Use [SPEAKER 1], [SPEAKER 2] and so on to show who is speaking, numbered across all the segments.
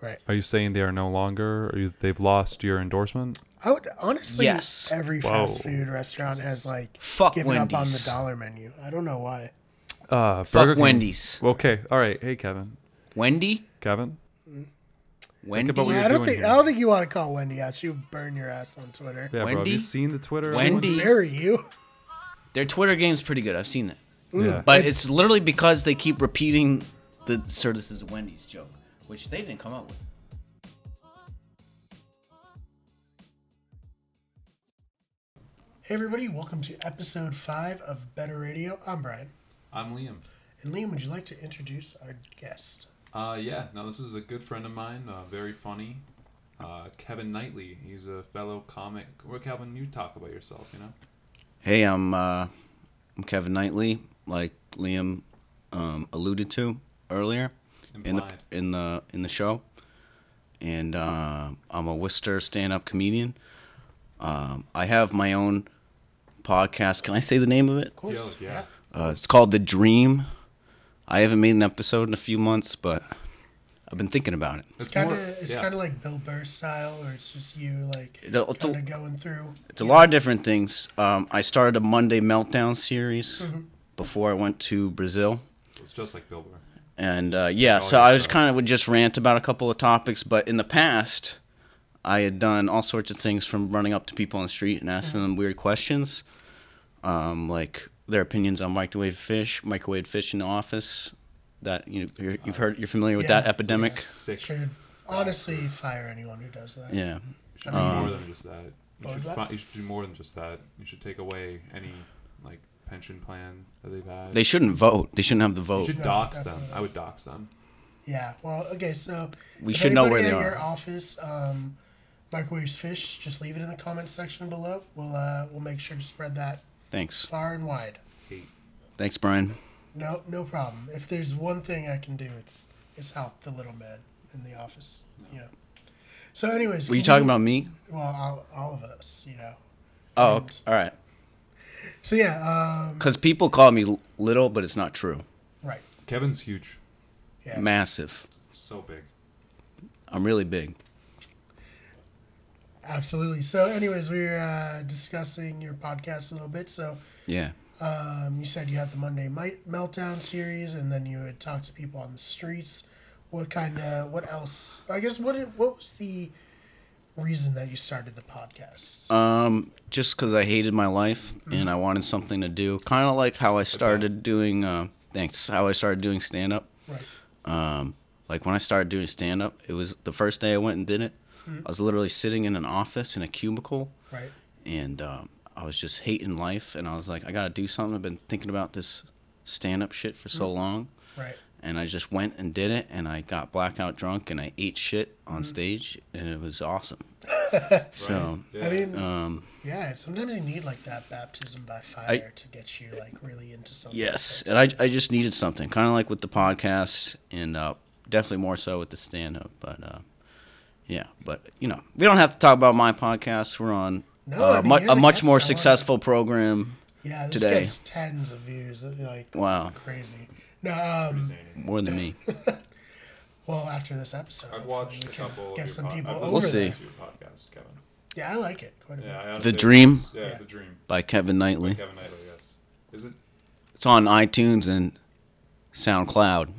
[SPEAKER 1] Right.
[SPEAKER 2] Are you saying they are no longer? Are you, they've lost your endorsement?
[SPEAKER 1] I would honestly.
[SPEAKER 3] Yes.
[SPEAKER 1] Every fast
[SPEAKER 2] Whoa.
[SPEAKER 1] food restaurant has like
[SPEAKER 3] Fuck
[SPEAKER 1] given up on the
[SPEAKER 3] Wendy's.
[SPEAKER 1] dollar menu. I don't know why.
[SPEAKER 2] Uh,
[SPEAKER 3] Fuck
[SPEAKER 2] Burger King.
[SPEAKER 3] Wendy's.
[SPEAKER 2] Okay. All right. Hey, Kevin.
[SPEAKER 3] Wendy?
[SPEAKER 2] Kevin.
[SPEAKER 3] Wendy?
[SPEAKER 2] about what
[SPEAKER 1] Yeah,
[SPEAKER 2] you're
[SPEAKER 1] I don't
[SPEAKER 2] doing
[SPEAKER 1] think
[SPEAKER 2] here?
[SPEAKER 1] I don't think you want to call Wendy out. She'll burn your ass on Twitter.
[SPEAKER 2] Yeah, bro. Have you
[SPEAKER 3] Wendy?
[SPEAKER 2] seen the Twitter?
[SPEAKER 3] Wendy?
[SPEAKER 1] Bury you.
[SPEAKER 3] Their Twitter game's pretty good. I've seen that.
[SPEAKER 1] Mm,
[SPEAKER 2] Yeah.
[SPEAKER 3] But
[SPEAKER 1] It's-
[SPEAKER 3] it's, literally because they keep repeating the services of Wendy's joke, which they didn't come up with.
[SPEAKER 1] Hey everybody, welcome to episode five of Better Radio. I'm Brian.
[SPEAKER 4] I'm Liam.
[SPEAKER 1] And Liam, would you like to introduce our guest?
[SPEAKER 4] Uh, yeah, now this is a good friend of mine, uh, very funny, uh, Kevin Knightley. He's a fellow comic. Well, Calvin, you talk about yourself, you know?
[SPEAKER 3] Hey, I'm uh, I'm Kevin Knightley, like Liam um, alluded to earlier in the,
[SPEAKER 4] Implied.
[SPEAKER 3] in the in the show, and uh, I'm a Worcester stand-up comedian. Um, I have my own podcast. Can I say the name of it?
[SPEAKER 1] Of course.
[SPEAKER 4] Yo, yeah.
[SPEAKER 3] Uh, it's called The Dream. I haven't made an episode in a few months, but I've been thinking about it.
[SPEAKER 1] It's kind of
[SPEAKER 4] more-
[SPEAKER 1] it's
[SPEAKER 4] yeah.
[SPEAKER 1] kind of like Bill Burr style, or it's just you like
[SPEAKER 3] It's a- it's a-
[SPEAKER 1] kind of going through.
[SPEAKER 3] It's a lot of different things. Um, I started a Monday Meltdown series
[SPEAKER 4] Mm-hmm.
[SPEAKER 3] before I went to Brazil.
[SPEAKER 4] It's just like Bill Burr.
[SPEAKER 3] And uh, yeah,
[SPEAKER 4] all
[SPEAKER 3] so
[SPEAKER 4] your
[SPEAKER 3] I was
[SPEAKER 4] stuff.
[SPEAKER 3] kind of would just rant about a couple of topics, but in the past, I had done all sorts of things from running up to people on the street and
[SPEAKER 4] Mm-hmm.
[SPEAKER 3] asking them weird questions, um, like their opinions on microwave fish, microwave fish in the office. That you you're, you've
[SPEAKER 4] Uh,
[SPEAKER 3] heard, you're familiar with that
[SPEAKER 1] Yeah.
[SPEAKER 3] epidemic.
[SPEAKER 4] Sick.
[SPEAKER 1] Sure. Honestly, fire anyone who does that.
[SPEAKER 3] Yeah,
[SPEAKER 4] You should do
[SPEAKER 3] Uh,
[SPEAKER 4] more than just that. You
[SPEAKER 1] what was
[SPEAKER 4] should,
[SPEAKER 1] that?
[SPEAKER 4] fi- you should do more than just that. You should take away any, like, pension plan that they've had.
[SPEAKER 3] they shouldn't vote. They shouldn't have the
[SPEAKER 4] you
[SPEAKER 3] vote.
[SPEAKER 4] should
[SPEAKER 1] No,
[SPEAKER 4] dox them.
[SPEAKER 1] Oh. definitely.
[SPEAKER 4] I would dox them.
[SPEAKER 1] Yeah. Well, okay. So
[SPEAKER 3] We
[SPEAKER 1] if
[SPEAKER 3] should know
[SPEAKER 1] anybody
[SPEAKER 3] where they
[SPEAKER 1] at
[SPEAKER 3] are.
[SPEAKER 1] Your office um, microwaves fish. Just leave it in the comments section below. We'll uh, we'll make sure to spread that
[SPEAKER 3] Thanks,
[SPEAKER 1] far and wide.
[SPEAKER 4] Hate.
[SPEAKER 3] thanks, Brian.
[SPEAKER 1] No, no problem. If there's one thing I can do, it's it's help the little man in the office. You know. So, anyways,
[SPEAKER 3] Were you
[SPEAKER 1] can
[SPEAKER 3] talking about me?
[SPEAKER 1] Well, all, all of us, you know.
[SPEAKER 3] Oh, okay. all right.
[SPEAKER 1] So yeah, um,
[SPEAKER 3] Because people call me l- little, but it's not true.
[SPEAKER 1] right.
[SPEAKER 4] Kevin's huge.
[SPEAKER 1] Yeah.
[SPEAKER 3] Massive.
[SPEAKER 4] So big.
[SPEAKER 3] I'm really big.
[SPEAKER 1] Absolutely. So, anyways, we were uh, discussing your podcast a little bit. So,
[SPEAKER 3] Yeah.
[SPEAKER 1] um, you said you have the Monday Mi- Meltdown series, and then you would talk to people on the streets. What kind of what else? I guess what it- what was the reason that you started the podcast?
[SPEAKER 3] Um, just because I hated my life and I wanted something to do, kind of like how I started doing. Uh, thanks. How I started doing stand up.
[SPEAKER 1] right.
[SPEAKER 3] Um, like when I started doing stand up, it was the first day I went and did it. I was literally sitting in an office in a cubicle,
[SPEAKER 1] Right.
[SPEAKER 3] and um, I was just hating life. And I was like, I gotta do something. I've been thinking about this stand up shit for
[SPEAKER 1] Mm.
[SPEAKER 3] so long.
[SPEAKER 1] Right.
[SPEAKER 3] and I just went and did it, and I got blackout drunk, and I ate shit
[SPEAKER 1] Mm.
[SPEAKER 3] on stage, and it was awesome. so
[SPEAKER 1] I mean,
[SPEAKER 3] um,
[SPEAKER 1] yeah. Sometimes you need like that baptism by fire to get you like really into something.
[SPEAKER 3] yes,
[SPEAKER 1] first.
[SPEAKER 3] and I, I just needed something, kind of like with the podcast, and uh, definitely more so with the stand up. But uh, yeah, but you know, we don't have to talk about my podcast. We're on
[SPEAKER 1] No,
[SPEAKER 3] uh,
[SPEAKER 1] I mean,
[SPEAKER 3] mu-
[SPEAKER 1] you're
[SPEAKER 3] a
[SPEAKER 1] the
[SPEAKER 3] much
[SPEAKER 1] guest. I
[SPEAKER 3] more
[SPEAKER 1] wanna-
[SPEAKER 3] successful program.
[SPEAKER 1] Yeah, this
[SPEAKER 3] today.
[SPEAKER 1] gets tens of views. uh, Like
[SPEAKER 3] Wow.
[SPEAKER 1] crazy. No, um,
[SPEAKER 3] More than me.
[SPEAKER 1] well, after this episode,
[SPEAKER 4] I've
[SPEAKER 1] hopefully
[SPEAKER 4] watched a
[SPEAKER 1] we can
[SPEAKER 4] couple
[SPEAKER 1] get
[SPEAKER 4] of
[SPEAKER 1] some
[SPEAKER 4] your pod-
[SPEAKER 1] people
[SPEAKER 4] I've
[SPEAKER 1] over.
[SPEAKER 3] We'll
[SPEAKER 1] there.
[SPEAKER 3] see.
[SPEAKER 4] listened to your podcast, Kevin.
[SPEAKER 1] Yeah, I like it quite a bit.
[SPEAKER 4] Yeah, I
[SPEAKER 3] The
[SPEAKER 4] honestly-
[SPEAKER 3] Dream?
[SPEAKER 4] Yeah,
[SPEAKER 1] Yeah.
[SPEAKER 4] The Dream.
[SPEAKER 3] By Kevin Knightley.
[SPEAKER 4] Kevin Knightley, yes. Is it?
[SPEAKER 3] It's on iTunes and SoundCloud.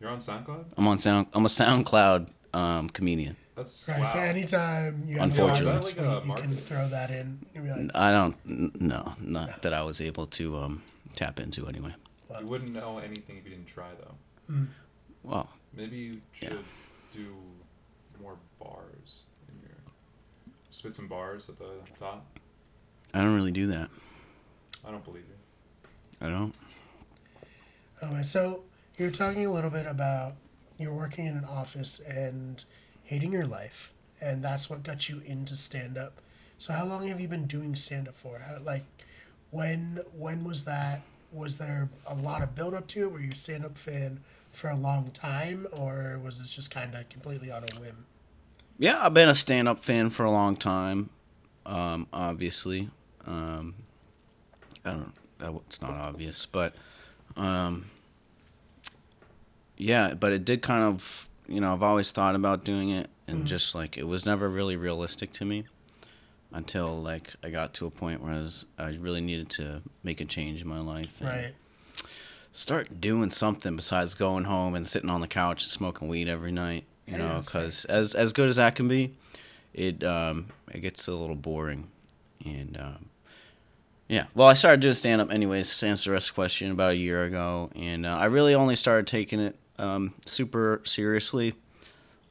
[SPEAKER 4] You're on SoundCloud?
[SPEAKER 3] I'm on Sound. I'm a SoundCloud um, comedian.
[SPEAKER 4] That's
[SPEAKER 1] Right,
[SPEAKER 4] wow.
[SPEAKER 1] so anytime you have
[SPEAKER 3] Unfortunately.
[SPEAKER 1] a
[SPEAKER 4] Is that like a
[SPEAKER 1] tweet, you can
[SPEAKER 4] market?
[SPEAKER 1] throw that in. You'll be like,
[SPEAKER 3] I don't. n- No, not that I was able to um, tap into anyway.
[SPEAKER 4] You wouldn't know anything if you didn't try, though.
[SPEAKER 3] Well,
[SPEAKER 4] Maybe you
[SPEAKER 3] Yeah.
[SPEAKER 4] should do more bars in your. Spit some bars at the top.
[SPEAKER 3] I don't really do that.
[SPEAKER 4] I don't believe you.
[SPEAKER 3] I don't.
[SPEAKER 1] oh, man. So you're talking a little bit about you're working in an office and hating your life, and that's what got you into stand up. So how long have you been doing stand up for? How, like, when when was that? Was there a lot of build up to it? Were you a stand up fan for a long time, or was this just kind of completely on a whim?
[SPEAKER 3] Yeah, I've been a stand-up fan for a long time. Um, obviously, um, I don't. That, it's not obvious, but um, yeah, but it did kind of you know, I've always thought about doing it, and just like it was never really realistic to me until like I got to a point where I was I really needed to make a change in my life. and
[SPEAKER 1] Right.
[SPEAKER 3] Start doing something besides going home and sitting on the couch and smoking weed every night. You
[SPEAKER 1] Yeah,
[SPEAKER 3] know,
[SPEAKER 1] that's fair.
[SPEAKER 3] 'cause because as as good as that can be, it um it gets a little boring, and um, yeah. Well, I started doing stand up anyways to answer the rest of the question about a year ago, and uh, I really only started taking it um, super seriously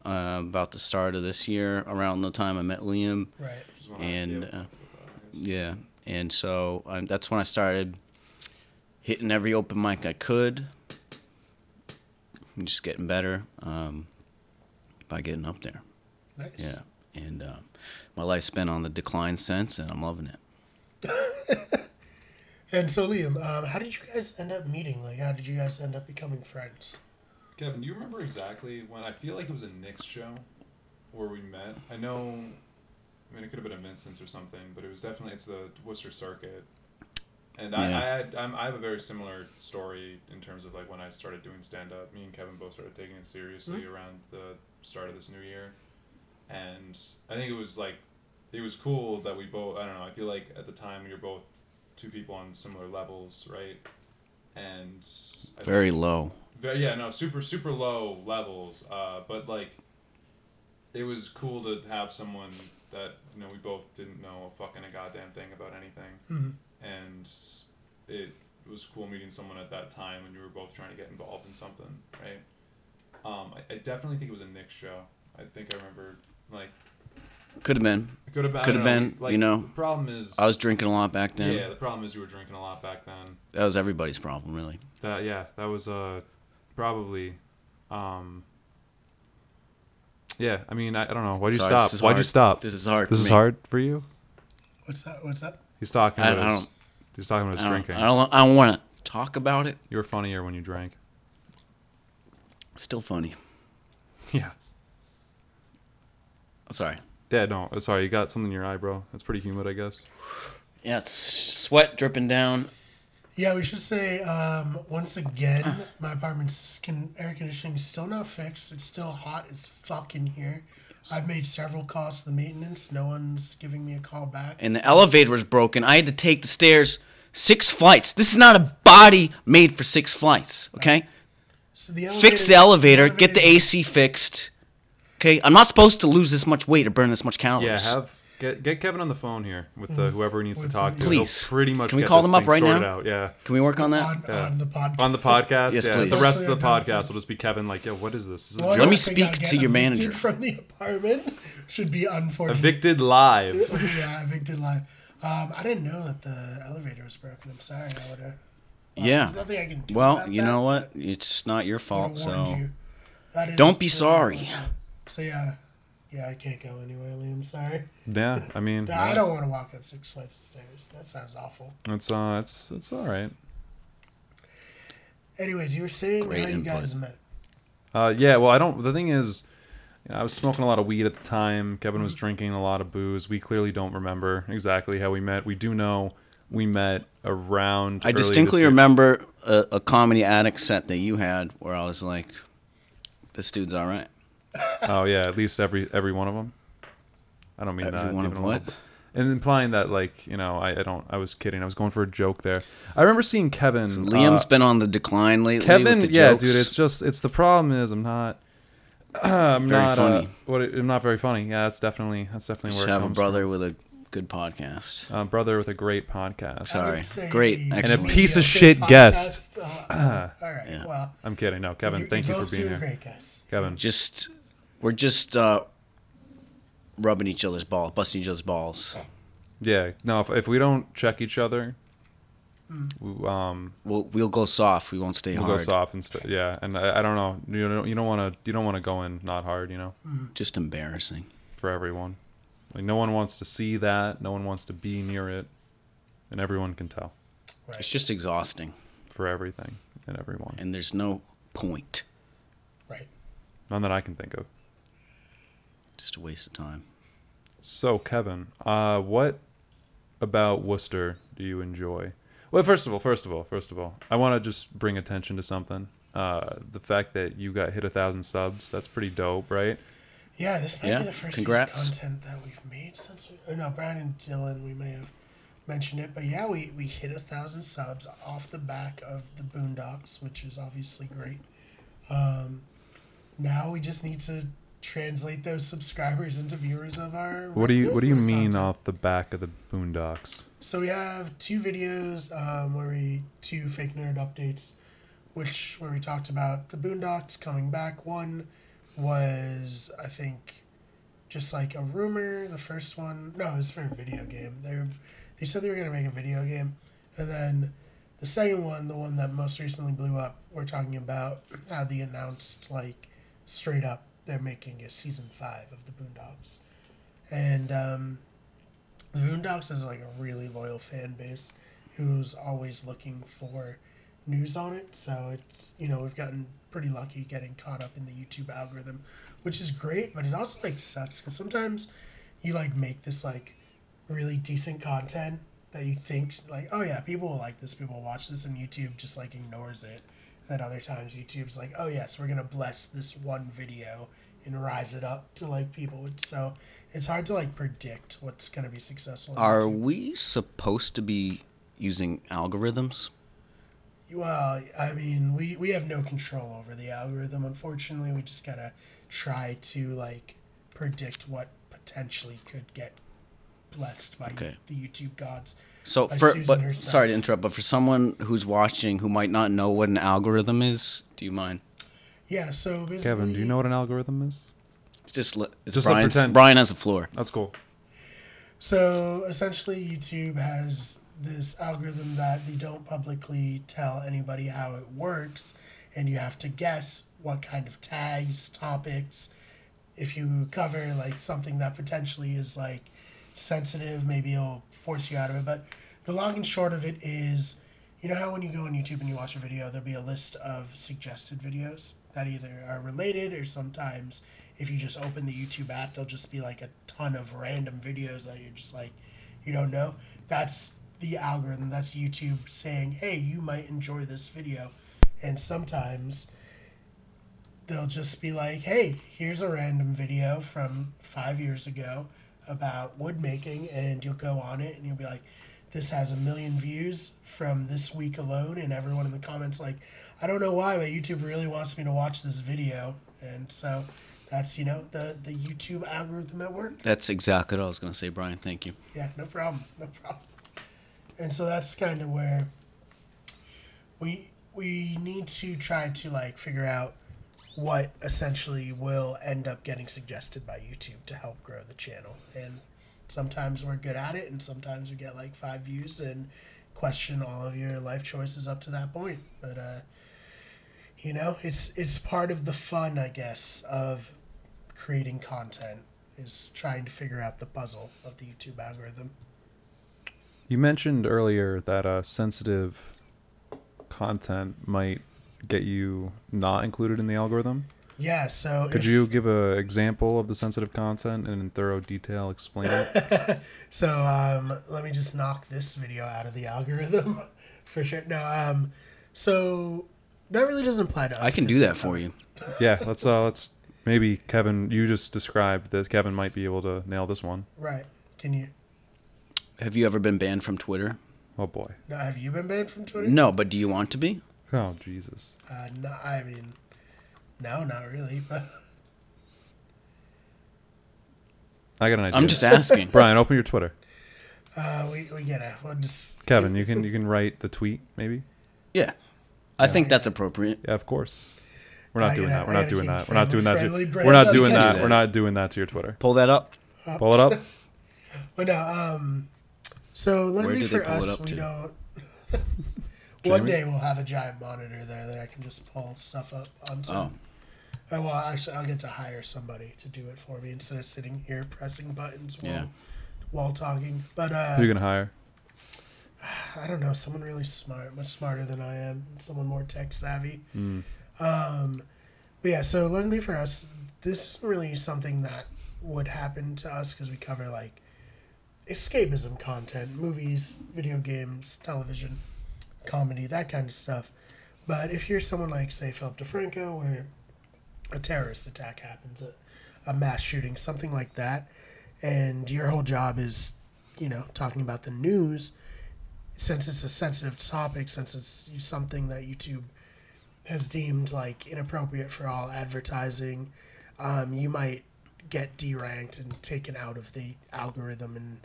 [SPEAKER 3] uh, about the start of this year, around the time I met Liam.
[SPEAKER 1] Right.
[SPEAKER 4] Just wanna- yeah, we'll
[SPEAKER 3] And, uh,
[SPEAKER 4] talk about it, I guess.
[SPEAKER 3] Yeah, and so um, that's when I started hitting every open mic I could, and just getting better um, by getting up there.
[SPEAKER 1] Nice.
[SPEAKER 3] Yeah, and uh, my life's been on the decline since, and I'm loving it.
[SPEAKER 1] And so Liam, um, how did you guys end up meeting? Like, how did you guys end up becoming friends?
[SPEAKER 4] Kevin, do you remember exactly when? I feel like it was a Knicks show where we met. I know, I mean, it could have been a Vincent's or something, but it was definitely it's the Worcester circuit. And I,
[SPEAKER 3] Yeah.
[SPEAKER 4] I had I'm, I have a very similar story in terms of like when I started doing stand up. Me and Kevin both started taking it seriously
[SPEAKER 3] Mm-hmm.
[SPEAKER 4] around the start of this new year, and I think it was like it was cool that we both. I don't know. I feel like at the time we were both two people on similar levels, right? And I think-
[SPEAKER 3] Very low.
[SPEAKER 4] very, yeah, no, super, super low levels. Uh, but like, it was cool to have someone that you know we both didn't know a fucking a goddamn thing about anything,
[SPEAKER 1] Mhm.
[SPEAKER 4] and it was cool meeting someone at that time when you were both trying to get involved in something, right? Um, I, I definitely think it was a Nick show. I think I remember like
[SPEAKER 3] Could have been.
[SPEAKER 4] it could have been I
[SPEAKER 3] Could
[SPEAKER 4] don't
[SPEAKER 3] have
[SPEAKER 4] know,
[SPEAKER 3] been,
[SPEAKER 4] like
[SPEAKER 3] you know.
[SPEAKER 4] the problem is
[SPEAKER 3] I was drinking a lot back then.
[SPEAKER 4] yeah the problem is you were drinking a lot back then.
[SPEAKER 3] That was everybody's problem, really.
[SPEAKER 4] That yeah, that was uh probably um Yeah, I mean I, I don't know. Why'd you
[SPEAKER 3] Sorry,
[SPEAKER 4] stop?
[SPEAKER 3] this is
[SPEAKER 2] Why'd you
[SPEAKER 3] hard.
[SPEAKER 2] stop?
[SPEAKER 3] This is hard.
[SPEAKER 2] This
[SPEAKER 3] for
[SPEAKER 2] is
[SPEAKER 3] me.
[SPEAKER 2] hard for you?
[SPEAKER 1] What's that? What's that?
[SPEAKER 4] He's talking
[SPEAKER 3] I-
[SPEAKER 4] about
[SPEAKER 3] I
[SPEAKER 4] his, he's talking about his
[SPEAKER 3] I don't,
[SPEAKER 4] drinking.
[SPEAKER 3] I don't, I don't want to talk about it.
[SPEAKER 4] You were funnier when you drank.
[SPEAKER 3] Still funny.
[SPEAKER 4] Yeah.
[SPEAKER 3] Sorry.
[SPEAKER 4] Yeah, no, uh, sorry, you got something in your eye, bro. It's pretty humid, I guess.
[SPEAKER 3] Yeah, it's sweat dripping down.
[SPEAKER 1] Yeah, we should say um, once again, my apartment's can, air conditioning is still not fixed. It's still hot as fuck in here. I've made several calls to the maintenance. No one's giving me a call back.
[SPEAKER 3] And the elevator was broken. I had to take the stairs six flights. This is not a body made for six flights, okay?
[SPEAKER 1] so the
[SPEAKER 3] Fix the elevator, get the AC fixed. Okay, I'm not supposed to lose this much weight or burn this much
[SPEAKER 4] Yeah,
[SPEAKER 3] calories.
[SPEAKER 4] have get get Kevin on the phone here with the, whoever he needs to
[SPEAKER 1] With
[SPEAKER 4] talk
[SPEAKER 1] me.
[SPEAKER 4] to.
[SPEAKER 3] Please.
[SPEAKER 4] He'll pretty much
[SPEAKER 3] Can we
[SPEAKER 4] get
[SPEAKER 3] call
[SPEAKER 4] this
[SPEAKER 3] them up
[SPEAKER 4] thing
[SPEAKER 3] right now?
[SPEAKER 4] sorted Out. Yeah.
[SPEAKER 3] Can we work on
[SPEAKER 1] on,
[SPEAKER 3] that?
[SPEAKER 1] on the podcast.
[SPEAKER 4] On the podcast,
[SPEAKER 3] Yes,
[SPEAKER 4] yeah.
[SPEAKER 3] please.
[SPEAKER 4] The rest of the podcast will just be Kevin like, yo, what is this? This is a
[SPEAKER 1] One
[SPEAKER 3] Let
[SPEAKER 4] joke.
[SPEAKER 3] me
[SPEAKER 1] thing
[SPEAKER 3] speak
[SPEAKER 1] I'll
[SPEAKER 3] to
[SPEAKER 1] get
[SPEAKER 3] your
[SPEAKER 1] evicted
[SPEAKER 3] manager.
[SPEAKER 1] from the apartment should be unfortunate.
[SPEAKER 4] Evicted live.
[SPEAKER 1] yeah, evicted live. Um, I didn't know that the elevator was broken. I'm sorry. I would have.
[SPEAKER 3] Yeah.
[SPEAKER 1] There's nothing I can do.
[SPEAKER 3] Well,
[SPEAKER 1] about
[SPEAKER 3] you
[SPEAKER 1] that.
[SPEAKER 3] know what? It's not your
[SPEAKER 1] I
[SPEAKER 3] fault,
[SPEAKER 1] would've warned
[SPEAKER 3] so
[SPEAKER 1] you. That is
[SPEAKER 3] don't be
[SPEAKER 1] really
[SPEAKER 3] sorry.
[SPEAKER 1] So yeah, yeah, I can't go anywhere, Liam. Sorry.
[SPEAKER 2] Yeah, I mean,
[SPEAKER 1] No, I don't want to walk up six flights of stairs. That sounds awful.
[SPEAKER 2] it's uh, it's it's all right.
[SPEAKER 1] Anyways, you were saying
[SPEAKER 3] Great
[SPEAKER 1] how you
[SPEAKER 3] input.
[SPEAKER 1] guys met.
[SPEAKER 2] Uh, yeah, well, I don't. The thing is, you know, I was smoking a lot of weed at the time. Kevin
[SPEAKER 3] Mm.
[SPEAKER 2] was drinking a lot of booze. We clearly don't remember exactly how we met. We do know we met around.
[SPEAKER 3] I
[SPEAKER 2] early this
[SPEAKER 3] distinctly
[SPEAKER 2] year.
[SPEAKER 3] remember a, a comedy addict set that you had where I was like, this dude's all right.
[SPEAKER 2] Oh yeah, at least every every one of them. I don't mean
[SPEAKER 3] Every
[SPEAKER 2] that.
[SPEAKER 3] one of
[SPEAKER 2] even a little
[SPEAKER 3] what?
[SPEAKER 2] bit. And implying that, like, you know, I, I don't. I was kidding. I was going for a joke there. I remember seeing Kevin.
[SPEAKER 3] So
[SPEAKER 2] uh,
[SPEAKER 3] Liam's been on the decline lately.
[SPEAKER 2] Kevin,
[SPEAKER 3] with the
[SPEAKER 2] yeah,
[SPEAKER 3] jokes.
[SPEAKER 2] dude, it's just it's the problem is I'm not I'm
[SPEAKER 3] Very
[SPEAKER 2] not
[SPEAKER 3] funny.
[SPEAKER 2] Uh, what I'm not very funny. Yeah, that's definitely that's definitely
[SPEAKER 3] Just
[SPEAKER 2] where it
[SPEAKER 3] have a
[SPEAKER 2] comes
[SPEAKER 3] brother with a good podcast.
[SPEAKER 2] From. Uh, brother with a great podcast.
[SPEAKER 1] I would
[SPEAKER 3] Sorry.
[SPEAKER 1] say
[SPEAKER 3] Great.
[SPEAKER 1] the-
[SPEAKER 3] Excellent.
[SPEAKER 2] And a piece of
[SPEAKER 1] the
[SPEAKER 2] shit guest.
[SPEAKER 1] podcast, uh, all right.
[SPEAKER 3] Yeah.
[SPEAKER 1] Well,
[SPEAKER 2] I'm kidding. No, Kevin,
[SPEAKER 1] you're
[SPEAKER 2] thank you
[SPEAKER 1] both
[SPEAKER 2] for being
[SPEAKER 1] doing
[SPEAKER 2] here.
[SPEAKER 1] Great guys.
[SPEAKER 2] Kevin,
[SPEAKER 3] Just we're just uh, rubbing each other's balls, busting each other's balls.
[SPEAKER 2] yeah, no, if, if we don't check each other, we, um,
[SPEAKER 3] We'll we'll go soft. We won't stay
[SPEAKER 2] we'll go
[SPEAKER 3] hard.
[SPEAKER 2] soft and st- yeah, and I, I don't know, you don't you don't want to you don't want to go in not hard, you know,
[SPEAKER 3] Just embarrassing.
[SPEAKER 2] for everyone. Like no one wants to see that, no one wants to be near it, and everyone can tell
[SPEAKER 3] It's just exhausting,
[SPEAKER 2] for everything and everyone.
[SPEAKER 3] and there's no point.
[SPEAKER 1] Right.
[SPEAKER 2] None that I can think of.
[SPEAKER 3] Just a waste of time.
[SPEAKER 2] So, Kevin, uh, what about Worcester do you enjoy? Well, first of all, first of all, first of all, I want to just bring attention to something. uh, the fact that you got hit a thousand subs. That's pretty dope, right?
[SPEAKER 1] Yeah, this might
[SPEAKER 3] Yeah,
[SPEAKER 1] be the first
[SPEAKER 3] congrats.
[SPEAKER 1] piece of content that we've made since. oh, no, Brian and Dylan, we may have mentioned it, but yeah, we, we hit a thousand subs off the back of the Boondocks, which is obviously great. Um, now we just need to translate those subscribers into viewers of our.
[SPEAKER 2] What do you What do you
[SPEAKER 1] regular
[SPEAKER 2] mean
[SPEAKER 1] content.
[SPEAKER 2] off the back of the Boondocks?
[SPEAKER 1] So we have two videos um, where we two fake nerd updates, which where we talked about the Boondocks coming back. One was I think just like a rumor. The first one, no, it was for a video game. They were, they said they were gonna make a video game, and then the second one, the one that most recently blew up, we're talking about how they announced like straight up they're making a season five of the Boondocks, and. Um, the Boondocks is like a really loyal fan base who's always looking for news on it. So it's you know we've gotten pretty lucky getting caught up in the YouTube algorithm, which is great, but it also like sucks because sometimes you like make this like really decent content that you think like oh yeah people will like this people will watch this and YouTube just like ignores it. And then other times YouTube's like oh yes we're gonna bless this one video and rise it up to like people. So it's hard to like predict what's gonna be successful. on
[SPEAKER 3] Are
[SPEAKER 1] YouTube.
[SPEAKER 3] we supposed to be using algorithms?
[SPEAKER 1] Well, I mean, we, we have no control over the algorithm. Unfortunately, we just gotta try to like predict what potentially could get blessed by
[SPEAKER 3] Okay.
[SPEAKER 1] the YouTube gods.
[SPEAKER 3] So
[SPEAKER 1] By
[SPEAKER 3] for
[SPEAKER 1] Susan
[SPEAKER 3] but
[SPEAKER 1] herself.
[SPEAKER 3] sorry to interrupt, but for someone who's watching who might not know what an algorithm is, do you mind?
[SPEAKER 1] Yeah. So basically,
[SPEAKER 2] Kevin, do you know what an algorithm is?
[SPEAKER 3] It's just li- it's
[SPEAKER 2] Just
[SPEAKER 3] just
[SPEAKER 2] a
[SPEAKER 3] Brian's,
[SPEAKER 2] pretend-
[SPEAKER 3] Brian has the floor.
[SPEAKER 2] That's cool.
[SPEAKER 1] So essentially, YouTube has this algorithm that they don't publicly tell anybody how it works, and you have to guess what kind of tags, topics, if you cover like something that potentially is like sensitive, maybe it'll force you out of it. But the long and short of it is, you know how when you go on YouTube and you watch a video, there'll be a list of suggested videos that either are related or sometimes if you just open the YouTube app, there'll just be like a ton of random videos that you're just like, you don't know. That's the algorithm. That's YouTube saying, hey, you might enjoy this video. And sometimes they'll just be like, "Hey, here's a random video from five years ago about wood making," and you'll go on it and you'll be like, "This has a million views from this week alone," and everyone in the comments like, "I don't know why, but YouTube really wants me to watch this video," and so that's you know the the YouTube algorithm at work.
[SPEAKER 3] That's exactly what I was going to say, Brian. Thank you.
[SPEAKER 1] Yeah, no problem, no problem. And so that's kind of where we we need to try to like figure out what essentially will end up getting suggested by YouTube to help grow the channel. And sometimes we're good at it, and sometimes we get like five views and question all of your life choices up to that point. But uh, you know, it's it's part of the fun, I guess, of creating content is trying to figure out the puzzle of the YouTube algorithm.
[SPEAKER 2] You mentioned earlier that uh, sensitive content might get you not included in the algorithm.
[SPEAKER 1] Yeah, so
[SPEAKER 2] Could
[SPEAKER 1] if-
[SPEAKER 2] you give a example of the sensitive content and in thorough detail explain it?
[SPEAKER 1] So um, let me just knock this video out of the algorithm for sure. No, um, so that really doesn't apply to us.
[SPEAKER 3] I can do that for you.
[SPEAKER 2] yeah, let's uh, let's maybe Kevin. You just described this. Kevin might be able to nail this one.
[SPEAKER 1] Right? Can you?
[SPEAKER 3] Have you ever been banned from Twitter?
[SPEAKER 2] Oh boy.
[SPEAKER 1] No, have you been banned from Twitter?
[SPEAKER 3] No, but do you want to be?
[SPEAKER 2] Oh Jesus.
[SPEAKER 1] Uh, no, I mean, no, not really. But
[SPEAKER 2] I got an idea.
[SPEAKER 3] I'm just asking.
[SPEAKER 2] Brian. Open your Twitter.
[SPEAKER 1] uh, we we get it. We'll just
[SPEAKER 2] Kevin, you can you can write the tweet maybe.
[SPEAKER 3] Yeah. I think that's appropriate.
[SPEAKER 2] Yeah, of course. We're
[SPEAKER 1] I
[SPEAKER 2] not doing
[SPEAKER 1] gotta-
[SPEAKER 2] that.
[SPEAKER 1] I
[SPEAKER 2] We're not
[SPEAKER 1] gotta
[SPEAKER 2] doing
[SPEAKER 1] keep
[SPEAKER 2] that. We're not doing that. To,
[SPEAKER 1] friendly brand
[SPEAKER 2] we're not
[SPEAKER 1] up.
[SPEAKER 2] doing
[SPEAKER 3] You can't
[SPEAKER 2] that.
[SPEAKER 3] do
[SPEAKER 2] We're
[SPEAKER 3] that.
[SPEAKER 2] not doing that to your Twitter.
[SPEAKER 3] Pull that up.
[SPEAKER 2] Pull it up.
[SPEAKER 1] But no, um, so luckily
[SPEAKER 3] do they
[SPEAKER 1] for
[SPEAKER 3] pull it
[SPEAKER 1] us,
[SPEAKER 3] up
[SPEAKER 1] we
[SPEAKER 3] to?
[SPEAKER 1] don't. One
[SPEAKER 2] Jamie?
[SPEAKER 1] day we'll have a giant monitor there that I can just pull stuff up onto.
[SPEAKER 3] Oh.
[SPEAKER 1] Oh, well, actually, I'll get to hire somebody to do it for me instead of sitting here pressing buttons while
[SPEAKER 3] Yeah.
[SPEAKER 1] while talking. But
[SPEAKER 2] Who you
[SPEAKER 1] uh,
[SPEAKER 2] gonna hire?
[SPEAKER 1] I don't know, someone really smart, much smarter than I am, someone more tech savvy. Um, but yeah, so luckily for us, this isn't really something that would happen to us because we cover like escapism content, movies, video games, television, comedy, that kind of stuff. But if you're someone like, say, Philip DeFranco, where a terrorist attack happens, a, a mass shooting, something like that, and your whole job is, you know, talking about the news, since it's a sensitive topic, since it's something that YouTube has deemed like inappropriate for all advertising, um, you might get deranked and taken out of the algorithm and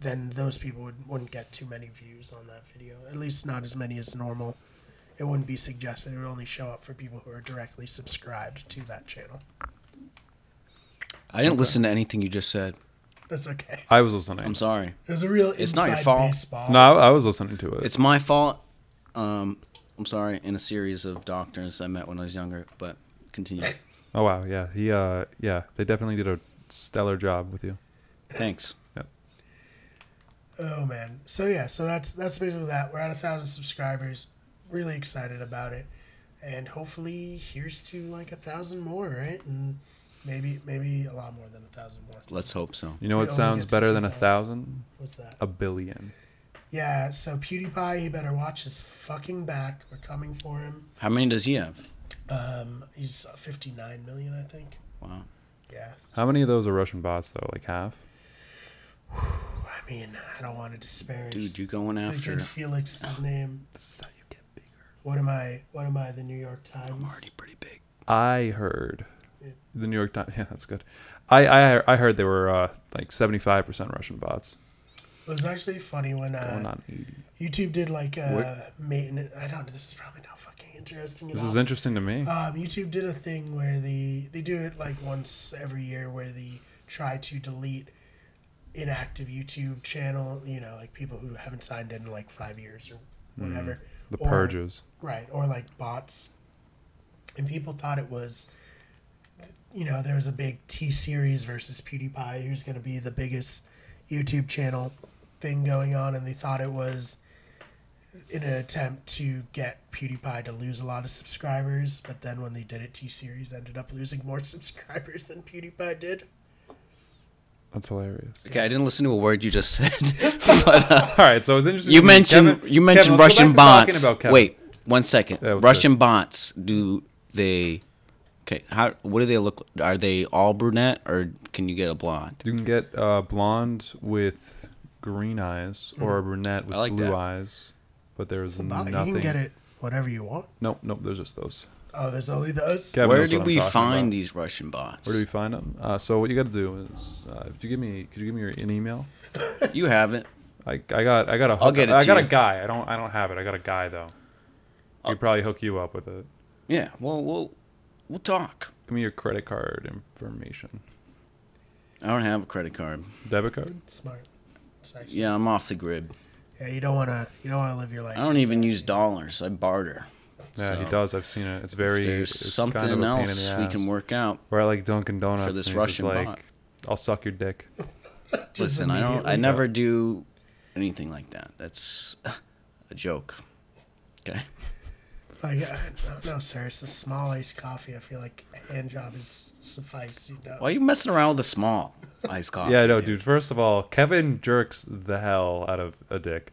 [SPEAKER 1] then those people would, wouldn't get too many views on that video at least not as many as normal it wouldn't be suggested it would only show up for people who are directly subscribed to that channel
[SPEAKER 3] I didn't listen to anything you just said.
[SPEAKER 1] that's okay
[SPEAKER 2] I was listening.
[SPEAKER 3] I'm sorry.
[SPEAKER 1] there's a real
[SPEAKER 3] It's not your
[SPEAKER 1] inside
[SPEAKER 3] fault.
[SPEAKER 1] baseball
[SPEAKER 2] No, I, I was listening to it.
[SPEAKER 3] It's my fault. Um, I'm sorry. In a series of doctors I met when I was younger, but continue.
[SPEAKER 2] oh wow, yeah, he, uh, yeah, they definitely did a stellar job with you.
[SPEAKER 3] Thanks.
[SPEAKER 1] Oh man. So yeah, so that's that's basically that. We're at a thousand subscribers. Really excited about it. And hopefully here's to like a thousand more, right? And maybe maybe a lot more than a thousand more.
[SPEAKER 3] Let's hope so.
[SPEAKER 2] You know
[SPEAKER 1] We
[SPEAKER 2] what
[SPEAKER 1] only
[SPEAKER 2] sounds
[SPEAKER 1] get to
[SPEAKER 2] better
[SPEAKER 1] two
[SPEAKER 2] than a
[SPEAKER 1] thousand.
[SPEAKER 2] thousand?
[SPEAKER 1] What's that?
[SPEAKER 2] A billion.
[SPEAKER 1] Yeah, so PewDiePie, he better watch his fucking back. We're coming for him.
[SPEAKER 3] How many does he have?
[SPEAKER 1] Um he's fifty nine million, I think.
[SPEAKER 3] Wow.
[SPEAKER 1] Yeah.
[SPEAKER 2] How many of those are Russian bots though? Like half.
[SPEAKER 1] I mean, I don't want to disparage
[SPEAKER 3] Dude, you going
[SPEAKER 1] the
[SPEAKER 3] after? Oh.
[SPEAKER 1] good Felix's name.
[SPEAKER 2] This is how you get bigger.
[SPEAKER 1] What am I what am I, the New York Times?
[SPEAKER 3] I'm already pretty big.
[SPEAKER 2] I heard
[SPEAKER 1] Yeah.
[SPEAKER 2] the New York Times. Yeah, that's good. I I, I heard they were uh, like seventy five percent Russian bots,
[SPEAKER 1] It was actually funny when uh,
[SPEAKER 2] going on eighty.
[SPEAKER 1] YouTube did like a
[SPEAKER 3] Where-
[SPEAKER 1] maintenance. I don't. This is probably not fucking interesting. At
[SPEAKER 2] This
[SPEAKER 1] all.
[SPEAKER 2] is interesting to me.
[SPEAKER 1] Um, YouTube did a thing where the they do it like once every year where they try to delete inactive YouTube channel. You know, like people who haven't signed in in like five years or whatever.
[SPEAKER 2] Hmm. The
[SPEAKER 1] or-
[SPEAKER 2] purges.
[SPEAKER 1] Right, or like bots. And people thought it was, you know, there was a big T series versus PewDiePie, who's going to be the biggest YouTube channel thing going on. And they thought it was in an attempt to get PewDiePie to lose a lot of subscribers. But then when they did it, T series ended up losing more subscribers than PewDiePie did.
[SPEAKER 2] That's hilarious.
[SPEAKER 3] Okay, I didn't listen to a word you just said.
[SPEAKER 2] All right, so it's interesting.
[SPEAKER 3] you
[SPEAKER 2] to me.
[SPEAKER 3] mentioned
[SPEAKER 2] Kevin-
[SPEAKER 3] you mentioned
[SPEAKER 2] Kevin, let's go
[SPEAKER 3] Russian
[SPEAKER 2] back to talking
[SPEAKER 3] bots.
[SPEAKER 2] about Kevin.
[SPEAKER 3] Wait, one second.
[SPEAKER 2] Yeah, what's
[SPEAKER 3] Russian bots. Do they? Okay, how? What do they look? Are they all brunette, or can you get a blonde?
[SPEAKER 2] you can get uh, blonde with green eyes or a brunette with
[SPEAKER 3] I like
[SPEAKER 2] blue
[SPEAKER 3] that.
[SPEAKER 2] eyes, but there is
[SPEAKER 1] The bot-
[SPEAKER 2] nothing.
[SPEAKER 1] you can get it whatever you want.
[SPEAKER 2] Nope, nope. There's just those.
[SPEAKER 1] Oh, there's only those?
[SPEAKER 2] Kevin
[SPEAKER 3] Where
[SPEAKER 2] knows
[SPEAKER 3] do
[SPEAKER 2] what I'm
[SPEAKER 3] we
[SPEAKER 2] talking
[SPEAKER 3] find
[SPEAKER 2] about.
[SPEAKER 3] these Russian bots?
[SPEAKER 2] Where do we find them? Uh, so what you got to do is, uh, could you give me? Could you give me your, an email?
[SPEAKER 3] you have it.
[SPEAKER 2] I, I got I got a hook.
[SPEAKER 3] get it
[SPEAKER 2] I
[SPEAKER 3] to
[SPEAKER 2] got
[SPEAKER 3] you.
[SPEAKER 2] a guy. I don't I don't have it. I got a guy though. I could probably hook you up with it.
[SPEAKER 3] Yeah. Well, we'll we'll talk.
[SPEAKER 2] Give me your credit card information.
[SPEAKER 3] I don't have a credit card.
[SPEAKER 2] Debit card?
[SPEAKER 1] Smart. It's actually-
[SPEAKER 3] Yeah, I'm off the grid.
[SPEAKER 1] Yeah, you don't want to. You don't want to live your life.
[SPEAKER 3] I don't even use dollars. I barter.
[SPEAKER 2] Yeah, he
[SPEAKER 3] So,
[SPEAKER 2] does. I've seen it. It's very
[SPEAKER 3] If there's
[SPEAKER 2] it's
[SPEAKER 3] something
[SPEAKER 2] kind of a pain in
[SPEAKER 3] else
[SPEAKER 2] the
[SPEAKER 3] we
[SPEAKER 2] ass.
[SPEAKER 3] can work out.
[SPEAKER 2] We're at like Dunkin' Donuts
[SPEAKER 3] this
[SPEAKER 2] and he's just
[SPEAKER 3] Russian
[SPEAKER 2] like
[SPEAKER 3] bot.
[SPEAKER 2] I'll suck your dick.
[SPEAKER 1] Just
[SPEAKER 3] Listen, I don't. I
[SPEAKER 1] immediately.
[SPEAKER 3] never do anything like that. That's a joke. Okay.
[SPEAKER 1] Like, uh, no, no, sir, it's a small iced coffee. I feel like a hand job is suffice. You know?
[SPEAKER 3] Why are you messing around with a small iced coffee?
[SPEAKER 2] yeah, no, dude. First of all, Kevin jerks the hell out of a dick.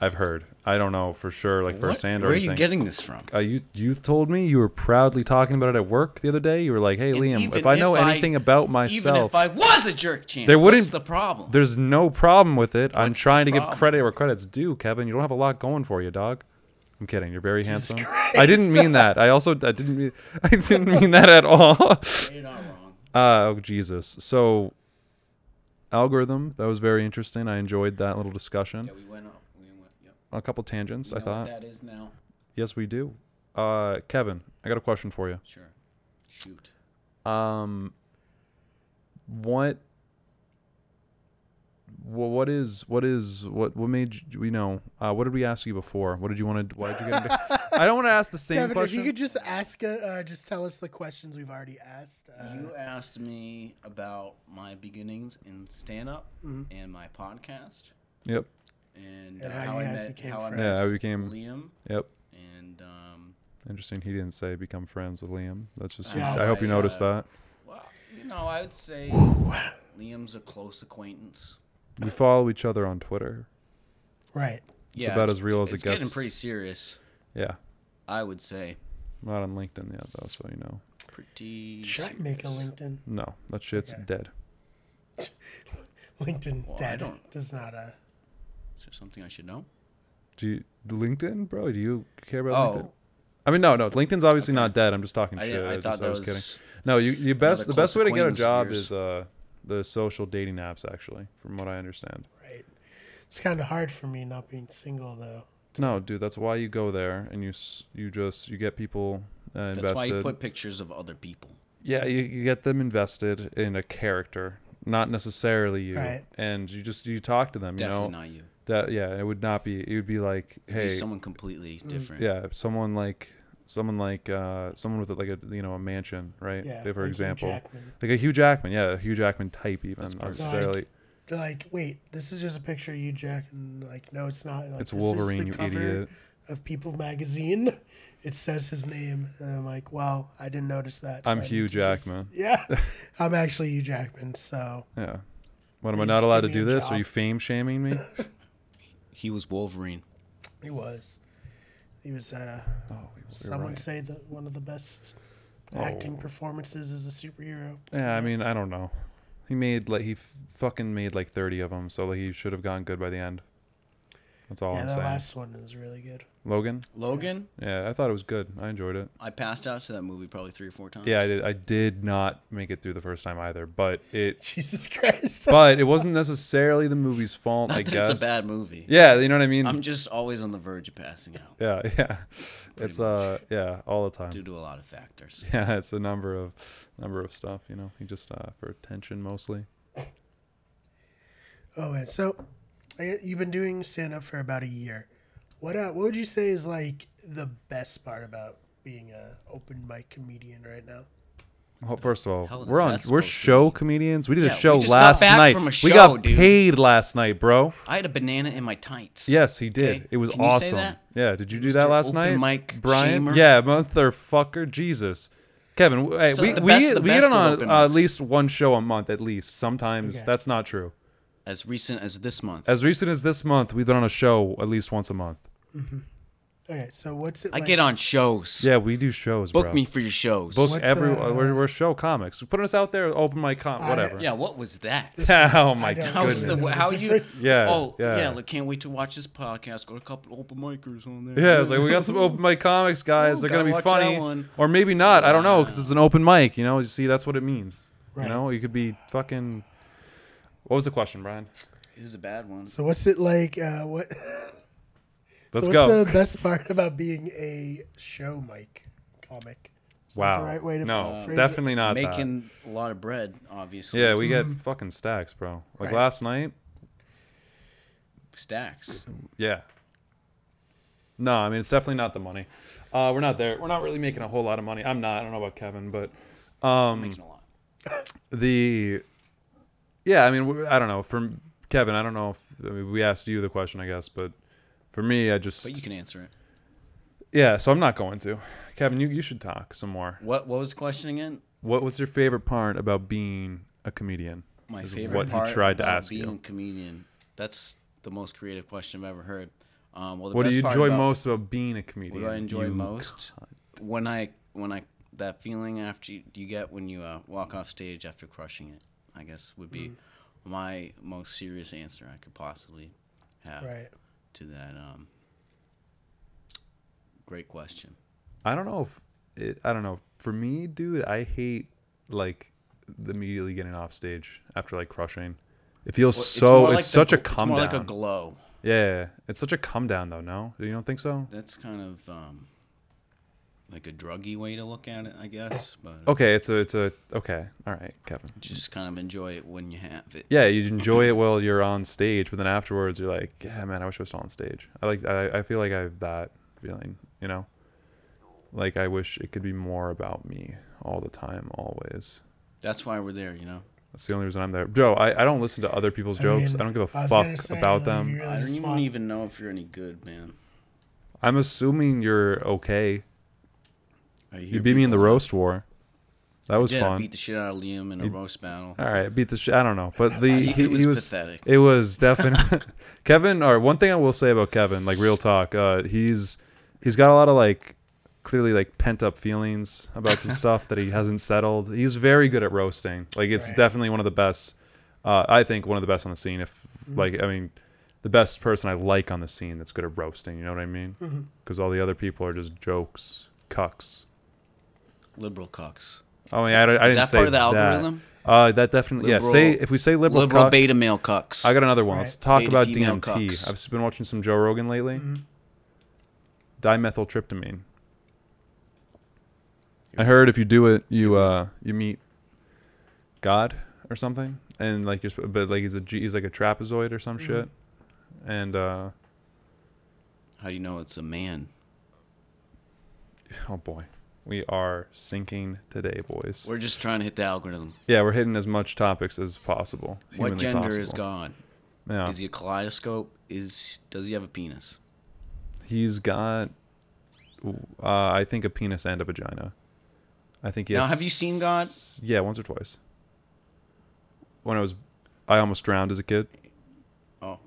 [SPEAKER 2] I've heard. I don't know for sure, like
[SPEAKER 3] What?
[SPEAKER 2] firsthand or
[SPEAKER 3] Where are
[SPEAKER 2] anything.
[SPEAKER 3] you getting this from?
[SPEAKER 2] uh, you you told me you were proudly talking about it at work the other day. You were like, "Hey,
[SPEAKER 3] And
[SPEAKER 2] Liam,
[SPEAKER 3] even
[SPEAKER 2] if I know
[SPEAKER 3] if I-
[SPEAKER 2] anything about myself,
[SPEAKER 3] Even if I was a jerk champ,
[SPEAKER 2] There wouldn't-
[SPEAKER 3] what's the problem?
[SPEAKER 2] There's no problem with it. I'm
[SPEAKER 3] What's
[SPEAKER 2] trying to
[SPEAKER 3] the
[SPEAKER 2] give
[SPEAKER 3] problem?
[SPEAKER 2] credit where credit's due, Kevin. You don't have a lot going for you, dog. I'm kidding. You're very handsome.
[SPEAKER 1] Christ.
[SPEAKER 2] I didn't mean that. I also I didn't mean I didn't mean that at all.
[SPEAKER 3] You're not wrong.
[SPEAKER 2] Uh, oh Jesus. So algorithm that was very interesting. I enjoyed that little discussion.
[SPEAKER 3] Yeah, we went up. We went. Yep.
[SPEAKER 2] A couple tangents.
[SPEAKER 3] You
[SPEAKER 2] I
[SPEAKER 3] know what
[SPEAKER 2] thought.
[SPEAKER 3] that is now.
[SPEAKER 2] Yes, we do. Uh, Kevin, I got a question for you.
[SPEAKER 3] Sure. Shoot.
[SPEAKER 2] Um, what? wha- What is what is what what made you, you know uh, what did we ask you before? What did you want to? Why did you get? Into, I don't want to ask the same
[SPEAKER 1] Kevin, if
[SPEAKER 2] question.
[SPEAKER 1] you could just ask, uh, uh, just tell us the questions we've already asked. Uh,
[SPEAKER 3] You asked me about my beginnings in stand up and my podcast
[SPEAKER 2] yep,
[SPEAKER 3] and,
[SPEAKER 1] Mm-hmm. And
[SPEAKER 3] uh,
[SPEAKER 1] how
[SPEAKER 3] how,
[SPEAKER 1] you
[SPEAKER 3] I
[SPEAKER 1] guys
[SPEAKER 3] met
[SPEAKER 1] became
[SPEAKER 3] how I
[SPEAKER 1] friends.
[SPEAKER 3] met
[SPEAKER 2] Yeah, I became-
[SPEAKER 3] Liam
[SPEAKER 2] yep.
[SPEAKER 3] and um
[SPEAKER 2] Interesting. He didn't say become friends with Liam. That's just.
[SPEAKER 1] Yeah,
[SPEAKER 2] I hope you
[SPEAKER 3] I, uh,
[SPEAKER 2] noticed that.
[SPEAKER 3] well, you know, I would say Liam's a close acquaintance.
[SPEAKER 2] We follow each other on Twitter.
[SPEAKER 1] right.
[SPEAKER 2] It's about as real as it
[SPEAKER 3] It's getting
[SPEAKER 2] gets.
[SPEAKER 3] pretty serious.
[SPEAKER 2] Yeah,
[SPEAKER 3] I would say.
[SPEAKER 2] I'm not on LinkedIn yet though, so you know.
[SPEAKER 3] Pretty.
[SPEAKER 1] Should I make a
[SPEAKER 3] serious.
[SPEAKER 1] LinkedIn?
[SPEAKER 2] No, that shit's
[SPEAKER 1] Okay.
[SPEAKER 2] dead.
[SPEAKER 1] LinkedIn
[SPEAKER 3] Well, I
[SPEAKER 1] dead
[SPEAKER 3] don't-
[SPEAKER 1] does not. Uh,
[SPEAKER 3] Is there something I should know?
[SPEAKER 2] Do you LinkedIn, bro? Do you care about LinkedIn?
[SPEAKER 3] Oh,
[SPEAKER 2] I mean, no, no. LinkedIn's obviously
[SPEAKER 3] Okay.
[SPEAKER 2] not dead. I'm just talking
[SPEAKER 3] I,
[SPEAKER 2] shit.
[SPEAKER 3] I,
[SPEAKER 2] I,
[SPEAKER 3] I
[SPEAKER 2] just-
[SPEAKER 3] thought
[SPEAKER 2] I
[SPEAKER 3] that was.
[SPEAKER 2] was kidding. No, you, you best the best
[SPEAKER 3] close
[SPEAKER 2] way to get a
[SPEAKER 3] acquaintance of
[SPEAKER 2] job
[SPEAKER 3] yours.
[SPEAKER 2] is uh, the social dating apps. Actually, from what I understand.
[SPEAKER 1] right. It's kind of hard for me not being single though.
[SPEAKER 2] No, dude, that's why you go there and you s- you just you get people uh, invested.
[SPEAKER 3] That's why you put pictures of other people.
[SPEAKER 2] yeah, you, you get them invested in a character, not necessarily you,
[SPEAKER 1] Right.
[SPEAKER 2] and you just you talk to them.
[SPEAKER 3] Definitely
[SPEAKER 2] you know
[SPEAKER 3] not you.
[SPEAKER 2] that yeah, it would not be. It would be like hey,
[SPEAKER 3] Hey, someone completely
[SPEAKER 1] Mm.
[SPEAKER 3] different.
[SPEAKER 2] yeah, someone like someone like uh, someone with like a you know a mansion, right?
[SPEAKER 1] Yeah.
[SPEAKER 2] for
[SPEAKER 1] like Hugh
[SPEAKER 2] example,
[SPEAKER 1] Jackman.
[SPEAKER 2] like a Hugh Jackman, yeah, a Hugh Jackman type even
[SPEAKER 3] That's
[SPEAKER 2] not
[SPEAKER 3] perfect.
[SPEAKER 2] necessarily.
[SPEAKER 1] They're like, wait, this is just a picture of you, Jack, and like, no, it's not. Like,
[SPEAKER 2] It's
[SPEAKER 1] this is the
[SPEAKER 2] Wolverine, you
[SPEAKER 1] cover
[SPEAKER 2] idiot.
[SPEAKER 1] Of People magazine, it says his name, and I'm like, wow, I didn't notice that. so
[SPEAKER 2] I'm
[SPEAKER 1] I need
[SPEAKER 2] Hugh
[SPEAKER 1] to just-
[SPEAKER 2] Jackman.
[SPEAKER 1] Yeah, I'm actually Hugh Jackman. So
[SPEAKER 2] Yeah, what am I
[SPEAKER 1] Please
[SPEAKER 2] not allowed to
[SPEAKER 1] give me
[SPEAKER 2] do
[SPEAKER 1] a
[SPEAKER 2] this? Are
[SPEAKER 1] job.
[SPEAKER 2] you fame shaming me?
[SPEAKER 3] He was Wolverine.
[SPEAKER 1] he was, he was. Uh,
[SPEAKER 2] Oh, we- we're
[SPEAKER 1] some would
[SPEAKER 2] right. Oh.
[SPEAKER 1] say that one of the best acting performances as a superhero.
[SPEAKER 2] Yeah, I mean, I don't know. He made like he f- fucking made like thirty of them, so like, he should have gone good by the end. That's all
[SPEAKER 1] yeah,
[SPEAKER 2] I'm
[SPEAKER 1] that
[SPEAKER 2] saying.
[SPEAKER 1] last one is really good.
[SPEAKER 2] Logan,
[SPEAKER 3] Logan,
[SPEAKER 2] yeah, I thought it was good. I enjoyed it.
[SPEAKER 3] I passed out to that movie probably three or four times.
[SPEAKER 2] Yeah, I did. I did not make it through the first time either, but it,
[SPEAKER 1] Jesus Christ.
[SPEAKER 2] but it wasn't necessarily the movie's fault.
[SPEAKER 3] Not
[SPEAKER 2] I
[SPEAKER 3] that
[SPEAKER 2] guess
[SPEAKER 3] it's a bad movie.
[SPEAKER 2] Yeah, you know what I mean.
[SPEAKER 3] I'm just always on the verge of passing out
[SPEAKER 2] yeah, yeah. It's uh, yeah, all the time.
[SPEAKER 3] due to a lot of factors.
[SPEAKER 2] Yeah, it's a number of number of stuff. You know, he just uh, for attention mostly.
[SPEAKER 1] Oh man, so I, you've been doing stand up for about a year. What uh, what would you say is like the best part about being a open mic comedian right now?
[SPEAKER 2] Well, First of
[SPEAKER 3] hell
[SPEAKER 2] all,
[SPEAKER 3] is
[SPEAKER 2] we're on
[SPEAKER 3] that
[SPEAKER 2] we're
[SPEAKER 3] supposed to
[SPEAKER 2] show
[SPEAKER 3] mean?
[SPEAKER 2] comedians. We did
[SPEAKER 3] Yeah,
[SPEAKER 2] a
[SPEAKER 3] we
[SPEAKER 2] show
[SPEAKER 3] just got
[SPEAKER 2] last
[SPEAKER 3] back
[SPEAKER 2] night.
[SPEAKER 3] from a
[SPEAKER 2] we
[SPEAKER 3] show,
[SPEAKER 2] got
[SPEAKER 3] dude.
[SPEAKER 2] paid last night, bro.
[SPEAKER 3] I had a banana in my tights.
[SPEAKER 2] Yes, he did.
[SPEAKER 3] Okay,
[SPEAKER 2] It was
[SPEAKER 3] can you say
[SPEAKER 2] awesome.
[SPEAKER 3] that?
[SPEAKER 2] Yeah, did you do
[SPEAKER 3] Mr.
[SPEAKER 2] that last
[SPEAKER 3] Open
[SPEAKER 2] night,
[SPEAKER 3] mic
[SPEAKER 2] Brian?
[SPEAKER 3] shamer?
[SPEAKER 2] Yeah, motherfucker, Jesus, Kevin. w- Hey,
[SPEAKER 3] So
[SPEAKER 2] we
[SPEAKER 3] the
[SPEAKER 2] we
[SPEAKER 3] best of the
[SPEAKER 2] we
[SPEAKER 3] best
[SPEAKER 2] get
[SPEAKER 3] of
[SPEAKER 2] on
[SPEAKER 3] open
[SPEAKER 2] uh, at
[SPEAKER 3] mics.
[SPEAKER 2] least one show a month, at least. Sometimes
[SPEAKER 1] Okay.
[SPEAKER 2] that's not true.
[SPEAKER 3] As recent as this month.
[SPEAKER 2] As recent as this month, we've been on a show at least once a month.
[SPEAKER 1] Okay, so what's it?
[SPEAKER 3] I
[SPEAKER 1] like?
[SPEAKER 3] get on shows.
[SPEAKER 2] Yeah, we do shows,
[SPEAKER 3] Book
[SPEAKER 2] bro.
[SPEAKER 3] me for your shows.
[SPEAKER 2] Book
[SPEAKER 1] What's,
[SPEAKER 2] every.
[SPEAKER 1] uh,
[SPEAKER 2] we're, we're show comics. Put us out there, open mic com.
[SPEAKER 1] I-
[SPEAKER 2] Whatever.
[SPEAKER 3] yeah, what was that?
[SPEAKER 2] oh my
[SPEAKER 1] I don't
[SPEAKER 2] goodness.
[SPEAKER 3] How's
[SPEAKER 1] know. Goodness.
[SPEAKER 3] the how
[SPEAKER 1] The
[SPEAKER 3] you?
[SPEAKER 1] difference.
[SPEAKER 2] Yeah,
[SPEAKER 3] Oh
[SPEAKER 2] yeah.
[SPEAKER 3] yeah. look, can't wait to watch this podcast. Got a couple open micers on there.
[SPEAKER 2] Yeah, it's like we got some open mic comics, guys.
[SPEAKER 3] Ooh,
[SPEAKER 2] They're gonna
[SPEAKER 3] gotta
[SPEAKER 2] be
[SPEAKER 3] watch that
[SPEAKER 2] funny,
[SPEAKER 3] one.
[SPEAKER 2] or maybe not. I don't know because it's an open mic. You know, you see, that's what it means. You
[SPEAKER 1] Right.
[SPEAKER 2] know, you could be fucking. What was the question, Brian?
[SPEAKER 3] It was a bad one.
[SPEAKER 1] So what's it like? Uh, what?
[SPEAKER 2] Let's
[SPEAKER 1] so what's
[SPEAKER 2] go.
[SPEAKER 1] the best part about being a show mic comic? Is that
[SPEAKER 2] wow.
[SPEAKER 1] The right way to
[SPEAKER 2] no,
[SPEAKER 1] phrase it?
[SPEAKER 2] definitely not that.
[SPEAKER 3] Making a lot of bread, obviously.
[SPEAKER 2] Yeah, we get fucking stacks, bro. Like
[SPEAKER 1] Mm-hmm. Right.
[SPEAKER 2] last night.
[SPEAKER 3] Stacks.
[SPEAKER 2] Yeah. No, I mean it's definitely not the money. Uh, we're not there. We're not really making a whole lot of money. I'm not. I don't know about Kevin, but
[SPEAKER 3] making a lot.
[SPEAKER 2] the yeah i mean w- i don't know from kevin i don't know if I mean, we asked you the question i guess but for me i just
[SPEAKER 3] But you can answer it.
[SPEAKER 2] yeah so i'm not going to kevin you, you should talk some more
[SPEAKER 3] What What was the question again?
[SPEAKER 2] what was your favorite part about being a comedian
[SPEAKER 3] My
[SPEAKER 2] Is
[SPEAKER 3] favorite
[SPEAKER 2] what
[SPEAKER 3] part
[SPEAKER 2] he tried to
[SPEAKER 3] about
[SPEAKER 2] ask
[SPEAKER 3] being a
[SPEAKER 2] you
[SPEAKER 3] comedian. That's the most creative question I've ever heard. Um, well, the
[SPEAKER 2] what do
[SPEAKER 3] best
[SPEAKER 2] you
[SPEAKER 3] part
[SPEAKER 2] enjoy
[SPEAKER 3] about-
[SPEAKER 2] most about being a comedian
[SPEAKER 3] What do I enjoy
[SPEAKER 2] you
[SPEAKER 3] most? When I when I that feeling after you, you get when you uh, walk off stage after crushing it, I guess would be my most serious answer I could possibly have
[SPEAKER 1] Right.
[SPEAKER 3] to that. Um, great question.
[SPEAKER 2] I don't know if it, I don't know. For me, dude, I hate like the immediately getting off stage after like crushing. It feels
[SPEAKER 3] Well,
[SPEAKER 2] so.
[SPEAKER 3] more
[SPEAKER 2] It's,
[SPEAKER 3] like the
[SPEAKER 2] such a
[SPEAKER 3] gl-
[SPEAKER 2] come
[SPEAKER 3] It's more
[SPEAKER 2] down.
[SPEAKER 3] like a glow.
[SPEAKER 2] Yeah, it's such a come down though. No, you don't think so?
[SPEAKER 3] That's kind of um, like a druggy way to look at it, I guess. But uh,
[SPEAKER 2] Okay, it's a it's a okay. All right, Kevin.
[SPEAKER 3] just kind of enjoy it when you have it.
[SPEAKER 2] Yeah, you enjoy it while you're on stage, but then afterwards you're like, yeah, man, I wish I was still on stage. I like I, I feel like I have that feeling, you know, like I wish it could be more about me all the time, always.
[SPEAKER 3] That's why we're there, you know.
[SPEAKER 2] That's the only reason I'm there, bro. I, I don't listen to other people's jokes.
[SPEAKER 1] mean,
[SPEAKER 2] I don't give a
[SPEAKER 1] I was
[SPEAKER 2] fuck
[SPEAKER 1] gonna say,
[SPEAKER 2] about
[SPEAKER 1] like,
[SPEAKER 2] them.
[SPEAKER 1] you really
[SPEAKER 3] I don't
[SPEAKER 1] just
[SPEAKER 3] even,
[SPEAKER 1] want-
[SPEAKER 3] even know if you're any good, man.
[SPEAKER 2] I'm assuming you're okay.
[SPEAKER 3] I
[SPEAKER 2] You
[SPEAKER 3] hear
[SPEAKER 2] beat me in the
[SPEAKER 3] people-
[SPEAKER 2] roast war. That was
[SPEAKER 3] Yeah, I
[SPEAKER 2] fun.
[SPEAKER 3] beat the shit out of Liam in a roast battle.
[SPEAKER 2] All right, beat the shit. I don't know, but the
[SPEAKER 3] think
[SPEAKER 2] he,
[SPEAKER 3] it was
[SPEAKER 2] he was
[SPEAKER 3] pathetic.
[SPEAKER 2] It was definitely Kevin. Or one thing I will say about Kevin, like real talk, uh, he's he's got a lot of like clearly like pent up feelings about some stuff that he hasn't settled. He's very good at roasting. Like it's
[SPEAKER 1] Right.
[SPEAKER 2] definitely one of the best. Uh, I think one of the best on the scene. If
[SPEAKER 3] Mm-hmm.
[SPEAKER 2] like I mean, the best person I like on the scene that's good at roasting. You know what I mean?
[SPEAKER 3] Mm-hmm.
[SPEAKER 2] Because all the other people are just jokes, cucks.
[SPEAKER 3] Liberal cocks.
[SPEAKER 2] Oh yeah, I, don't- I
[SPEAKER 3] Is
[SPEAKER 2] didn't
[SPEAKER 3] that
[SPEAKER 2] say
[SPEAKER 3] part of the
[SPEAKER 2] that.
[SPEAKER 3] algorithm?
[SPEAKER 2] Uh, that definitely yeah. Say
[SPEAKER 3] Liberal-
[SPEAKER 2] if we say liberal,
[SPEAKER 3] Liberal
[SPEAKER 2] cuck-
[SPEAKER 3] beta male cocks.
[SPEAKER 2] I got another one. Let's talk
[SPEAKER 3] Beta
[SPEAKER 2] about
[SPEAKER 3] female Mm-hmm.
[SPEAKER 2] DMT.
[SPEAKER 3] cucks.
[SPEAKER 2] I've been watching some Joe Rogan lately. Dimethyltryptamine. I heard if you do it, you uh you meet God or something, and like you're sp- but like he's a G, he's like a trapezoid or some
[SPEAKER 3] Mm-hmm.
[SPEAKER 2] shit, and uh
[SPEAKER 3] How do you know it's a man?
[SPEAKER 2] oh boy, we are sinking today, boys.
[SPEAKER 3] We're just trying to hit the algorithm.
[SPEAKER 2] yeah, we're hitting as much topics as possible.
[SPEAKER 3] What
[SPEAKER 2] humanly
[SPEAKER 3] gender is
[SPEAKER 2] possible.
[SPEAKER 3] God?
[SPEAKER 2] Yeah.
[SPEAKER 3] Is he a kaleidoscope? Is does he have a penis?
[SPEAKER 2] He's got, uh, I think, a penis and a vagina. I think he
[SPEAKER 3] Now,
[SPEAKER 2] has
[SPEAKER 3] have you seen God?
[SPEAKER 2] s- Yeah, once or twice. When I was, I almost drowned as a kid,
[SPEAKER 3] Oh,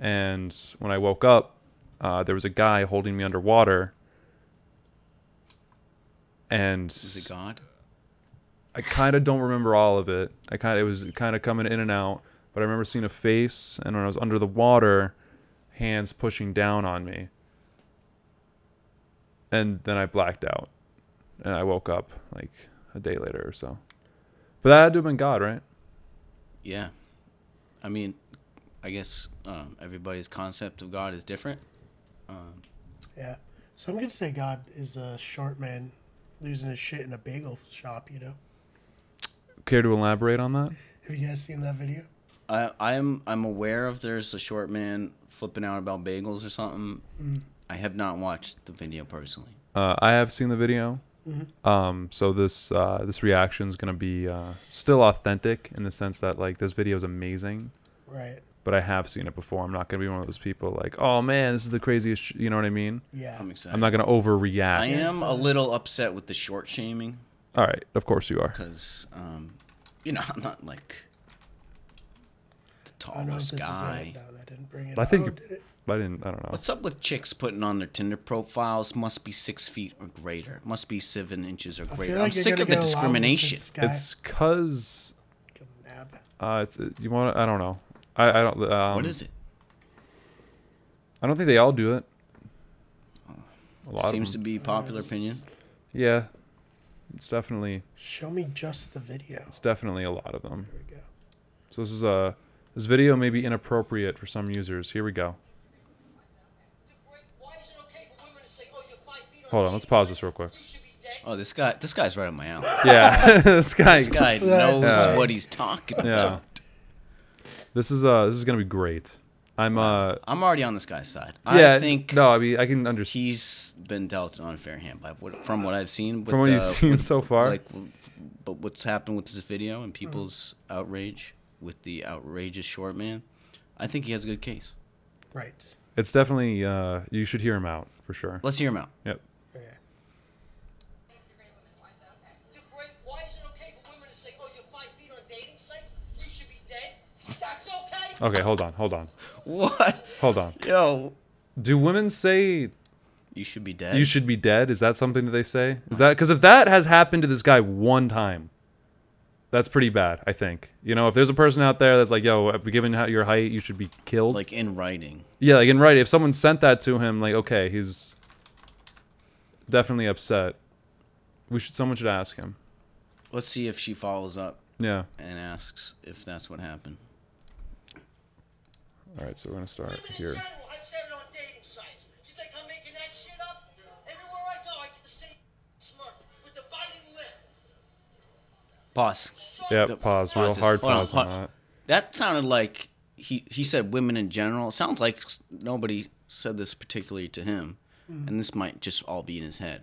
[SPEAKER 2] and when I woke up, uh, there was a guy holding me underwater. And
[SPEAKER 3] is it God?
[SPEAKER 2] I kind of don't remember all of it. I kind of it was kind of coming in and out, but I remember seeing a face, and when I was under the water, hands pushing down on me, and then I blacked out, and I woke up like a day later or so. But that had to have been God, right?
[SPEAKER 3] Yeah. I mean, I guess um, everybody's concept of God is different.
[SPEAKER 1] Yeah. Some could say God is a short man losing his shit in a bagel shop, you know?
[SPEAKER 2] Care to elaborate on that?
[SPEAKER 1] Have you guys seen that video?
[SPEAKER 3] I, I'm I'm aware of there's a short man flipping out about bagels or something. I have not watched the video personally.
[SPEAKER 2] Uh, I have seen the video. Um, so this uh, this reaction is gonna be uh, still authentic in the sense that like this video is amazing.
[SPEAKER 1] Right.
[SPEAKER 2] but I have seen it before. I'm not gonna be one of those people like, oh man, this is the craziest. Sh-, you know what I mean?
[SPEAKER 1] Yeah.
[SPEAKER 3] I'm excited.
[SPEAKER 2] I'm not gonna overreact.
[SPEAKER 3] I am a little upset with the short shaming
[SPEAKER 2] All right, of course you are.
[SPEAKER 3] because, um, you know, I'm not like the
[SPEAKER 1] I don't know if
[SPEAKER 3] tallest
[SPEAKER 1] this is it.
[SPEAKER 3] guy.
[SPEAKER 1] No, that didn't bring it.
[SPEAKER 2] I think
[SPEAKER 1] Oh,
[SPEAKER 2] you-
[SPEAKER 1] did it?
[SPEAKER 2] I didn't. I don't know.
[SPEAKER 3] What's up with chicks putting on their Tinder profiles? Must be six feet or greater. Must be seven inches or
[SPEAKER 1] I
[SPEAKER 3] greater.
[SPEAKER 1] feel like
[SPEAKER 3] I'm
[SPEAKER 1] you're
[SPEAKER 3] sick
[SPEAKER 1] gonna
[SPEAKER 3] of the
[SPEAKER 1] get along with
[SPEAKER 3] discrimination.
[SPEAKER 1] this guy.
[SPEAKER 2] it's cause
[SPEAKER 1] Nab.
[SPEAKER 2] uh, it's you want. I don't know. I, I don't. Um,
[SPEAKER 3] what is it?
[SPEAKER 2] I don't think they all do it. A lot
[SPEAKER 3] Seems
[SPEAKER 2] of
[SPEAKER 3] to
[SPEAKER 2] them.
[SPEAKER 3] be popular opinion.
[SPEAKER 2] Yeah, it's definitely
[SPEAKER 1] Show me just the video.
[SPEAKER 2] it's definitely a lot of them.
[SPEAKER 1] There we go.
[SPEAKER 2] So this is a this video may be inappropriate for some users. Here we go.
[SPEAKER 5] Why is it okay for women to say, oh, you're five feet or
[SPEAKER 2] Hold on, let's pause this real quick.
[SPEAKER 5] You should be dead.
[SPEAKER 3] Oh, this guy. This guy's right up my alley.
[SPEAKER 2] Yeah, this guy.
[SPEAKER 3] This guy
[SPEAKER 1] what I
[SPEAKER 3] knows
[SPEAKER 1] said.
[SPEAKER 3] what he's talking
[SPEAKER 2] Yeah.
[SPEAKER 3] about.
[SPEAKER 2] This is uh this is gonna be great. I'm uh
[SPEAKER 3] I'm already on this guy's side.
[SPEAKER 2] yeah
[SPEAKER 3] I think
[SPEAKER 2] no I mean I can understand
[SPEAKER 3] he's been dealt an unfair hand by what, from what I've seen. With
[SPEAKER 2] from what
[SPEAKER 3] the,
[SPEAKER 2] you've seen so far.
[SPEAKER 3] uh, Like, w- but what's happened with this video and people's outrage with the outrageous short man? I think he has a good case.
[SPEAKER 1] Right.
[SPEAKER 2] it's definitely uh you should hear him out for sure.
[SPEAKER 3] Let's hear him out.
[SPEAKER 2] Yep.
[SPEAKER 1] Okay.
[SPEAKER 5] You're great. Why is it okay for women to say, oh, you're five feet on dating sites? You should be dead. That's okay.
[SPEAKER 2] Okay, hold on, hold on,
[SPEAKER 3] What?
[SPEAKER 2] hold on.
[SPEAKER 3] Yo,
[SPEAKER 2] Do women say
[SPEAKER 3] you should be dead.
[SPEAKER 2] you should be dead? Is that something that they say? Is that because if that has happened to this guy one time, that's pretty bad. I think you know if there's a person out there that's like yo uh, given how your height you should be killed.
[SPEAKER 3] like in writing.
[SPEAKER 2] Yeah, like in right, if someone sent that to him, like okay, he's definitely upset. We should someone should ask him.
[SPEAKER 3] Let's see if she follows up
[SPEAKER 2] Yeah.
[SPEAKER 3] and asks if that's what happened.
[SPEAKER 2] All right, so we're gonna start
[SPEAKER 5] Women
[SPEAKER 2] here.
[SPEAKER 5] in general, I've said it on dating sites. You think I'm making that shit up? Everywhere I go, I get the same smirk with the biting lip.
[SPEAKER 3] Pause.
[SPEAKER 5] Shut
[SPEAKER 2] Yep, pause. Real
[SPEAKER 3] Pause this.
[SPEAKER 2] hard
[SPEAKER 3] Hold on,
[SPEAKER 2] pause on
[SPEAKER 3] pause.
[SPEAKER 2] that.
[SPEAKER 3] That sounded like he he said women in general. It sounds like s- nobody said this particularly to him, and this might just all be in his head.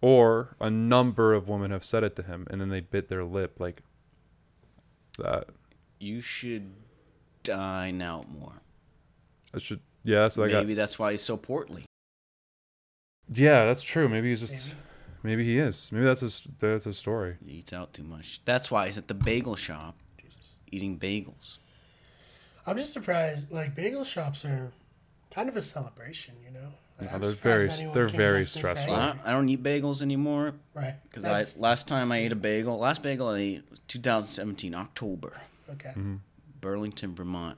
[SPEAKER 2] Or a number of women have said it to him, and then they bit their lip like that.
[SPEAKER 3] You should dine out more.
[SPEAKER 2] I should. Yeah, that's what I
[SPEAKER 3] Maybe
[SPEAKER 2] got.
[SPEAKER 3] that's why he's so portly.
[SPEAKER 2] Yeah, that's true. Maybe he's just. Maybe he is. Maybe that's his. That's his story.
[SPEAKER 3] He eats out too much. That's why he's at the bagel shop, eating bagels.
[SPEAKER 1] I'm just surprised. Like bagel shops are kind of a celebration, you know. Like,
[SPEAKER 2] No,
[SPEAKER 1] I'm
[SPEAKER 2] they're
[SPEAKER 1] surprised
[SPEAKER 2] very
[SPEAKER 1] anyone
[SPEAKER 2] they're
[SPEAKER 1] came
[SPEAKER 2] very
[SPEAKER 1] up this
[SPEAKER 2] stressful.
[SPEAKER 1] angry.
[SPEAKER 3] I I don't eat bagels anymore
[SPEAKER 1] Right.
[SPEAKER 3] because I
[SPEAKER 1] That's-
[SPEAKER 3] last time I ate a bagel, last bagel I ate was 2017 October,
[SPEAKER 1] Okay.
[SPEAKER 2] Mm-hmm.
[SPEAKER 3] Burlington, Vermont.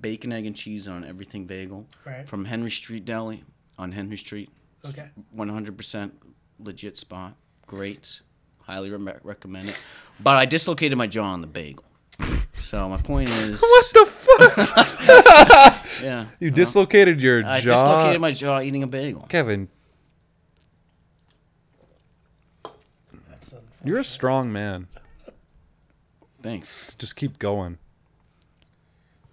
[SPEAKER 3] Bacon, egg, and cheese on everything bagel
[SPEAKER 1] Right.
[SPEAKER 3] from Henry Street Deli on Henry Street.
[SPEAKER 1] Okay.
[SPEAKER 3] 100% legit spot. Great. Highly re- recommend it. But I dislocated my jaw on the bagel. So my point is. what the fuck? yeah.
[SPEAKER 2] You dislocated your
[SPEAKER 3] I
[SPEAKER 2] jaw,
[SPEAKER 3] dislocated my jaw eating a bagel.
[SPEAKER 2] Kevin.
[SPEAKER 1] That's unfortunate.
[SPEAKER 2] You're a strong man.
[SPEAKER 3] Thanks.
[SPEAKER 2] Just keep going.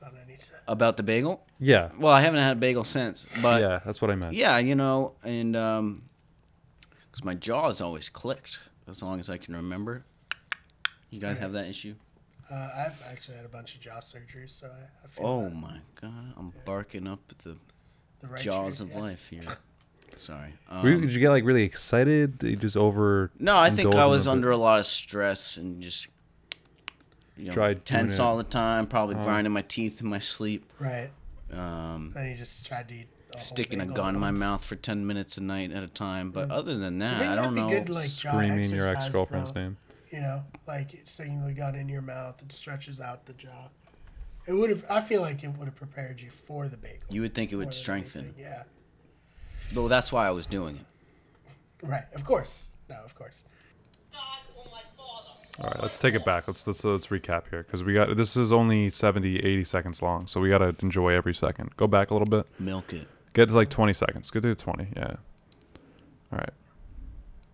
[SPEAKER 1] I don't need to-
[SPEAKER 3] About the bagel?
[SPEAKER 2] Yeah,
[SPEAKER 3] Well, I haven't had a bagel since. But yeah,
[SPEAKER 2] yeah, that's what I meant.
[SPEAKER 3] you know, and um 'cause because my jaw has always clicked as long as I can remember. You guys have that issue?
[SPEAKER 1] Uh, I've actually had a bunch of jaw surgeries, so I, I feel
[SPEAKER 3] Oh
[SPEAKER 1] that.
[SPEAKER 3] my god, I'm barking up the
[SPEAKER 1] the right
[SPEAKER 3] jaws
[SPEAKER 1] tree,
[SPEAKER 3] of
[SPEAKER 1] yeah.
[SPEAKER 3] life here. Sorry.
[SPEAKER 2] Were you-
[SPEAKER 3] Um,
[SPEAKER 2] did you get like really excited? Did you just over?
[SPEAKER 3] No, I think
[SPEAKER 2] indulge
[SPEAKER 3] I
[SPEAKER 2] in a
[SPEAKER 3] was
[SPEAKER 2] bit?
[SPEAKER 3] under a lot of stress and just you know,
[SPEAKER 2] Tried
[SPEAKER 3] tense
[SPEAKER 2] doing it. Uh-huh.
[SPEAKER 3] all the time, probably grinding my teeth in my sleep,
[SPEAKER 1] Right.
[SPEAKER 3] um,
[SPEAKER 1] Then you just tried to eat. A whole
[SPEAKER 3] sticking a
[SPEAKER 1] bagel
[SPEAKER 3] gun
[SPEAKER 1] at
[SPEAKER 3] in my
[SPEAKER 1] once.
[SPEAKER 3] mouth for 10 minutes a night at a time. But other than that,
[SPEAKER 1] think
[SPEAKER 3] I
[SPEAKER 1] that'd
[SPEAKER 3] don't
[SPEAKER 1] be
[SPEAKER 3] know.
[SPEAKER 1] good, like, jaw
[SPEAKER 2] screaming your
[SPEAKER 1] exercise,
[SPEAKER 2] ex girlfriend's
[SPEAKER 1] though.
[SPEAKER 2] name.
[SPEAKER 1] You know, like sticking the gun in your mouth, it stretches out the jaw. It would have. I feel like it would have prepared you for the bagel.
[SPEAKER 3] you would think it
[SPEAKER 1] more
[SPEAKER 3] would
[SPEAKER 1] than
[SPEAKER 3] strengthen.
[SPEAKER 1] anything. Yeah.
[SPEAKER 3] Though that's why I was doing it.
[SPEAKER 1] Right. Of course. No. Of course.
[SPEAKER 5] God or my father.
[SPEAKER 2] All right, Uh, let's take it back. Let's let's let's recap here because we got this is only 70, 80 seconds long, so we gotta enjoy every second. Go back a little bit.
[SPEAKER 3] Milk it.
[SPEAKER 2] Get to like twenty seconds. Get to twenty. Yeah. All right.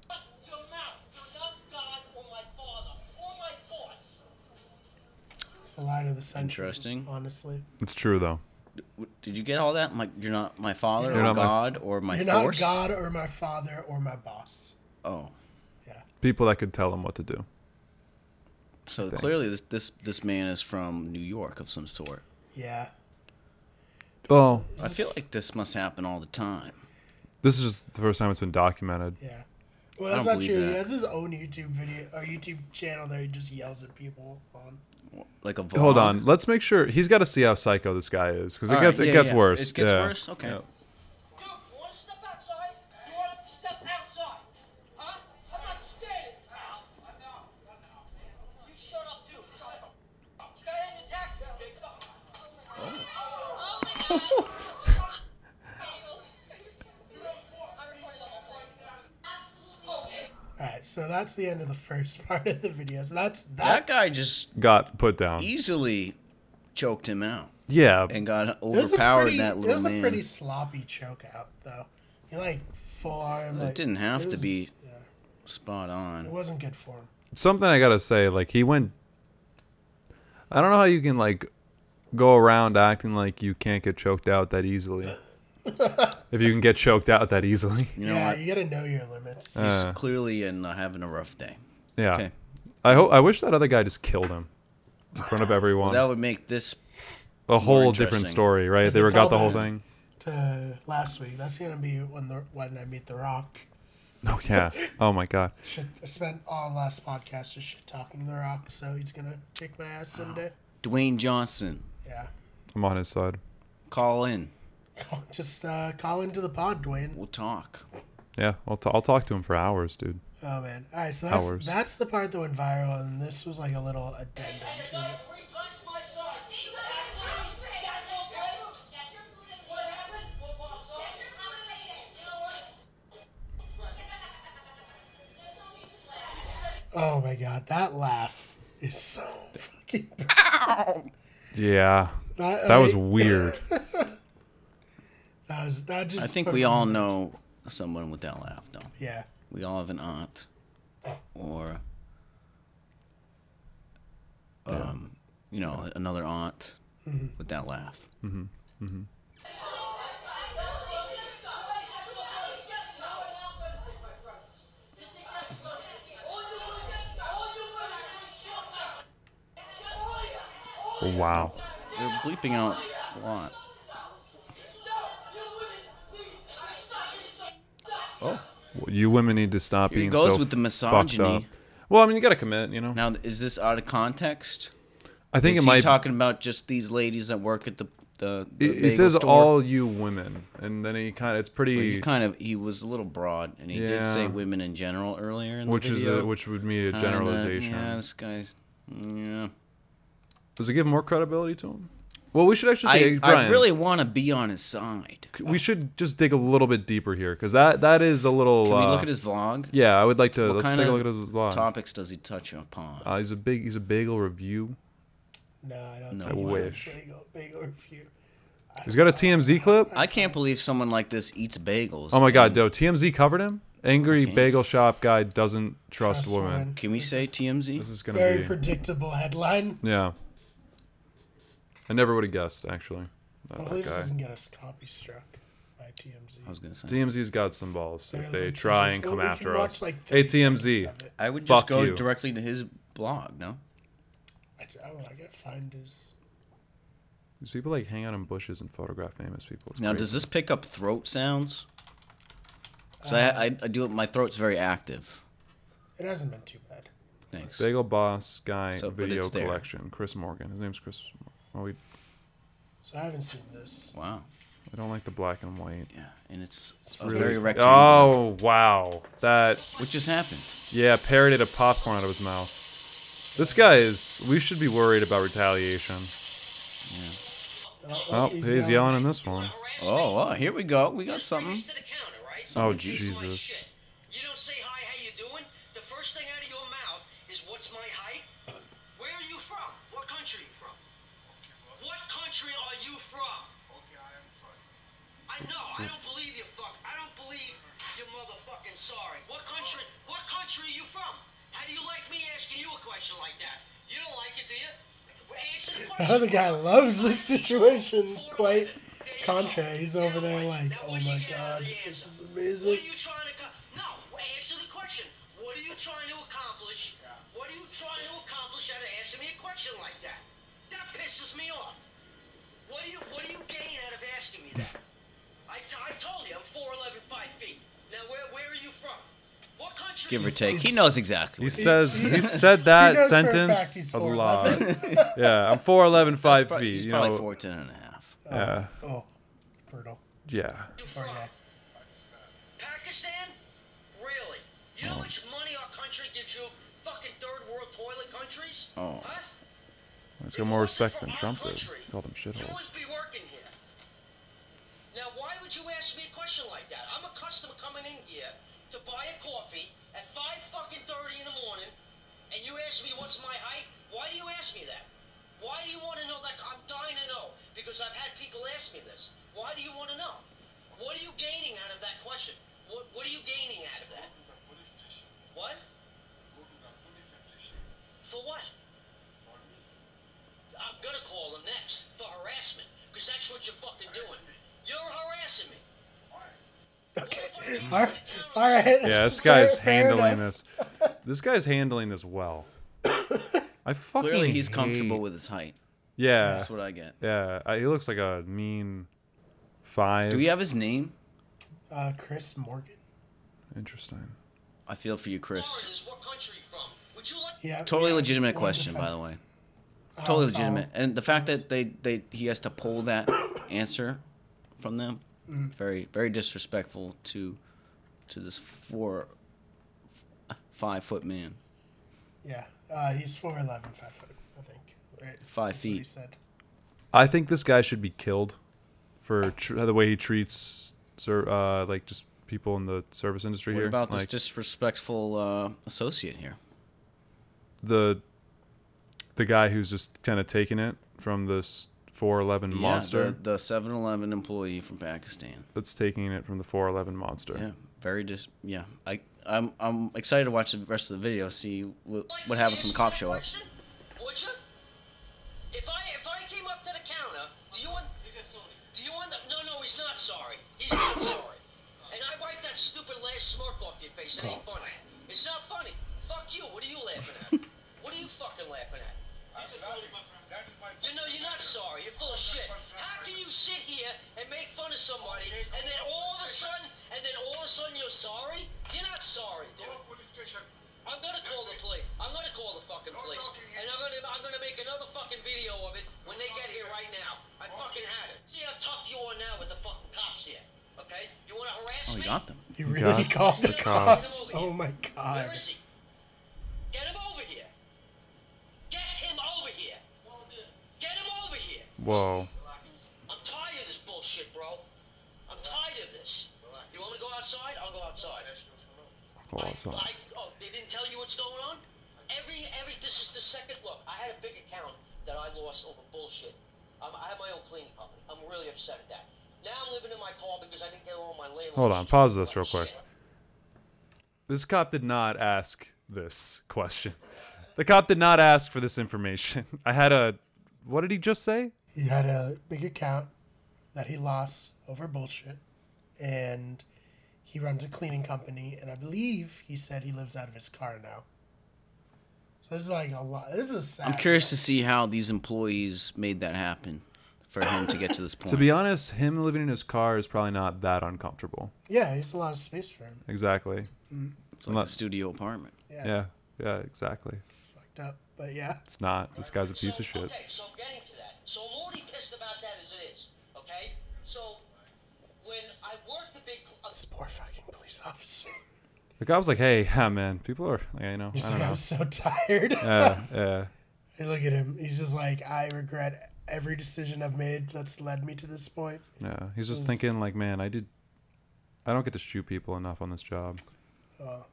[SPEAKER 5] Your mouth. You're not God or my father or my force.
[SPEAKER 1] It's the line of the century.
[SPEAKER 3] Interesting.
[SPEAKER 1] Honestly,
[SPEAKER 2] It's true though.
[SPEAKER 3] W- Did you get all that? Like, you're not my father
[SPEAKER 1] You're
[SPEAKER 3] or
[SPEAKER 2] not my-
[SPEAKER 3] God or my
[SPEAKER 1] you're
[SPEAKER 3] force?
[SPEAKER 1] not God or my father or my boss.
[SPEAKER 3] Oh.
[SPEAKER 1] Yeah.
[SPEAKER 2] People that could tell them what to do.
[SPEAKER 3] So clearly, this, this, this man is from New York of some sort.
[SPEAKER 1] Yeah.
[SPEAKER 2] Well,
[SPEAKER 3] I feel like this must happen all the time.
[SPEAKER 2] this is just the first time it's been documented.
[SPEAKER 1] Yeah. Well,
[SPEAKER 3] I
[SPEAKER 1] that's
[SPEAKER 3] don't
[SPEAKER 1] not
[SPEAKER 3] believe
[SPEAKER 1] true. He
[SPEAKER 3] that.
[SPEAKER 1] has his own YouTube video or YouTube channel that he just yells at people on.
[SPEAKER 3] Like a vlog.
[SPEAKER 2] Hold on. Let's make sure he's got to see how psycho this guy is because it
[SPEAKER 3] All right,
[SPEAKER 2] gets it
[SPEAKER 3] yeah,
[SPEAKER 2] gets
[SPEAKER 3] yeah.
[SPEAKER 2] worse.
[SPEAKER 3] It gets
[SPEAKER 2] Yeah.
[SPEAKER 3] worse. Okay.
[SPEAKER 2] Yeah.
[SPEAKER 5] Dude, you want to step outside? You want to step outside? Huh? I'm not scared. Al, enough, enough. You shut up too. Shut the f- up. You got an attack?
[SPEAKER 6] Oh my god! Bagels. I recorded the whole thing.
[SPEAKER 1] All right. So that's the end of the first part of the video. So that's
[SPEAKER 3] That
[SPEAKER 1] that.
[SPEAKER 3] guy just
[SPEAKER 2] Got put down.
[SPEAKER 3] E easily choked him out
[SPEAKER 2] Yeah.
[SPEAKER 3] and got
[SPEAKER 1] It was a
[SPEAKER 3] overpowered
[SPEAKER 1] pretty-
[SPEAKER 3] that
[SPEAKER 1] It
[SPEAKER 3] little
[SPEAKER 1] was
[SPEAKER 3] man.
[SPEAKER 1] a pretty sloppy choke out, though. He like full arm. Like,
[SPEAKER 3] didn't have
[SPEAKER 1] it
[SPEAKER 3] to
[SPEAKER 1] was-
[SPEAKER 3] be.
[SPEAKER 1] Yeah,
[SPEAKER 3] Spot
[SPEAKER 1] it
[SPEAKER 2] Uh.
[SPEAKER 3] on.
[SPEAKER 1] wasn't good for him.
[SPEAKER 2] something I gotta say, like he went. I don't know how you can like go around acting like you can't get choked out that easily. if you can get choked out that easily,
[SPEAKER 3] You know
[SPEAKER 1] yeah,
[SPEAKER 3] what?
[SPEAKER 1] you gotta know your limits.
[SPEAKER 3] He's
[SPEAKER 2] Uh.
[SPEAKER 3] clearly in uh, having a rough day.
[SPEAKER 2] yeah.
[SPEAKER 3] Okay.
[SPEAKER 2] I hope I wish that other guy just killed him in front of everyone.
[SPEAKER 3] That would make this.
[SPEAKER 2] a whole different
[SPEAKER 3] interesting.
[SPEAKER 2] story, right? If
[SPEAKER 1] It's
[SPEAKER 2] they
[SPEAKER 1] a
[SPEAKER 2] were got the whole
[SPEAKER 1] callback. to
[SPEAKER 2] thing.
[SPEAKER 1] last week, that's gonna be when the when I meet the Rock.
[SPEAKER 2] Oh yeah. Oh my god.
[SPEAKER 1] Shit, I spent all last podcast just shit talking the Rock, so he's gonna kick my ass someday.
[SPEAKER 3] Dwayne Johnson,
[SPEAKER 1] Yeah,
[SPEAKER 2] I'm on his side.
[SPEAKER 3] call in.
[SPEAKER 1] just uh, call into the pod, Dwayne.
[SPEAKER 3] We'll talk.
[SPEAKER 2] Yeah. I'll t- I'll talk to him for hours, dude.
[SPEAKER 1] Oh man! All right, so that's
[SPEAKER 2] Hours.
[SPEAKER 1] that's the part that went viral, and this was like a little addendum
[SPEAKER 5] And the
[SPEAKER 1] to
[SPEAKER 5] guy
[SPEAKER 1] it.
[SPEAKER 5] three times my size. That's okay. What happened? What was up? You know what?
[SPEAKER 1] Oh my god, that laugh is so fucking.
[SPEAKER 2] Yeah.
[SPEAKER 1] That,
[SPEAKER 2] That
[SPEAKER 1] I-
[SPEAKER 2] was weird.
[SPEAKER 1] That was that just.
[SPEAKER 3] I think
[SPEAKER 1] put
[SPEAKER 3] we
[SPEAKER 1] me-
[SPEAKER 3] all know someone with that laugh, though.
[SPEAKER 1] Yeah,
[SPEAKER 3] We all have an aunt or, um, you know, another aunt
[SPEAKER 2] Mm-hmm.
[SPEAKER 3] with that laugh.
[SPEAKER 2] Wow.
[SPEAKER 3] They're bleeping out a lot. Oh.
[SPEAKER 2] You women need to stop
[SPEAKER 3] Here
[SPEAKER 2] being
[SPEAKER 3] goes
[SPEAKER 2] so
[SPEAKER 3] with the
[SPEAKER 2] fucked up.
[SPEAKER 3] misogyny.
[SPEAKER 2] Well, I mean, you gotta commit, you know.
[SPEAKER 3] Now, is this out of context?
[SPEAKER 2] I think
[SPEAKER 3] is
[SPEAKER 2] it
[SPEAKER 3] he
[SPEAKER 2] might.
[SPEAKER 3] talking about just these ladies that work at the the, the
[SPEAKER 2] He, he
[SPEAKER 3] bagel
[SPEAKER 2] says
[SPEAKER 3] store.
[SPEAKER 2] all you women, and then he kind of it's pretty,
[SPEAKER 3] But he kind of he was a little broad, and he did say
[SPEAKER 2] Yeah.
[SPEAKER 3] women in general earlier in
[SPEAKER 2] which
[SPEAKER 3] the
[SPEAKER 2] is
[SPEAKER 3] video.
[SPEAKER 2] a, which would be a
[SPEAKER 3] Kinda,
[SPEAKER 2] generalization.
[SPEAKER 3] yeah, this guy's. Yeah.
[SPEAKER 2] Does it give more credibility to him? Well, we should actually say,
[SPEAKER 3] I,
[SPEAKER 2] hey, Brian,
[SPEAKER 3] I really want to be on his side. Can
[SPEAKER 2] we should just dig a little bit deeper here because that that is a little.
[SPEAKER 3] we
[SPEAKER 2] uh,
[SPEAKER 3] look at his vlog?
[SPEAKER 2] Yeah, I would like to.
[SPEAKER 3] What
[SPEAKER 2] let's
[SPEAKER 3] kind
[SPEAKER 2] take a
[SPEAKER 3] of
[SPEAKER 2] look at his vlog.
[SPEAKER 3] Topics does he touch upon?
[SPEAKER 2] Uh, he's a big. He's a bagel review.
[SPEAKER 1] No, I don't
[SPEAKER 3] No
[SPEAKER 1] think it's a
[SPEAKER 2] wish.
[SPEAKER 1] bagel, bagel review.
[SPEAKER 2] He's got a TMZ clip.
[SPEAKER 3] I can't believe someone like this eats bagels.
[SPEAKER 2] Oh my god,
[SPEAKER 3] and-
[SPEAKER 2] though TMZ covered him. Angry
[SPEAKER 3] Okay.
[SPEAKER 2] bagel shop guy doesn't trust,
[SPEAKER 1] Trust
[SPEAKER 2] women.
[SPEAKER 1] women.
[SPEAKER 3] Can we
[SPEAKER 1] This
[SPEAKER 3] say
[SPEAKER 1] is
[SPEAKER 3] TMZ?
[SPEAKER 2] This is gonna
[SPEAKER 1] Very
[SPEAKER 2] be.
[SPEAKER 1] predictable headline.
[SPEAKER 2] yeah. I never would have guessed actually. about
[SPEAKER 1] Hopefully
[SPEAKER 2] that
[SPEAKER 1] this
[SPEAKER 2] guy.
[SPEAKER 1] doesn't get us copy struck by TMZ.
[SPEAKER 3] I was gonna say.
[SPEAKER 2] TMZ's got some balls
[SPEAKER 1] They're
[SPEAKER 2] if they
[SPEAKER 1] like
[SPEAKER 2] try
[SPEAKER 1] just-
[SPEAKER 2] and
[SPEAKER 1] well,
[SPEAKER 2] come
[SPEAKER 1] we can
[SPEAKER 2] after
[SPEAKER 1] watch,
[SPEAKER 2] us.
[SPEAKER 1] like,
[SPEAKER 2] hey
[SPEAKER 1] 30 seconds
[SPEAKER 2] TMZ,
[SPEAKER 1] of it.
[SPEAKER 3] I would
[SPEAKER 2] Fuck
[SPEAKER 3] just go
[SPEAKER 2] you.
[SPEAKER 3] directly to his blog. No,
[SPEAKER 1] I, oh, I gotta find his.
[SPEAKER 2] these people like hang out in bushes and photograph famous people. It's
[SPEAKER 3] now
[SPEAKER 2] crazy.
[SPEAKER 3] does this pick up throat sounds? 'Cause I, I, I do it. My throat's very active.
[SPEAKER 1] It hasn't been too bad.
[SPEAKER 3] Thanks.
[SPEAKER 2] Bagel Boss guy
[SPEAKER 3] So, but
[SPEAKER 2] video
[SPEAKER 3] it's there.
[SPEAKER 2] collection? Chris Morgan. His name's Chris. Well, we
[SPEAKER 1] So I haven't seen this.
[SPEAKER 3] Wow.
[SPEAKER 2] I don't like the black and white.
[SPEAKER 3] Yeah, and it's,
[SPEAKER 1] It's
[SPEAKER 3] a
[SPEAKER 1] really-
[SPEAKER 3] very rectangular.
[SPEAKER 2] Oh wow, that
[SPEAKER 3] What just happened?
[SPEAKER 2] yeah, parroted a popcorn out of his mouth. This guy is. We should be worried about retaliation. Oh, he's yelling in this one.
[SPEAKER 3] Oh, wow, here we go. We got something.
[SPEAKER 5] Just bring this to the counter, right?
[SPEAKER 2] Oh,
[SPEAKER 5] Baseline
[SPEAKER 2] Jesus.
[SPEAKER 5] shit. You don't say hi, how you doing? The first thing out of your mouth is what's my height? Where are you from? What country are you from? What country are you from? I know, I don't believe you fuck. I don't believe you're motherfucking sorry. What country what country are you from? How do you like me asking you a question like that? You don't like it, do you? Well, Answer
[SPEAKER 1] The
[SPEAKER 5] the question.
[SPEAKER 1] other guy loves this situation quite
[SPEAKER 5] There you go.
[SPEAKER 1] contrary. He's over there like,
[SPEAKER 5] Now,
[SPEAKER 1] oh
[SPEAKER 5] what do
[SPEAKER 1] my
[SPEAKER 5] you get out
[SPEAKER 1] god,
[SPEAKER 5] of the
[SPEAKER 1] this
[SPEAKER 5] answer?
[SPEAKER 1] is
[SPEAKER 5] What
[SPEAKER 1] amazing.
[SPEAKER 5] are you trying to co- No, well, answer the question. What are you trying to accomplish? What are you trying to accomplish out of asking me a question like that? That pisses me off. What do you What do you gain out of asking me that? I, I told you I'm 4'11", 5 feet. Now where Where are you from? What country?
[SPEAKER 3] Give
[SPEAKER 5] you
[SPEAKER 3] or take.
[SPEAKER 5] From?
[SPEAKER 3] He knows exactly.
[SPEAKER 2] He
[SPEAKER 3] What he
[SPEAKER 2] says
[SPEAKER 1] he-
[SPEAKER 2] he said that
[SPEAKER 1] knows for a fact
[SPEAKER 2] sentence
[SPEAKER 1] he's
[SPEAKER 2] a,
[SPEAKER 1] 4'11".
[SPEAKER 2] lot. yeah, I'm 4'11", 5
[SPEAKER 3] Pro-
[SPEAKER 2] feet.
[SPEAKER 3] He's
[SPEAKER 2] you
[SPEAKER 3] probably
[SPEAKER 2] know,
[SPEAKER 3] 14 and a half.
[SPEAKER 2] yeah,
[SPEAKER 1] Oh, brutal.
[SPEAKER 2] yeah.
[SPEAKER 5] You
[SPEAKER 1] Poor
[SPEAKER 5] from?
[SPEAKER 1] guy.
[SPEAKER 5] Pakistan? Really? You know how much money our country gives you? Fucking third world toilet countries?
[SPEAKER 3] Oh.
[SPEAKER 5] Huh?
[SPEAKER 2] He's got more respect than Trump did. He Called him
[SPEAKER 5] You
[SPEAKER 2] shitholes.
[SPEAKER 5] wouldn't be working here. Now, why would you ask me a question like that? I'm a customer coming in here to buy a coffee at five fucking thirty in the morning, and you ask me what's my height. Why do you ask me that? Why do you want to know that? I'm dying to know because I've had people ask me this. Why do you want to know? What are you gaining out of that question? What What are you gaining out of that? What? For what? I'm gonna call them next for harassment, because that's what you're fucking doing. You're harassing me.
[SPEAKER 1] Okay. All right. All right.
[SPEAKER 2] Yeah, this guy's handling this. This guy's handling this well. I fucking
[SPEAKER 3] Clearly, he's comfortable
[SPEAKER 2] hate-
[SPEAKER 3] with his height.
[SPEAKER 2] Yeah,
[SPEAKER 3] That's what I get.
[SPEAKER 2] yeah. I, he looks like a mean five.
[SPEAKER 3] Do we have his name?
[SPEAKER 1] Uh, Chris Morgan.
[SPEAKER 2] Interesting.
[SPEAKER 3] I feel for you,
[SPEAKER 5] Florida
[SPEAKER 3] Chris.
[SPEAKER 5] is what country you from? Would you like
[SPEAKER 1] Yeah.
[SPEAKER 3] Totally
[SPEAKER 1] yeah,
[SPEAKER 3] legitimate
[SPEAKER 1] one
[SPEAKER 3] question, by
[SPEAKER 1] defend-
[SPEAKER 3] the way.
[SPEAKER 1] I'll-
[SPEAKER 3] Totally
[SPEAKER 1] I'll-
[SPEAKER 3] legitimate. And the fact that they, they he has to pull that answer from them, very very disrespectful to to this four five foot man,
[SPEAKER 1] Yeah. Uh, he's 4'11", 5 foot, I think. Right.
[SPEAKER 3] five
[SPEAKER 1] That's what he
[SPEAKER 3] feet.
[SPEAKER 1] said.
[SPEAKER 2] I think this guy should be killed for tr- the way he treats ser- uh, like just people in the service industry
[SPEAKER 3] What
[SPEAKER 2] here.
[SPEAKER 3] about this
[SPEAKER 2] Like,
[SPEAKER 3] disrespectful uh, associate here?
[SPEAKER 2] the the guy who's just kind of taking it from this 411 monster
[SPEAKER 3] Yeah, the- the 7-Eleven employee from Pakistan.
[SPEAKER 2] that's taking it from the 411 monster.
[SPEAKER 3] Yeah, very dis. Yeah, I I'm I'm excited to watch the rest of the video. See what
[SPEAKER 5] like
[SPEAKER 3] what
[SPEAKER 5] to
[SPEAKER 3] happens when the
[SPEAKER 5] ask
[SPEAKER 3] cops show
[SPEAKER 5] me a
[SPEAKER 3] up.
[SPEAKER 5] question? Would you? If I if I came up to the counter, do you want? Do you want? The, no, no, he's not sorry. He's not sorry. And I wiped that stupid last smirk off your face. It ain't
[SPEAKER 3] Oh.
[SPEAKER 5] funny. It's not funny. Fuck you. What are you laughing at? what are you fucking laughing at? You know, you're not sorry. You're full of shit. How can you sit here and make fun of somebody, and then all of a sudden, and then all of a sudden you're sorry? You're not sorry, dude. I'm gonna call the police. I'm gonna call the fucking police, and I'm gonna I'm gonna make another fucking video of it when they get here right now. I fucking had it.
[SPEAKER 3] Oh, you got them.
[SPEAKER 1] He really
[SPEAKER 2] got
[SPEAKER 1] called
[SPEAKER 2] the
[SPEAKER 1] the cops.
[SPEAKER 5] cops.
[SPEAKER 1] Oh my god.
[SPEAKER 5] Where is he? Get him over here. Get him over here. Get him over here.
[SPEAKER 2] Whoa.
[SPEAKER 5] I'm tired of this bullshit, bro. I'm tired of this. You want me to go outside? I'll go outside.
[SPEAKER 2] Go outside.
[SPEAKER 5] I, oh, they didn't tell you what's going on? Every, every, this is the second look. I had a big account that I lost over bullshit. Um, I have my own cleaning company. I'm really upset at that. Now I'm living in my car because I didn't get all my landlords.
[SPEAKER 2] Hold on, pause this real quick.
[SPEAKER 5] Shit.
[SPEAKER 2] This cop did not ask this question. The cop did not ask for this information. I had a. What did he just say?
[SPEAKER 1] He had a big account that he lost over bullshit, and he runs a cleaning company. And I believe he said he lives out of his car now. So this is like a lot. This is sad.
[SPEAKER 3] I'm curious to see how these employees made that happen for him to get to this point.
[SPEAKER 2] To be honest, him living in his car is probably not that uncomfortable.
[SPEAKER 1] Yeah, it's a lot of space for him.
[SPEAKER 2] Exactly.
[SPEAKER 3] it's like a studio apartment.
[SPEAKER 1] Yeah,
[SPEAKER 2] Yeah. Yeah, exactly.
[SPEAKER 1] it's fucked up. But yeah,
[SPEAKER 2] It's not. This guy's a piece
[SPEAKER 5] so,
[SPEAKER 2] of shit.
[SPEAKER 5] Okay, so getting to that. So I'm already pissed about that as it is. Okay? So when I worked the big cl- uh,
[SPEAKER 1] this poor fucking police officer.
[SPEAKER 2] The cop was like, hey, yeah, man, people are, like, you know,
[SPEAKER 1] He's
[SPEAKER 2] I
[SPEAKER 1] like,
[SPEAKER 2] don't know.
[SPEAKER 1] I'm so tired.
[SPEAKER 2] Yeah, yeah.
[SPEAKER 1] Hey, look at him. He's just like, I regret every decision I've made that's led me to this point.
[SPEAKER 2] Yeah, he's just
[SPEAKER 1] Is-
[SPEAKER 2] thinking like, man, I did, I don't get to shoot people enough on this job.
[SPEAKER 5] town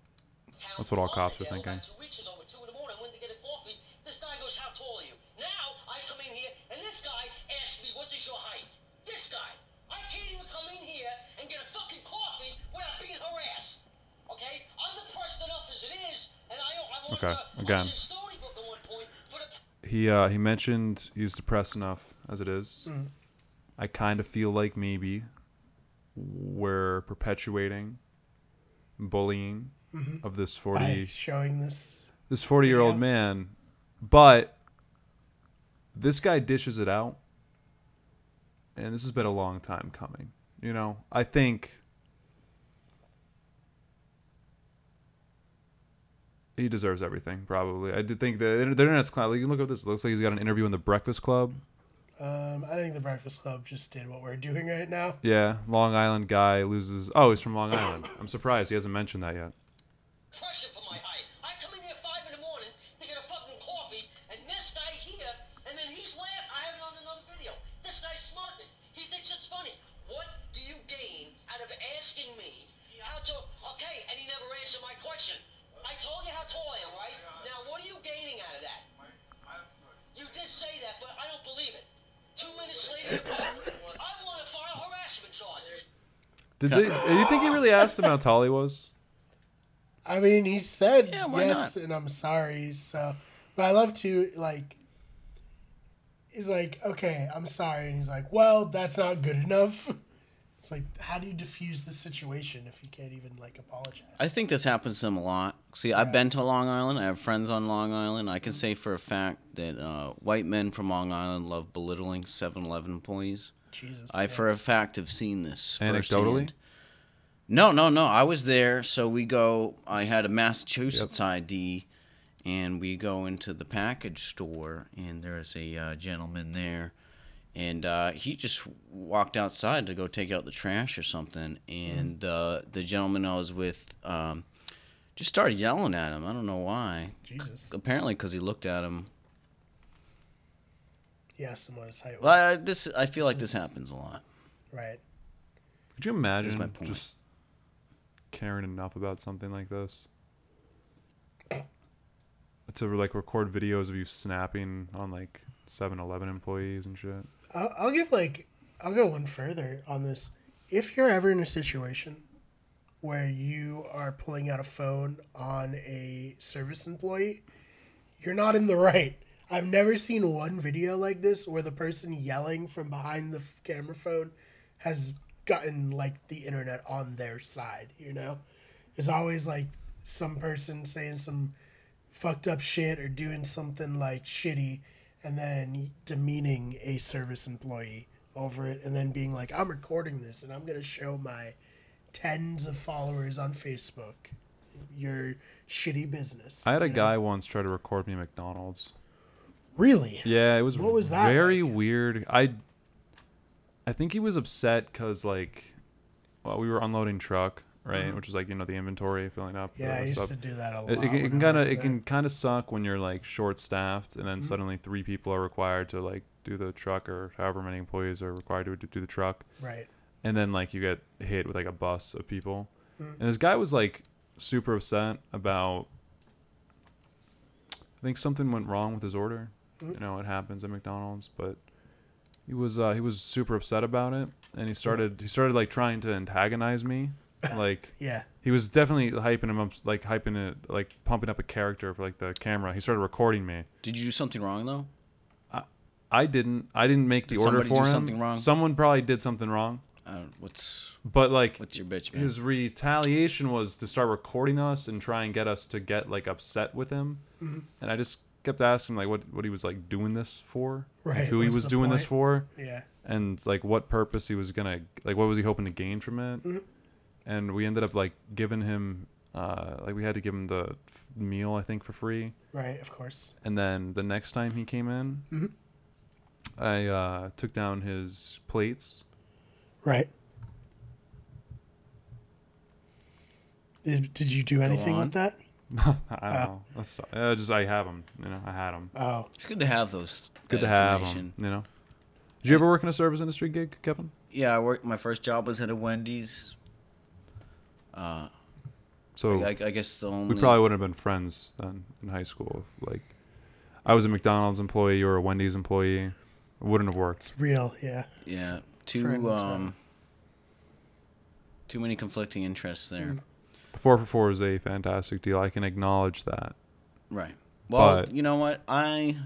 [SPEAKER 2] That's what all
[SPEAKER 5] clock
[SPEAKER 2] cops are
[SPEAKER 5] together
[SPEAKER 2] thinking.
[SPEAKER 5] About two weeks ago at 2 in the morning, I went to get a coffee. This guy goes, How tall are you? Now I come in here, and this guy asks me, What is your height? This guy. I can't even come in here and get a fucking coffee without being harassed. Okay? I'm depressed enough as it is, and I, I wanted
[SPEAKER 2] Okay,
[SPEAKER 5] to. I
[SPEAKER 2] again.
[SPEAKER 5] was in Stony Brook at one point for the.
[SPEAKER 2] He uh, he mentioned he's depressed enough as it is. I kind of feel like maybe we're perpetuating bullying of this forty
[SPEAKER 1] By showing this.
[SPEAKER 2] this 40 year old
[SPEAKER 1] Yeah.
[SPEAKER 2] man, but this guy dishes it out. And this has been a long time coming. You know, I think he deserves everything, probably. I did think that the internet's cloud. You can look at this. It looks like he's got an interview in the Breakfast Club.
[SPEAKER 1] Um, I think the Breakfast Club just did what we're doing right now.
[SPEAKER 2] Yeah, Long Island guy loses. Oh, he's from Long Island. I'm surprised he hasn't mentioned that yet.
[SPEAKER 5] pressure for my height. I come in here five in the morning to get a fucking coffee, and this guy here, and then he's laughing. I have it on another video. This guy's smirking. He thinks it's funny. What do you gain out of asking me how to? Okay, and he never answered my question. I told you how tall I am, right? Now, what are you gaining out of that? You did say that, but I don't believe it. Two minutes later, I want to file harassment charges.
[SPEAKER 2] Did they, you think he really asked him how tall he was?
[SPEAKER 1] I mean, he said
[SPEAKER 3] Yeah, why
[SPEAKER 1] yes, and I'm sorry. So, but I love to like. He's like, okay, I'm sorry, and he's like, well, that's not good enough. It's like, how do you diffuse the situation if you can't even like apologize?
[SPEAKER 3] I think this happens to him a lot. See, I've been to Long Island. I have friends on Long Island. I can say for a fact that uh, white men from Long Island love belittling 7-Eleven employees.
[SPEAKER 1] Jesus,
[SPEAKER 3] I
[SPEAKER 1] yeah.
[SPEAKER 3] for a fact have seen this
[SPEAKER 2] Anecdotally?
[SPEAKER 3] firsthand. No, no, no. I was there, so we go. I had a Massachusetts ID, and we go into the package store, and there's a uh, gentleman there, and uh, he just walked outside to go take out the trash or something, and uh, the gentleman I was with um, just started yelling at him. I don't know why.
[SPEAKER 1] Jesus,
[SPEAKER 3] Apparently, because he looked at him.
[SPEAKER 1] he asked him what his height was.
[SPEAKER 3] Well, I, this I feel like this
[SPEAKER 1] is-
[SPEAKER 3] happens a lot.
[SPEAKER 1] right.
[SPEAKER 2] Could you imagine
[SPEAKER 3] my point.
[SPEAKER 2] just caring enough about something like this? To like record videos of you snapping on like 7-Eleven employees and shit.
[SPEAKER 1] I'll, I'll give like I'll go one further on this. If you're ever in a situation where you are pulling out a phone on a service employee, you're not in the right. I've never seen one video like this where the person yelling from behind the f- camera phone has gotten like the internet on their side, you know? It's always like some person saying some fucked up shit or doing something like shitty and then demeaning a service employee over it and then being like, I'm recording this and I'm going to show my tens of followers on Facebook your shitty business.
[SPEAKER 2] I had a
[SPEAKER 1] you know?
[SPEAKER 2] guy once try to record me at McDonald's.
[SPEAKER 1] Really?
[SPEAKER 2] Yeah, it was,
[SPEAKER 1] What was that
[SPEAKER 2] very
[SPEAKER 1] like?
[SPEAKER 2] weird. I I think he was upset cuz like well, we were unloading truck, right? Which is like you know the inventory filling up. all
[SPEAKER 1] Uh-huh. Yeah, I
[SPEAKER 2] that
[SPEAKER 1] used
[SPEAKER 2] stuff.
[SPEAKER 1] to do that a lot.
[SPEAKER 2] It, it, can- it
[SPEAKER 1] when I
[SPEAKER 2] can kind
[SPEAKER 1] was
[SPEAKER 2] of it
[SPEAKER 1] there.
[SPEAKER 2] can kind of suck when you're like short staffed, and then suddenly three people are required to like do the truck, or however many employees are required to, to do the truck,
[SPEAKER 1] right.
[SPEAKER 2] and then like you get hit with like a bus of people. And this guy was like super upset about. I think something went wrong with his order. You know, it happens at McDonald's, but he was uh, he was super upset about it, and he started he started like trying to antagonize me, like
[SPEAKER 1] Yeah.
[SPEAKER 2] he was definitely hyping him up, like hyping it, like pumping up a character for like the camera. He started recording me.
[SPEAKER 3] Did you do something wrong though?
[SPEAKER 2] I didn't. I didn't make the
[SPEAKER 3] Did
[SPEAKER 2] order
[SPEAKER 3] somebody
[SPEAKER 2] for
[SPEAKER 3] do
[SPEAKER 2] him.
[SPEAKER 3] something wrong?
[SPEAKER 2] Someone probably did something wrong.
[SPEAKER 3] Uh, what's
[SPEAKER 2] But like
[SPEAKER 3] what's your bitch, man?
[SPEAKER 2] his retaliation was to start recording us and try and get us to get like upset with him.
[SPEAKER 1] Mm-hmm.
[SPEAKER 2] And I just kept asking like what what he was like doing this for, like,
[SPEAKER 1] Right,
[SPEAKER 2] who he
[SPEAKER 1] what's
[SPEAKER 2] was
[SPEAKER 1] the
[SPEAKER 2] doing this
[SPEAKER 1] point?
[SPEAKER 2] for,
[SPEAKER 1] Yeah.
[SPEAKER 2] and like what purpose he was gonna like what was he hoping to gain from it and we ended up like giving him uh like we had to give him the f- meal i think for free
[SPEAKER 1] Right. Of course.
[SPEAKER 2] and then the next time he came in i uh took down his plates
[SPEAKER 1] Right. Did, did you do anything
[SPEAKER 3] on.
[SPEAKER 1] with that?
[SPEAKER 2] i don't know that's uh, just i have them you know i had them
[SPEAKER 1] Oh,
[SPEAKER 3] It's good to have those.
[SPEAKER 2] good
[SPEAKER 3] that
[SPEAKER 2] to have them
[SPEAKER 3] information.
[SPEAKER 2] you know did you ever work in a service industry gig kevin
[SPEAKER 3] Yeah, I worked. My first job was at a Wendy's. Uh,
[SPEAKER 2] so
[SPEAKER 3] I, I guess the only.
[SPEAKER 2] we probably wouldn't have been friends then in high school if like i was a mcdonald's employee you were a wendy's employee it wouldn't have worked
[SPEAKER 1] real. Yeah.
[SPEAKER 3] Yeah,
[SPEAKER 1] friend,
[SPEAKER 3] too
[SPEAKER 1] uh,
[SPEAKER 3] um, too many conflicting interests there.
[SPEAKER 2] Mm. four for four is a fantastic deal i can acknowledge that
[SPEAKER 3] Right. Well,
[SPEAKER 2] But-
[SPEAKER 3] you know what? I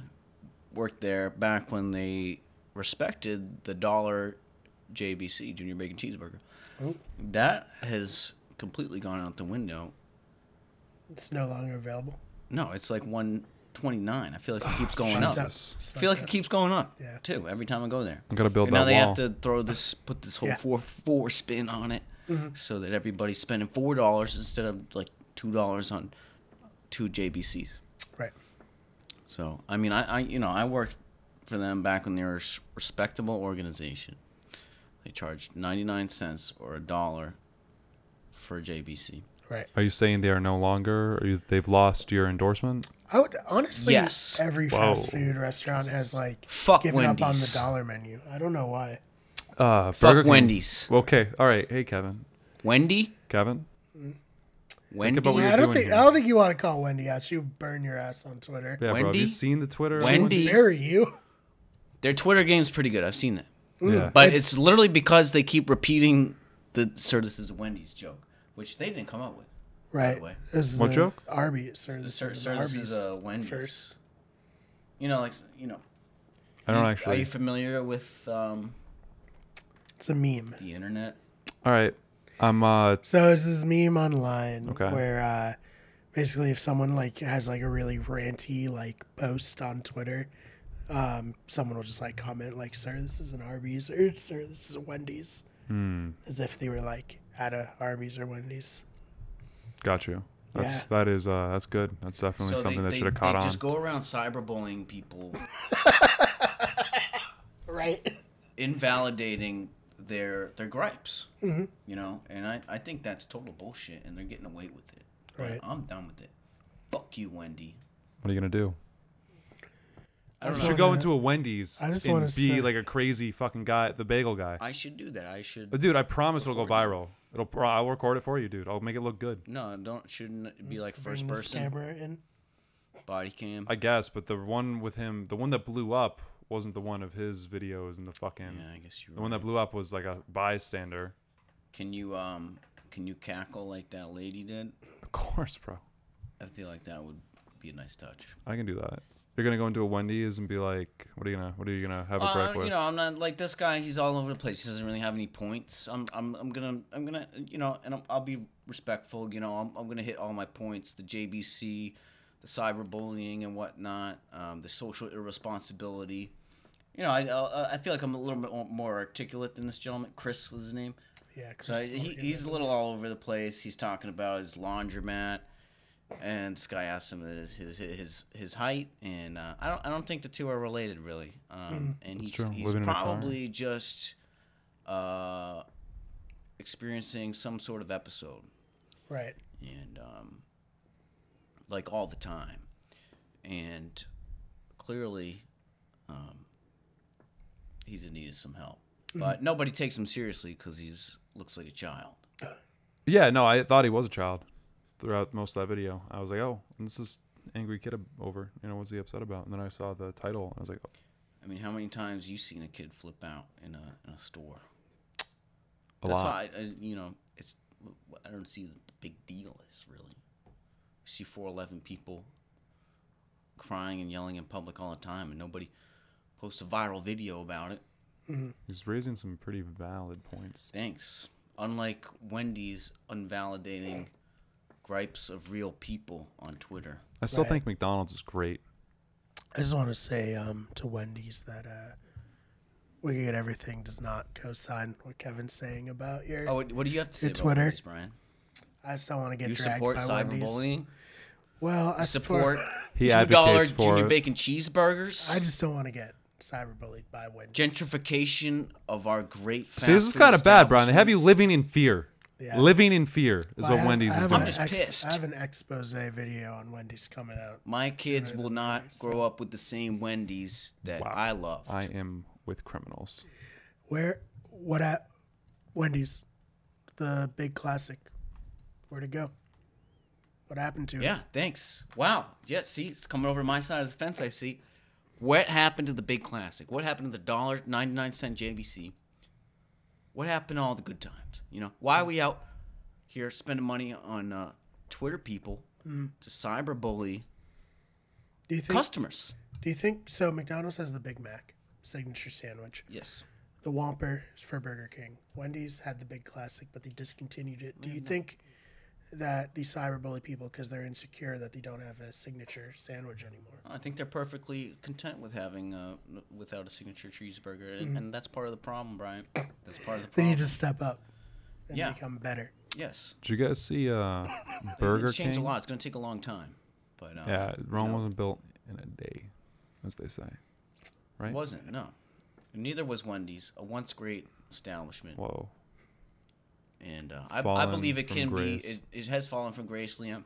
[SPEAKER 3] worked there back when they respected the dollar JBC, Junior Bacon Cheeseburger.
[SPEAKER 1] Oh.
[SPEAKER 3] That has completely gone out the window.
[SPEAKER 1] It's no longer available.
[SPEAKER 3] No, it's like 129. I feel like it
[SPEAKER 1] Ah,
[SPEAKER 3] keeps going up.
[SPEAKER 1] Spiked
[SPEAKER 2] Jesus.
[SPEAKER 1] spiked
[SPEAKER 3] I feel like it keeps going up
[SPEAKER 1] Yeah.
[SPEAKER 3] too every time I go there.
[SPEAKER 2] gotta build
[SPEAKER 3] and
[SPEAKER 2] that
[SPEAKER 3] now they
[SPEAKER 2] wall.
[SPEAKER 3] have to throw this, put this whole
[SPEAKER 1] Yeah. Mm-hmm.
[SPEAKER 3] four four spin on it, so that everybody's spending four dollars instead of like two dollars on two JBCs.
[SPEAKER 1] Right.
[SPEAKER 3] So I mean, I, I you know I worked for them back when they were a s- respectable organization. They charged ninety nine cents or a dollar for a JBC.
[SPEAKER 1] Right.
[SPEAKER 2] Are you saying they are no longer? Are you, they've lost your endorsement?
[SPEAKER 1] I would honestly.
[SPEAKER 3] Yes.
[SPEAKER 1] Every fast
[SPEAKER 2] Whoa.
[SPEAKER 1] food restaurant has like
[SPEAKER 3] Fuck
[SPEAKER 1] given up on the
[SPEAKER 3] Wendy's.
[SPEAKER 1] dollar menu. I don't know why.
[SPEAKER 2] Uh,
[SPEAKER 3] Fuck
[SPEAKER 2] Burger King.
[SPEAKER 3] Wendy's.
[SPEAKER 2] Okay, all right. Hey, Kevin.
[SPEAKER 3] Wendy. Wendy.
[SPEAKER 2] Kevin.
[SPEAKER 3] Wendy.
[SPEAKER 2] about what
[SPEAKER 1] Yeah,
[SPEAKER 2] you're
[SPEAKER 1] I don't
[SPEAKER 2] doing
[SPEAKER 1] think
[SPEAKER 2] here?
[SPEAKER 1] I don't think you want to call Wendy out. She'll burn your ass on Twitter.
[SPEAKER 2] Yeah, bro. Have you
[SPEAKER 3] Wendy?
[SPEAKER 2] seen the Twitter?
[SPEAKER 3] Wendy.
[SPEAKER 1] Bury you.
[SPEAKER 3] Their Twitter game's pretty good. I've seen that.
[SPEAKER 2] Yeah.
[SPEAKER 3] Mm, But
[SPEAKER 1] It's-
[SPEAKER 3] it's, literally because they keep repeating the "Sir, this is Wendy's" joke, which they didn't come up with.
[SPEAKER 1] Right.
[SPEAKER 3] way.
[SPEAKER 1] This is
[SPEAKER 2] What
[SPEAKER 1] a
[SPEAKER 2] joke?
[SPEAKER 1] Arby's. Sir, this
[SPEAKER 3] Sir,
[SPEAKER 1] is
[SPEAKER 3] sir
[SPEAKER 1] an
[SPEAKER 3] this
[SPEAKER 1] Arby's
[SPEAKER 3] is a Wendy's.
[SPEAKER 1] first.
[SPEAKER 3] You know, like you know.
[SPEAKER 2] I don't
[SPEAKER 3] Are you
[SPEAKER 2] actually.
[SPEAKER 3] familiar with um,
[SPEAKER 1] It's a meme.
[SPEAKER 3] the internet?
[SPEAKER 2] All right. I'm. Uh,
[SPEAKER 1] So it's this meme online
[SPEAKER 2] Okay.
[SPEAKER 1] where uh, basically if someone like has like a really ranty like post on Twitter, um, someone will just like comment like, "Sir, this is an Arby's," or "Sir, this is a Wendy's," as if they were like at a Arby's or Wendy's.
[SPEAKER 2] got you. That's that is uh that's good. That's definitely something that should have
[SPEAKER 3] they
[SPEAKER 2] caught on.
[SPEAKER 3] just go around cyberbullying people,
[SPEAKER 1] Right.
[SPEAKER 3] invalidating their their gripes. Mm-hmm. You know, and I, I think that's total bullshit, and they're getting away with it.
[SPEAKER 1] Right.
[SPEAKER 3] I'm done with it. Fuck you, Wendy.
[SPEAKER 2] what are you gonna do?
[SPEAKER 1] I
[SPEAKER 2] You
[SPEAKER 1] just
[SPEAKER 2] should
[SPEAKER 1] wanna-
[SPEAKER 2] go into a Wendy's
[SPEAKER 1] Oh, I just
[SPEAKER 2] and
[SPEAKER 1] wanna
[SPEAKER 2] be
[SPEAKER 1] say-
[SPEAKER 2] like a crazy fucking guy, the bagel guy.
[SPEAKER 3] I should do that. I should.
[SPEAKER 2] But dude, I promise it'll go viral. It'll. pro- I'll record it for you, dude. I'll make it look good.
[SPEAKER 3] no, don't shouldn't it be like
[SPEAKER 1] bring
[SPEAKER 3] first
[SPEAKER 1] this
[SPEAKER 3] person
[SPEAKER 1] camera in.
[SPEAKER 3] body cam.
[SPEAKER 2] I guess, but the one with him, the one that blew up, wasn't the one of his videos and the fucking.
[SPEAKER 3] yeah, I guess you.
[SPEAKER 2] The one that blew up was like a bystander.
[SPEAKER 3] Can you um can you cackle like that lady did?
[SPEAKER 2] Of course, bro.
[SPEAKER 3] I feel like that would be a nice touch.
[SPEAKER 2] I can do that. You're gonna go into a Wendy's and be like, "What are you gonna? What are you gonna have a
[SPEAKER 3] Uh,
[SPEAKER 2] crack with?"
[SPEAKER 3] you know, I'm not like this guy. He's all over the place. He doesn't really have any points. I'm, I'm, I'm gonna, I'm gonna, you know, and I'm, I'll be respectful. You know, I'm, I'm gonna hit all my points. The JBC, the cyberbullying and whatnot, um, the social irresponsibility. You know, I, uh, I, I feel like I'm a little bit more articulate than this gentleman. Chris was his name.
[SPEAKER 1] Yeah.
[SPEAKER 3] So
[SPEAKER 1] Chris
[SPEAKER 3] he,
[SPEAKER 1] Morgan.
[SPEAKER 3] he's a little all over the place. He's talking about his laundromat, and this guy asked him his his his, his height, and uh, I don't I don't think the two are related really. Um, and he's,
[SPEAKER 2] true.
[SPEAKER 3] he's
[SPEAKER 2] Living in a car.
[SPEAKER 3] probably just uh, experiencing some sort of episode
[SPEAKER 1] Right.
[SPEAKER 3] and um, like all the time. And clearly, um, he's in need of some help. But nobody takes him seriously because he's looks like a child.
[SPEAKER 2] Yeah, no, I thought he was a child throughout most of that video. I was like, oh, this is angry kid ab- over. You know, what's he upset about? And then I saw the title. And I was like,
[SPEAKER 3] I mean, how many times you seen a kid flip out in a in a store?
[SPEAKER 2] a
[SPEAKER 3] That's
[SPEAKER 2] lot.
[SPEAKER 3] why I, I, you know, it's I don't see what the big deal is really. I see four eleven people crying and yelling in public all the time, and nobody posts a viral video about it.
[SPEAKER 2] He's raising some pretty valid points.
[SPEAKER 3] Thanks. Unlike Wendy's unvalidating gripes of real people on Twitter.
[SPEAKER 2] I still
[SPEAKER 1] Right.
[SPEAKER 2] think McDonald's is great.
[SPEAKER 1] I just want to say um, to Wendy's that uh, We Get Everything does not co sign what Kevin's saying about your.
[SPEAKER 3] Oh, what what do you have to say
[SPEAKER 1] It's
[SPEAKER 3] about
[SPEAKER 1] Twitter.
[SPEAKER 3] Wendy's, Brian?
[SPEAKER 1] I still want to get
[SPEAKER 3] You
[SPEAKER 1] dragged
[SPEAKER 3] support
[SPEAKER 1] by Wendy's.
[SPEAKER 3] cyberbullying?
[SPEAKER 1] Well, I
[SPEAKER 3] Support
[SPEAKER 1] support.
[SPEAKER 2] He
[SPEAKER 3] two dollar
[SPEAKER 2] advocates for
[SPEAKER 3] junior
[SPEAKER 2] it.
[SPEAKER 3] bacon cheeseburgers?
[SPEAKER 1] I just don't want to get cyberbullied by Wendy's.
[SPEAKER 3] gentrification of our great.
[SPEAKER 2] See, this is kind of bad, Brian. They have you living in fear.
[SPEAKER 1] Yeah.
[SPEAKER 2] Living in fear is
[SPEAKER 1] Well, I
[SPEAKER 2] what
[SPEAKER 1] have-
[SPEAKER 2] Wendy's
[SPEAKER 1] I
[SPEAKER 2] is
[SPEAKER 1] have
[SPEAKER 2] doing.
[SPEAKER 1] an
[SPEAKER 3] I'm just pissed.
[SPEAKER 1] I have an expose video on Wendy's coming out.
[SPEAKER 3] My kids
[SPEAKER 1] Sooner
[SPEAKER 3] will
[SPEAKER 1] than
[SPEAKER 3] not
[SPEAKER 1] later, so-
[SPEAKER 3] grow up with the same Wendy's that
[SPEAKER 2] Wow.
[SPEAKER 3] I loved.
[SPEAKER 2] I am with criminals.
[SPEAKER 1] Where? What at? Wendy's, the big classic. Where'd it go? What happened to it?
[SPEAKER 3] yeah, thanks. Wow. Yeah, see, it's coming over to my side of the fence. I see. What happened to the big classic? What happened to the dollar ninety nine cent JVC? What happened to all the good times? You know, why are we out here spending money on uh, Twitter people to cyberbully
[SPEAKER 1] Do you think?
[SPEAKER 3] customers?
[SPEAKER 1] Do you think so? McDonald's has the Big Mac signature sandwich.
[SPEAKER 3] Yes.
[SPEAKER 1] The Whopper is for Burger King. Wendy's had the big classic, but they discontinued it. Do you think that the cyberbully people, because they're insecure that they don't have a signature sandwich anymore?
[SPEAKER 3] I think they're perfectly content with having uh, n- without a signature cheeseburger, and, and that's part of the problem, Brian. That's part
[SPEAKER 1] Mm-hmm.
[SPEAKER 3] of the
[SPEAKER 1] They
[SPEAKER 3] problem.
[SPEAKER 1] need to step up and
[SPEAKER 3] Yeah.
[SPEAKER 1] become better.
[SPEAKER 3] yes,
[SPEAKER 2] Did you guys see uh, Burger
[SPEAKER 3] it's changed
[SPEAKER 2] King?
[SPEAKER 3] a lot. It's going to take a long time, but uh,
[SPEAKER 2] Yeah, Rome
[SPEAKER 3] you know,
[SPEAKER 2] wasn't built in a day, as they say. Right?
[SPEAKER 3] wasn't. No, neither was Wendy's, a once great establishment,
[SPEAKER 2] Whoa.
[SPEAKER 3] and uh, I, I
[SPEAKER 2] Fallen
[SPEAKER 3] believe it
[SPEAKER 2] from
[SPEAKER 3] can
[SPEAKER 2] grace.
[SPEAKER 3] be. It, it has fallen from grace, Liam.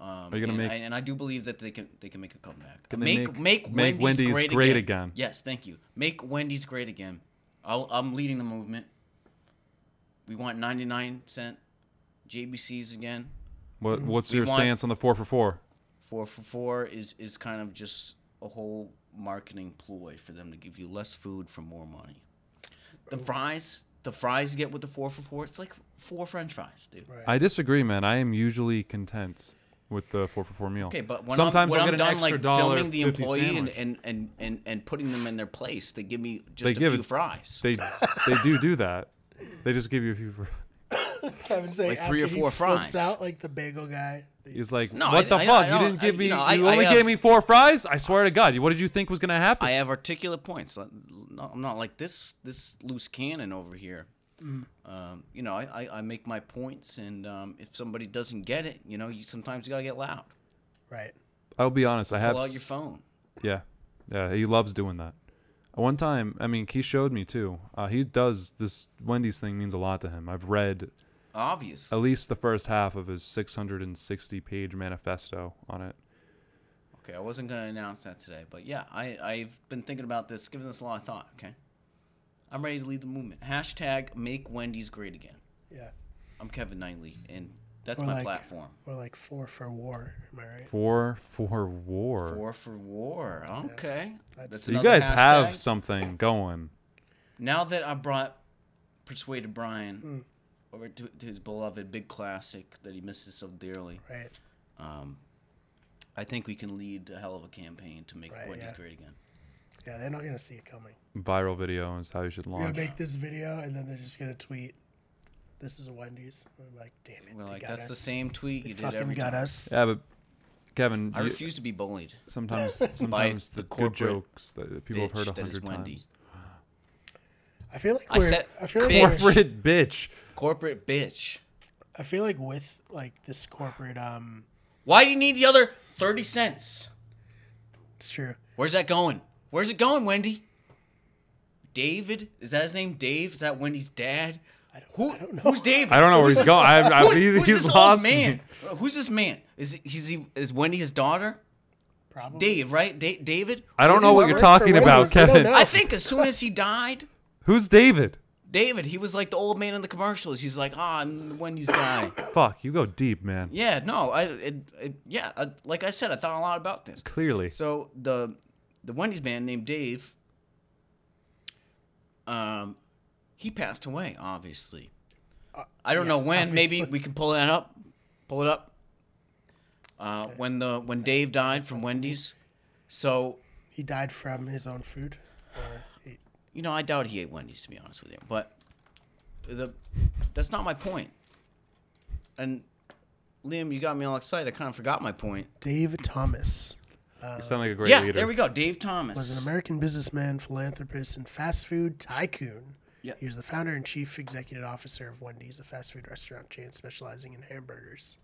[SPEAKER 3] Um, Are
[SPEAKER 2] you gonna
[SPEAKER 3] and
[SPEAKER 2] make-
[SPEAKER 3] I, and I do believe that they can they can make a comeback.
[SPEAKER 2] Can they
[SPEAKER 3] make,
[SPEAKER 2] make-
[SPEAKER 3] make
[SPEAKER 2] make
[SPEAKER 3] Wendy's,
[SPEAKER 2] Wendy's
[SPEAKER 3] great,
[SPEAKER 2] great
[SPEAKER 3] again.
[SPEAKER 2] again?
[SPEAKER 3] Yes, thank you. Make Wendy's great again. I'll, I'm leading the movement. We want 99 cent JBCs again.
[SPEAKER 1] Mm.
[SPEAKER 2] What, what's your
[SPEAKER 3] want-
[SPEAKER 2] stance on the four for four?
[SPEAKER 3] Four for four is is kind of just a whole marketing ploy for them to give you less food for more money. The fries, the fries you get with the four for four, it's like four French fries, dude.
[SPEAKER 1] Right.
[SPEAKER 2] I disagree, man. I am usually content with the four for four meal.
[SPEAKER 3] Okay, but when
[SPEAKER 2] sometimes
[SPEAKER 3] I'm,
[SPEAKER 2] I'll
[SPEAKER 3] when
[SPEAKER 2] get
[SPEAKER 3] I'm
[SPEAKER 2] an
[SPEAKER 3] done
[SPEAKER 2] extra
[SPEAKER 3] like
[SPEAKER 2] dollar
[SPEAKER 3] filming the
[SPEAKER 2] 50
[SPEAKER 3] employee and,
[SPEAKER 2] sandwich.
[SPEAKER 3] and, and, and, and putting them in their place, they give me just
[SPEAKER 2] They
[SPEAKER 3] a
[SPEAKER 2] give
[SPEAKER 3] few
[SPEAKER 2] it-
[SPEAKER 3] fries.
[SPEAKER 2] they they do do that. They just give you a few. fr-
[SPEAKER 1] Kevin's saying
[SPEAKER 3] Like three or
[SPEAKER 1] after he
[SPEAKER 3] four
[SPEAKER 1] flips
[SPEAKER 3] fries.
[SPEAKER 1] out like the bagel guy.
[SPEAKER 2] He's like,
[SPEAKER 3] No,
[SPEAKER 2] what
[SPEAKER 3] I-
[SPEAKER 2] the
[SPEAKER 3] I- I
[SPEAKER 2] fuck? you
[SPEAKER 3] don't-
[SPEAKER 2] didn't give
[SPEAKER 3] I-
[SPEAKER 2] me.
[SPEAKER 3] you
[SPEAKER 2] You,
[SPEAKER 3] know, I- I
[SPEAKER 2] only
[SPEAKER 3] have-
[SPEAKER 2] gave me four fries. I swear to God. What did you think was gonna happen?
[SPEAKER 3] I have articulate points. Like, no- I'm not like this this loose cannon over here. Um, you know, I, I, I make my points, and um, if somebody doesn't get it, you know, you sometimes you gotta get loud.
[SPEAKER 1] Right.
[SPEAKER 2] I'll be honest. I have.
[SPEAKER 3] Pull out
[SPEAKER 2] s-
[SPEAKER 3] your phone.
[SPEAKER 2] Yeah, yeah. He loves doing that. One time, I mean, he showed me too. Uh, he does this Wendy's thing means a lot to him. I've read
[SPEAKER 3] Obvious.
[SPEAKER 2] at least the first half of his 660 page manifesto on it.
[SPEAKER 3] Okay, I wasn't gonna announce that today, but yeah, I I've been thinking about this, giving this a lot of thought. Okay, I'm ready to lead the movement. Hashtag Make Wendy's Great Again.
[SPEAKER 1] Yeah.
[SPEAKER 3] I'm Kevin Knightley, and that's
[SPEAKER 1] Or
[SPEAKER 3] my
[SPEAKER 1] like-
[SPEAKER 3] platform.
[SPEAKER 1] We're like four for war. Am I right?
[SPEAKER 2] Four for war.
[SPEAKER 3] War for war. Okay,
[SPEAKER 1] That's-
[SPEAKER 3] That's
[SPEAKER 2] so you
[SPEAKER 3] another
[SPEAKER 2] guys have
[SPEAKER 3] hashtag.
[SPEAKER 2] something going.
[SPEAKER 3] Now that I brought persuaded Brian
[SPEAKER 1] Hmm.
[SPEAKER 3] over to, to his beloved big classic that he misses so dearly,
[SPEAKER 1] Right.
[SPEAKER 3] I think we can lead a hell of a campaign to make
[SPEAKER 1] Right,
[SPEAKER 3] Wendy's
[SPEAKER 1] yeah.
[SPEAKER 3] great again.
[SPEAKER 1] Yeah, they're not gonna see it coming.
[SPEAKER 2] Viral video is how you should
[SPEAKER 1] We're
[SPEAKER 2] launch.
[SPEAKER 1] gonna make this video and then they're just gonna tweet, "This is a Wendy's." I'm like, damn it.
[SPEAKER 3] We're
[SPEAKER 1] they
[SPEAKER 3] like,
[SPEAKER 1] got
[SPEAKER 3] that's
[SPEAKER 1] us.
[SPEAKER 3] the same tweet
[SPEAKER 1] They
[SPEAKER 3] you did
[SPEAKER 1] fucking
[SPEAKER 3] every
[SPEAKER 1] got
[SPEAKER 3] time.
[SPEAKER 1] us.
[SPEAKER 2] Yeah, but Kevin,
[SPEAKER 3] I
[SPEAKER 2] you-
[SPEAKER 3] refuse to be bullied.
[SPEAKER 2] sometimes sometimes the,
[SPEAKER 3] the
[SPEAKER 2] good
[SPEAKER 3] corporate
[SPEAKER 2] jokes that people have
[SPEAKER 3] bitch
[SPEAKER 2] heard a
[SPEAKER 3] that is
[SPEAKER 2] hundred
[SPEAKER 3] Wendy.
[SPEAKER 2] times.
[SPEAKER 1] I feel like
[SPEAKER 3] I
[SPEAKER 1] we're. I,
[SPEAKER 3] said-
[SPEAKER 1] feel like
[SPEAKER 3] Bitch.
[SPEAKER 1] we're,
[SPEAKER 2] Corporate bitch.
[SPEAKER 3] Corporate bitch.
[SPEAKER 1] I feel like with like this corporate. Um,
[SPEAKER 3] Why do you need the other 30 cents?
[SPEAKER 1] it's true.
[SPEAKER 3] Where's that going? Where's it going, Wendy? David? Is that his name? Dave? Is that Wendy's dad?
[SPEAKER 1] I don't,
[SPEAKER 3] Who,
[SPEAKER 1] I don't know.
[SPEAKER 3] Who's David?
[SPEAKER 2] I don't know where he's
[SPEAKER 3] Who's this-
[SPEAKER 2] going. I've, I've,
[SPEAKER 3] who-
[SPEAKER 2] he's,
[SPEAKER 3] who's
[SPEAKER 2] he's
[SPEAKER 3] this
[SPEAKER 2] lost
[SPEAKER 3] old man? Uh,
[SPEAKER 2] me.
[SPEAKER 3] Who's this man? Is he, is he is Wendy his daughter?
[SPEAKER 1] Probably.
[SPEAKER 3] Dave, right? Da- David.
[SPEAKER 2] I don't know what you're
[SPEAKER 1] works for
[SPEAKER 2] talking
[SPEAKER 1] Wendy's,
[SPEAKER 2] about,
[SPEAKER 1] we don't
[SPEAKER 2] Kevin.
[SPEAKER 1] know.
[SPEAKER 3] I think as soon as he died,
[SPEAKER 2] Who's David?
[SPEAKER 3] David, he was like the old man in the commercials. He's like, ah, I'm the Wendy's guy.
[SPEAKER 2] Fuck, you go deep, man.
[SPEAKER 3] yeah, no, I, it, it, yeah, I, like I said, I thought a lot about this.
[SPEAKER 2] Clearly.
[SPEAKER 3] So the the Wendy's man named Dave, um, he passed away. Obviously, I don't know when. Maybe
[SPEAKER 1] obviously.
[SPEAKER 3] we can pull that up. Pull it up. Uh, When the when Dave died from Wendy's, so
[SPEAKER 1] He died from his own food. Or he,
[SPEAKER 3] you know I doubt he ate Wendy's to be honest with you. But the that's not my point. And Liam, you got me all excited. I kind of forgot my point.
[SPEAKER 1] Dave Thomas
[SPEAKER 2] you sound like a great
[SPEAKER 3] yeah,
[SPEAKER 2] leader.
[SPEAKER 3] there we go. Dave Thomas.
[SPEAKER 1] was an American businessman, philanthropist, and fast food tycoon.
[SPEAKER 3] Yeah.
[SPEAKER 1] He was the founder and chief executive officer of Wendy's, a fast food restaurant chain specializing in hamburgers.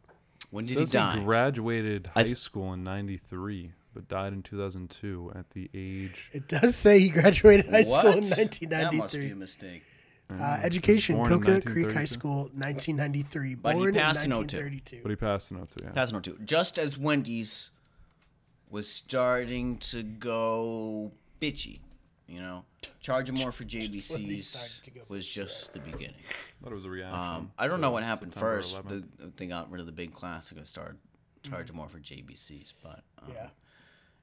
[SPEAKER 3] when did
[SPEAKER 2] Says
[SPEAKER 3] he die?
[SPEAKER 2] graduated high
[SPEAKER 3] I th-
[SPEAKER 2] school in 93, but died in 2002 at the age.
[SPEAKER 1] It does say he graduated high school in
[SPEAKER 3] What? That must be a
[SPEAKER 1] 1993.
[SPEAKER 3] mistake.
[SPEAKER 1] Uh, education,
[SPEAKER 2] Mm. born in
[SPEAKER 1] Coconut Creek High
[SPEAKER 2] 1932.
[SPEAKER 1] School, 1993.
[SPEAKER 3] But he
[SPEAKER 1] born in
[SPEAKER 3] passed in 02.
[SPEAKER 1] 1932.
[SPEAKER 2] But he passed in 02, yeah.
[SPEAKER 3] That's not too. Just as Wendy's was starting to go bitchy, you know, charging more for
[SPEAKER 1] when they started to go
[SPEAKER 3] JBCs was just the beginning.
[SPEAKER 2] thought it was a reaction.
[SPEAKER 3] Um, I don't know
[SPEAKER 2] to
[SPEAKER 3] what happened
[SPEAKER 2] September
[SPEAKER 3] first.
[SPEAKER 2] 11th.
[SPEAKER 3] The, they got rid of the big classic and started charging more for JBCs, but um,
[SPEAKER 1] Yeah.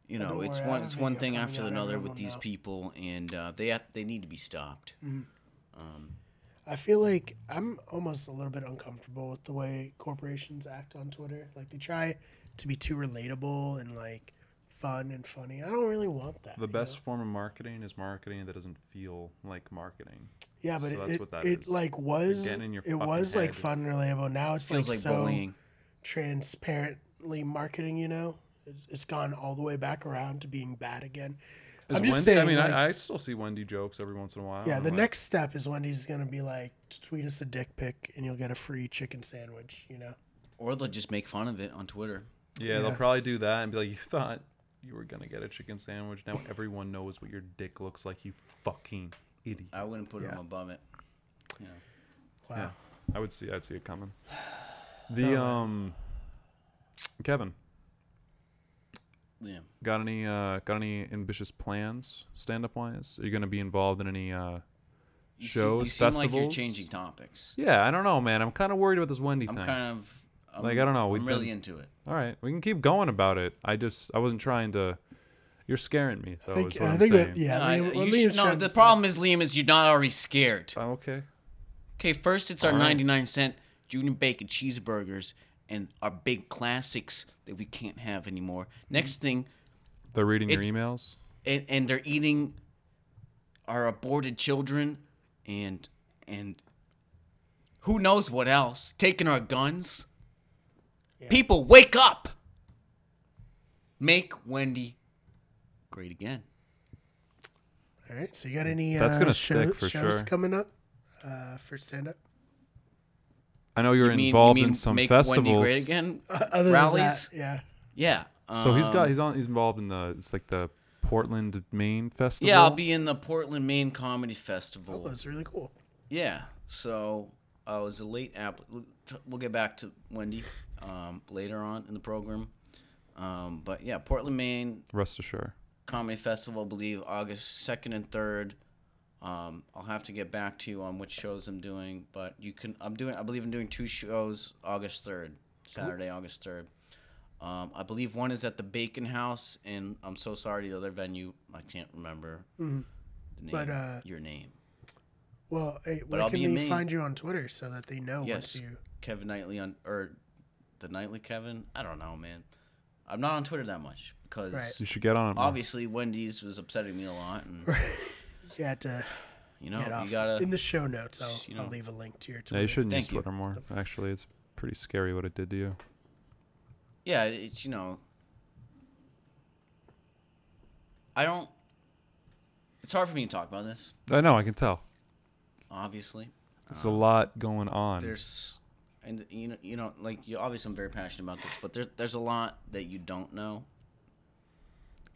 [SPEAKER 3] you know,
[SPEAKER 1] don't
[SPEAKER 3] it's
[SPEAKER 1] worry, I
[SPEAKER 3] one
[SPEAKER 1] have
[SPEAKER 3] it's
[SPEAKER 1] a
[SPEAKER 3] one
[SPEAKER 1] video
[SPEAKER 3] thing
[SPEAKER 1] coming
[SPEAKER 3] after
[SPEAKER 1] out,
[SPEAKER 3] another
[SPEAKER 1] everyone
[SPEAKER 3] with these
[SPEAKER 1] will know.
[SPEAKER 3] people, and uh, they have, they need to be stopped.
[SPEAKER 1] Mm-hmm. I feel like I'm almost a little bit uncomfortable with the way corporations act on Twitter. Like they try to be too relatable and like fun and funny. I don't really want that.
[SPEAKER 2] The
[SPEAKER 1] you
[SPEAKER 2] best
[SPEAKER 1] know?
[SPEAKER 2] form of marketing is marketing that doesn't feel like marketing.
[SPEAKER 1] Yeah, but
[SPEAKER 2] so
[SPEAKER 1] it,
[SPEAKER 2] that's
[SPEAKER 1] it,
[SPEAKER 2] what that
[SPEAKER 1] it
[SPEAKER 2] is.
[SPEAKER 1] like was
[SPEAKER 2] Getting in your
[SPEAKER 1] it
[SPEAKER 2] fucking
[SPEAKER 1] was like
[SPEAKER 2] head.
[SPEAKER 1] fun and relatable. Now it's like,
[SPEAKER 3] Feels like
[SPEAKER 1] so
[SPEAKER 3] bullying.
[SPEAKER 1] transparently marketing. You know, it's, it's gone all the way back around to being bad again.
[SPEAKER 2] Is
[SPEAKER 1] I'm just
[SPEAKER 2] Wendy-
[SPEAKER 1] saying.
[SPEAKER 2] I mean,
[SPEAKER 1] like-
[SPEAKER 2] I, I still see Wendy jokes every once in a while.
[SPEAKER 1] yeah,
[SPEAKER 2] and
[SPEAKER 1] the
[SPEAKER 2] I'm like,
[SPEAKER 1] next step is Wendy's gonna be like, tweet us a dick pic and you'll get a free chicken sandwich. You know.
[SPEAKER 3] Or they'll just make fun of it on Twitter.
[SPEAKER 2] Yeah, they'll probably do that and be like, "You thought you were gonna get a chicken sandwich. Now everyone knows what your dick looks like. You fucking idiot."
[SPEAKER 3] I wouldn't put them above it.
[SPEAKER 1] Wow.
[SPEAKER 2] Yeah, I would see. I'd see it coming.
[SPEAKER 1] Oh,
[SPEAKER 2] The um, Kevin,
[SPEAKER 3] Yeah.
[SPEAKER 2] got any uh, got any ambitious plans stand up wise? Are you gonna be involved in any uh
[SPEAKER 3] You seem-
[SPEAKER 2] shows,
[SPEAKER 3] you seem
[SPEAKER 2] festivals?
[SPEAKER 3] like you're changing topics.
[SPEAKER 2] Yeah, I don't know, man. I'm kind of worried about this Wendy
[SPEAKER 3] I'm
[SPEAKER 2] thing.
[SPEAKER 3] kind of I'm,
[SPEAKER 2] Like, I don't know, we've
[SPEAKER 3] I'm really
[SPEAKER 2] been-
[SPEAKER 3] into it.
[SPEAKER 2] All right, we can keep going about it. I just I wasn't trying to. You're scaring me though.
[SPEAKER 1] I think,
[SPEAKER 2] is what
[SPEAKER 1] I
[SPEAKER 2] I'm
[SPEAKER 1] think
[SPEAKER 2] saying.
[SPEAKER 1] that, yeah.
[SPEAKER 3] No,
[SPEAKER 1] I mean,
[SPEAKER 3] I-
[SPEAKER 1] what
[SPEAKER 3] you should-
[SPEAKER 1] Liam's
[SPEAKER 3] no,
[SPEAKER 1] trying
[SPEAKER 3] the
[SPEAKER 1] to say-
[SPEAKER 3] problem is Liam is you're not already scared.
[SPEAKER 2] Oh, okay.
[SPEAKER 3] Okay, first it's our
[SPEAKER 2] All right.
[SPEAKER 3] 99 cent junior bacon cheeseburgers and our big classics that we can't have anymore. Next
[SPEAKER 2] Mm-hmm.
[SPEAKER 3] thing,
[SPEAKER 2] They're reading your
[SPEAKER 3] It's-
[SPEAKER 2] emails.
[SPEAKER 3] and, and they're eating our aborted children and and who knows what else? Taking our guns. People wake up. Make Wendy great again.
[SPEAKER 1] All right. So you got any?
[SPEAKER 2] That's
[SPEAKER 1] uh,
[SPEAKER 2] gonna
[SPEAKER 1] show-
[SPEAKER 2] stick for
[SPEAKER 1] shows
[SPEAKER 2] sure.
[SPEAKER 1] coming up uh, for stand up.
[SPEAKER 2] I know you're
[SPEAKER 3] You mean- you
[SPEAKER 2] involved
[SPEAKER 3] mean
[SPEAKER 2] in some
[SPEAKER 3] make
[SPEAKER 2] festivals.
[SPEAKER 3] Wendy great again
[SPEAKER 1] Uh, Other than
[SPEAKER 3] rallies.
[SPEAKER 1] that, yeah.
[SPEAKER 3] Yeah.
[SPEAKER 2] So he's got
[SPEAKER 3] um,
[SPEAKER 2] he's on he's involved in the it's like the Portland Maine Festival.
[SPEAKER 3] Yeah, I'll be in the Portland Maine Comedy Festival.
[SPEAKER 1] That's really cool.
[SPEAKER 3] Yeah. So I was a late app. We'll get back to Wendy um, later on in the program. Um, but yeah, Portland, Maine
[SPEAKER 2] Rest assured.
[SPEAKER 3] Comedy Festival, I believe August second and third. Um, I'll have to get back to you on which shows I'm doing, but you can. I'm doing. I believe I'm doing two shows August third, Saturday, August third. Um, I believe one is at the Bacon House, and I'm so sorry the other venue. I can't remember the name.
[SPEAKER 1] Mm-hmm. But, uh,
[SPEAKER 3] your name.
[SPEAKER 1] Well, hey, where
[SPEAKER 3] I'll
[SPEAKER 1] can
[SPEAKER 3] be in
[SPEAKER 1] they
[SPEAKER 3] Maine.
[SPEAKER 1] find you on Twitter so that they know
[SPEAKER 3] Yes,
[SPEAKER 1] once you?
[SPEAKER 3] Kevin Knightley on or the Knightley Kevin. I don't know, man. I'm not on Twitter that much because
[SPEAKER 1] Right.
[SPEAKER 2] You should get on it. man.
[SPEAKER 3] obviously Wendy's was upsetting me a lot, and
[SPEAKER 1] You had to
[SPEAKER 3] you know
[SPEAKER 1] uh, get off.
[SPEAKER 3] you gotta.
[SPEAKER 1] in the show notes, I'll,
[SPEAKER 3] you know.
[SPEAKER 1] I'll leave a link to your
[SPEAKER 2] Yeah,
[SPEAKER 1] Twitter.
[SPEAKER 2] you shouldn't use
[SPEAKER 3] Thank you.
[SPEAKER 2] Twitter more. Actually, it's pretty scary what it did to you.
[SPEAKER 3] yeah, it's you know. I don't. It's hard for me to talk about this.
[SPEAKER 2] I know. I can tell.
[SPEAKER 3] Obviously,
[SPEAKER 2] It's a lot going on.
[SPEAKER 3] Uh, there's, and you know, you know, like you obviously I'm very passionate about this, but there's there's a lot that you don't know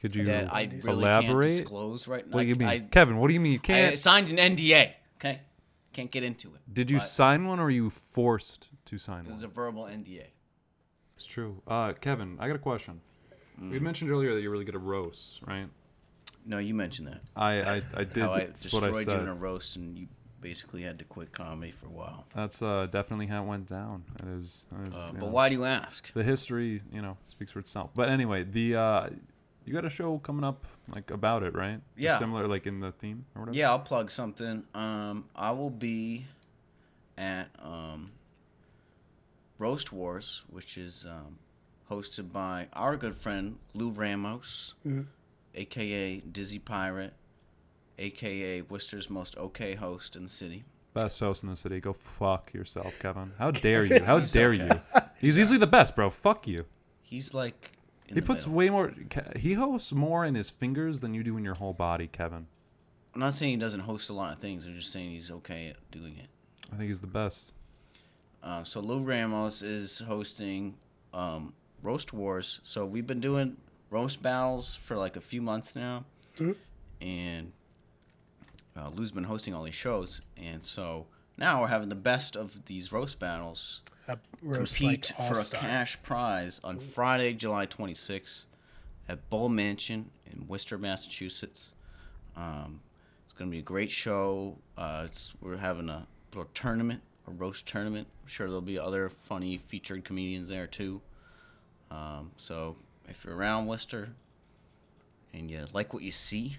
[SPEAKER 2] Could you
[SPEAKER 3] that I really can't
[SPEAKER 2] elaborate?
[SPEAKER 3] disclose right now.
[SPEAKER 2] what do you mean,
[SPEAKER 3] I,
[SPEAKER 2] Kevin? What do you mean you
[SPEAKER 3] I
[SPEAKER 2] can't?
[SPEAKER 3] signed an NDA. Okay. Can't get into it.
[SPEAKER 2] Did you
[SPEAKER 3] But
[SPEAKER 2] sign one or were you forced to sign
[SPEAKER 3] It was
[SPEAKER 2] one?
[SPEAKER 3] a verbal NDA.
[SPEAKER 2] It's true. Uh, Kevin, I got a question.
[SPEAKER 3] Mm.
[SPEAKER 2] We mentioned earlier that you're really good at roasts, right?
[SPEAKER 3] No, you mentioned that.
[SPEAKER 2] I I, I did.
[SPEAKER 3] How I
[SPEAKER 2] that's what I
[SPEAKER 3] destroyed you in a
[SPEAKER 2] said.
[SPEAKER 3] roast, and you basically had to quit comedy for a while.
[SPEAKER 2] That's uh, definitely how it went down. It is. It is
[SPEAKER 3] Uh,
[SPEAKER 2] you
[SPEAKER 3] but
[SPEAKER 2] know,
[SPEAKER 3] why do you ask?
[SPEAKER 2] The history, you know, speaks for itself. But anyway, the uh, you got a show coming up like about it, right?
[SPEAKER 3] Yeah.
[SPEAKER 2] Similar, like in the theme or whatever.
[SPEAKER 3] Yeah, I'll plug something. Um, I will be at um, Roast Wars, which is um, hosted by our good friend Lou Ramos,
[SPEAKER 2] Mm-hmm.
[SPEAKER 3] aka Dizzy Pirate, aka Worcester's most okay host in the city.
[SPEAKER 2] Best host in the city. Go fuck yourself, Kevin. How dare you? How dare you? He's easily the best, bro. Fuck you.
[SPEAKER 3] He's like in
[SPEAKER 2] He
[SPEAKER 3] the
[SPEAKER 2] puts
[SPEAKER 3] middle.
[SPEAKER 2] way more. Ke- He hosts more in his fingers than you do in your whole body, Kevin.
[SPEAKER 3] I'm not saying he doesn't host a lot of things. I'm just saying he's okay at doing it.
[SPEAKER 2] I think he's the best.
[SPEAKER 3] Uh, so Lou Ramos is hosting um, Roast Wars. So we've been doing roast battles for like a few months now,
[SPEAKER 2] Mm-hmm.
[SPEAKER 3] and uh, Lou's been hosting all these shows, and so now we're having the best of these roast battles
[SPEAKER 1] A roast
[SPEAKER 3] compete
[SPEAKER 1] like all
[SPEAKER 3] for a
[SPEAKER 1] star.
[SPEAKER 3] cash prize on Friday, July 26th at Bull Mansion in Worcester, Massachusetts. Um, it's going to be a great show. Uh, it's, we're having a little tournament, a roast tournament. I'm sure there'll be other funny featured comedians there too. Um, so if you're around Worcester and you like what you see,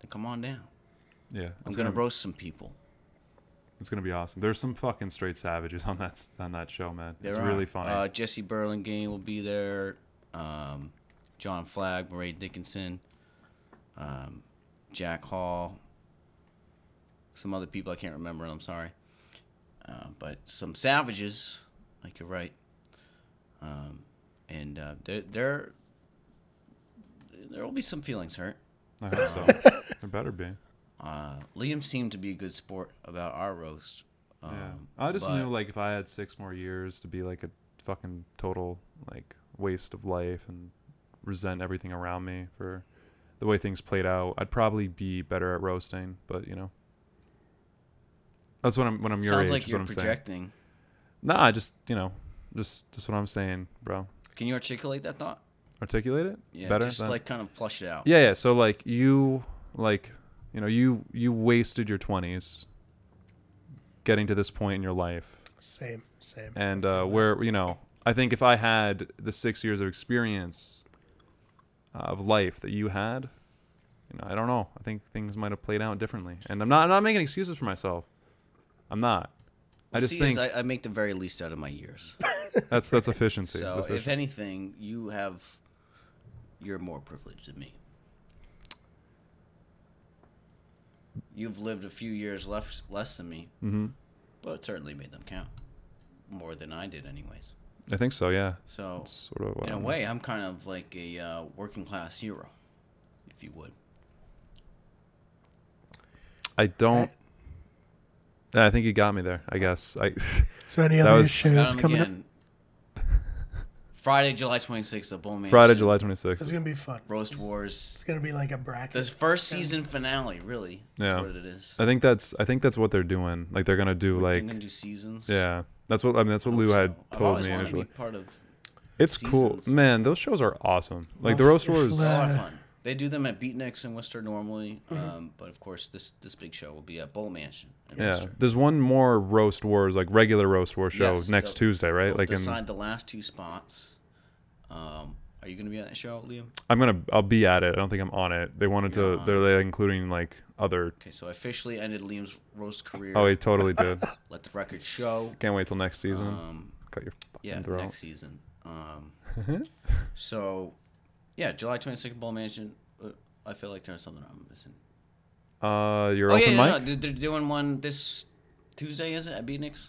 [SPEAKER 3] then come on down.
[SPEAKER 2] Yeah.
[SPEAKER 3] I'm
[SPEAKER 2] it's
[SPEAKER 3] going
[SPEAKER 2] gonna-
[SPEAKER 3] to roast some people.
[SPEAKER 2] It's gonna be awesome. There's some fucking straight savages on that on that show, man. it's
[SPEAKER 3] There are.
[SPEAKER 2] really funny.
[SPEAKER 3] Uh, Jesse Burlingame will be there. Um, John Flagg, Murray Dickinson, um, Jack Hall, some other people I can't remember. I'm sorry, uh, but some savages. Like you're right, um, and uh, there, there there will be some feelings hurt.
[SPEAKER 2] I hope so. there better be.
[SPEAKER 3] Uh, Liam seemed to be a good sport about our roast. Um,
[SPEAKER 2] Yeah. I just
[SPEAKER 3] but-
[SPEAKER 2] knew like if I had six more years to be like a fucking total like waste of life and resent everything around me for the way things played out, I'd probably be better at roasting. But you know, that's what I'm when I'm your
[SPEAKER 3] sounds
[SPEAKER 2] age.
[SPEAKER 3] like
[SPEAKER 2] is what
[SPEAKER 3] you're
[SPEAKER 2] I'm
[SPEAKER 3] projecting.
[SPEAKER 2] saying. Nah, just you know, just just what I'm saying, bro.
[SPEAKER 3] Can you articulate that thought?
[SPEAKER 2] Articulate it
[SPEAKER 3] Yeah,
[SPEAKER 2] better.
[SPEAKER 3] just
[SPEAKER 2] than-
[SPEAKER 3] like kind of flush it out.
[SPEAKER 2] Yeah, yeah. So like you like you know, you you wasted your twenties getting to this point in your life.
[SPEAKER 1] Same, same.
[SPEAKER 2] And uh where you know, I think if I had the six years of experience uh, of life that you had, you know, I don't know. I think things might have played out differently. And I'm not I'm not making excuses for myself. I'm not. I just
[SPEAKER 3] See, is
[SPEAKER 2] think
[SPEAKER 3] I, I make the very least out of my years.
[SPEAKER 2] that's that's efficiency. it's
[SPEAKER 3] so if
[SPEAKER 2] efficient.
[SPEAKER 3] anything, you have you're more privileged than me. You've lived a few years less less than me, mm-hmm. but it certainly made them count more than I did, anyways.
[SPEAKER 2] I think so, yeah.
[SPEAKER 3] So
[SPEAKER 2] That's sort of um, what
[SPEAKER 3] in a
[SPEAKER 2] I'm-
[SPEAKER 3] way, I'm kind of like a uh, working class hero, if you would.
[SPEAKER 2] I don't Yeah, I think you got me there, I guess. I
[SPEAKER 1] So any
[SPEAKER 2] That
[SPEAKER 1] other
[SPEAKER 2] was-
[SPEAKER 3] Got
[SPEAKER 1] shows
[SPEAKER 3] 'em
[SPEAKER 1] coming up?
[SPEAKER 3] Um, again. Friday, July 26th, at Bull Mansion.
[SPEAKER 2] Friday, July twenty
[SPEAKER 1] It's
[SPEAKER 2] sixth.
[SPEAKER 1] gonna be fun.
[SPEAKER 3] Roast Wars.
[SPEAKER 1] It's gonna be like a bracket.
[SPEAKER 3] The first season finale, really.
[SPEAKER 2] Yeah.
[SPEAKER 3] Is what it is.
[SPEAKER 2] I think that's I think that's what they're doing. Like they're gonna do
[SPEAKER 3] They're
[SPEAKER 2] like
[SPEAKER 3] gonna do seasons.
[SPEAKER 2] yeah. That's what I mean. That's what Lou
[SPEAKER 3] Oh, So,
[SPEAKER 2] had
[SPEAKER 3] I've
[SPEAKER 2] told
[SPEAKER 3] always
[SPEAKER 2] me
[SPEAKER 3] wanted
[SPEAKER 2] initially.
[SPEAKER 3] To be part of
[SPEAKER 2] It's
[SPEAKER 3] seasons.
[SPEAKER 2] cool, man. Those shows are awesome. Like the
[SPEAKER 1] Well,
[SPEAKER 2] roast
[SPEAKER 1] if
[SPEAKER 2] wars.
[SPEAKER 3] a lot
[SPEAKER 1] Uh,
[SPEAKER 3] of fun. They do them at Beatniks in Worcester normally, um, but of course this this big show will be at Bull Mansion. In
[SPEAKER 2] Yeah,
[SPEAKER 3] Worcester.
[SPEAKER 2] there's one more roast wars, like regular roast war show
[SPEAKER 3] Yes,
[SPEAKER 2] next
[SPEAKER 3] they'll-
[SPEAKER 2] Tuesday, right?
[SPEAKER 3] They'll
[SPEAKER 2] Like in,
[SPEAKER 3] decide the last two spots. Um, are you gonna be on that show, Liam?
[SPEAKER 2] I'm gonna I'll be at it. I don't think I'm on it. They wanted to. They're like, including like other.
[SPEAKER 3] Okay, so I officially ended Liam's roast career.
[SPEAKER 2] Oh, he totally did.
[SPEAKER 3] Let the record show.
[SPEAKER 2] Can't wait till next season.
[SPEAKER 3] Um,
[SPEAKER 2] Cut your fucking
[SPEAKER 3] yeah,
[SPEAKER 2] throat.
[SPEAKER 3] next season. Um, so, yeah, July 26th, Bull Mansion. Uh, I feel like there's something I'm missing.
[SPEAKER 2] Uh, your
[SPEAKER 3] Oh yeah,
[SPEAKER 2] open
[SPEAKER 3] no, no,
[SPEAKER 2] mic.
[SPEAKER 3] they're- they're doing one this Tuesday, is it at Beatniks?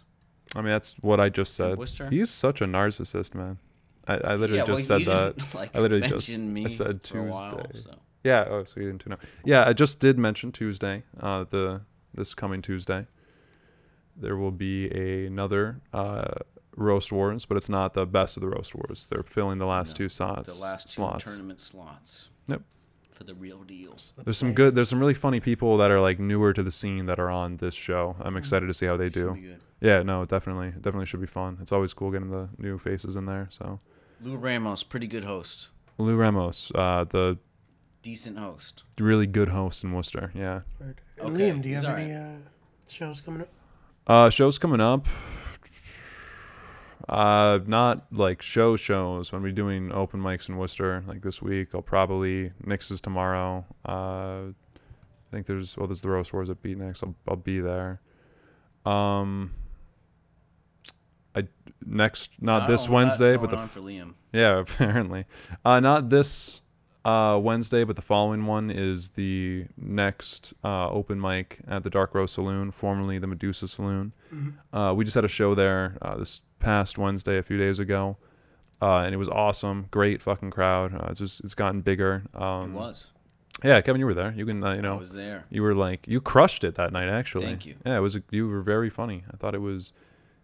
[SPEAKER 2] I mean, that's what I just said.
[SPEAKER 3] Worcester?
[SPEAKER 2] He's such a narcissist, man. I, I literally
[SPEAKER 3] Yeah, well,
[SPEAKER 2] just
[SPEAKER 3] you
[SPEAKER 2] said that.
[SPEAKER 3] didn't, like,
[SPEAKER 2] I literally just
[SPEAKER 3] mention me
[SPEAKER 2] I said
[SPEAKER 3] for a
[SPEAKER 2] Tuesday.
[SPEAKER 3] while, so.
[SPEAKER 2] Yeah. Oh, so you didn't tune up. Yeah, I just did mention Tuesday. Uh, the this coming Tuesday, there will be a, another uh, roast wars, but it's not the best of the roast wars. They're filling the last two
[SPEAKER 3] The
[SPEAKER 2] slots.
[SPEAKER 3] last two
[SPEAKER 2] slots.
[SPEAKER 3] tournament slots.
[SPEAKER 2] Yep.
[SPEAKER 3] to the real deals.
[SPEAKER 2] There's some good. There's some really funny people that are like newer to the scene that are on this show. I'm excited to see how they do. Yeah, no, definitely, definitely should be fun. It's always cool getting the new faces in there. So
[SPEAKER 3] Lou Ramos, pretty good host,
[SPEAKER 2] Lou Ramos, uh, the
[SPEAKER 3] decent host.
[SPEAKER 2] really good host in Worcester. Yeah.
[SPEAKER 1] Word.
[SPEAKER 3] Okay,
[SPEAKER 1] And Liam, do you
[SPEAKER 3] he's
[SPEAKER 1] have
[SPEAKER 3] all
[SPEAKER 1] any uh, shows coming up?
[SPEAKER 2] Uh, shows coming up. Uh, not like show shows. When we're doing open mics in Worcester, like this week, I'll probably Nick's is tomorrow. Uh, I think there's well, there's the roast wars at Beat next. I'll I'll be there. Um, I next not Uh, this Wednesday, but the
[SPEAKER 3] on for Liam.
[SPEAKER 2] yeah, apparently. Uh, not this uh, Wednesday, but the following one is the next uh, open mic at the Dark Rose Saloon, formerly the Medusa Saloon. Uh, we just had a show there uh, this past Wednesday, a few days ago, uh, and it was awesome. Great fucking crowd. Uh, it's just it's gotten bigger. Um,
[SPEAKER 3] It was.
[SPEAKER 2] Yeah, Kevin, you were there. You can uh, you
[SPEAKER 3] I
[SPEAKER 2] know
[SPEAKER 3] was there.
[SPEAKER 2] you were like you crushed it that night actually.
[SPEAKER 3] Thank you.
[SPEAKER 2] Yeah, it was you were very funny. I thought it was,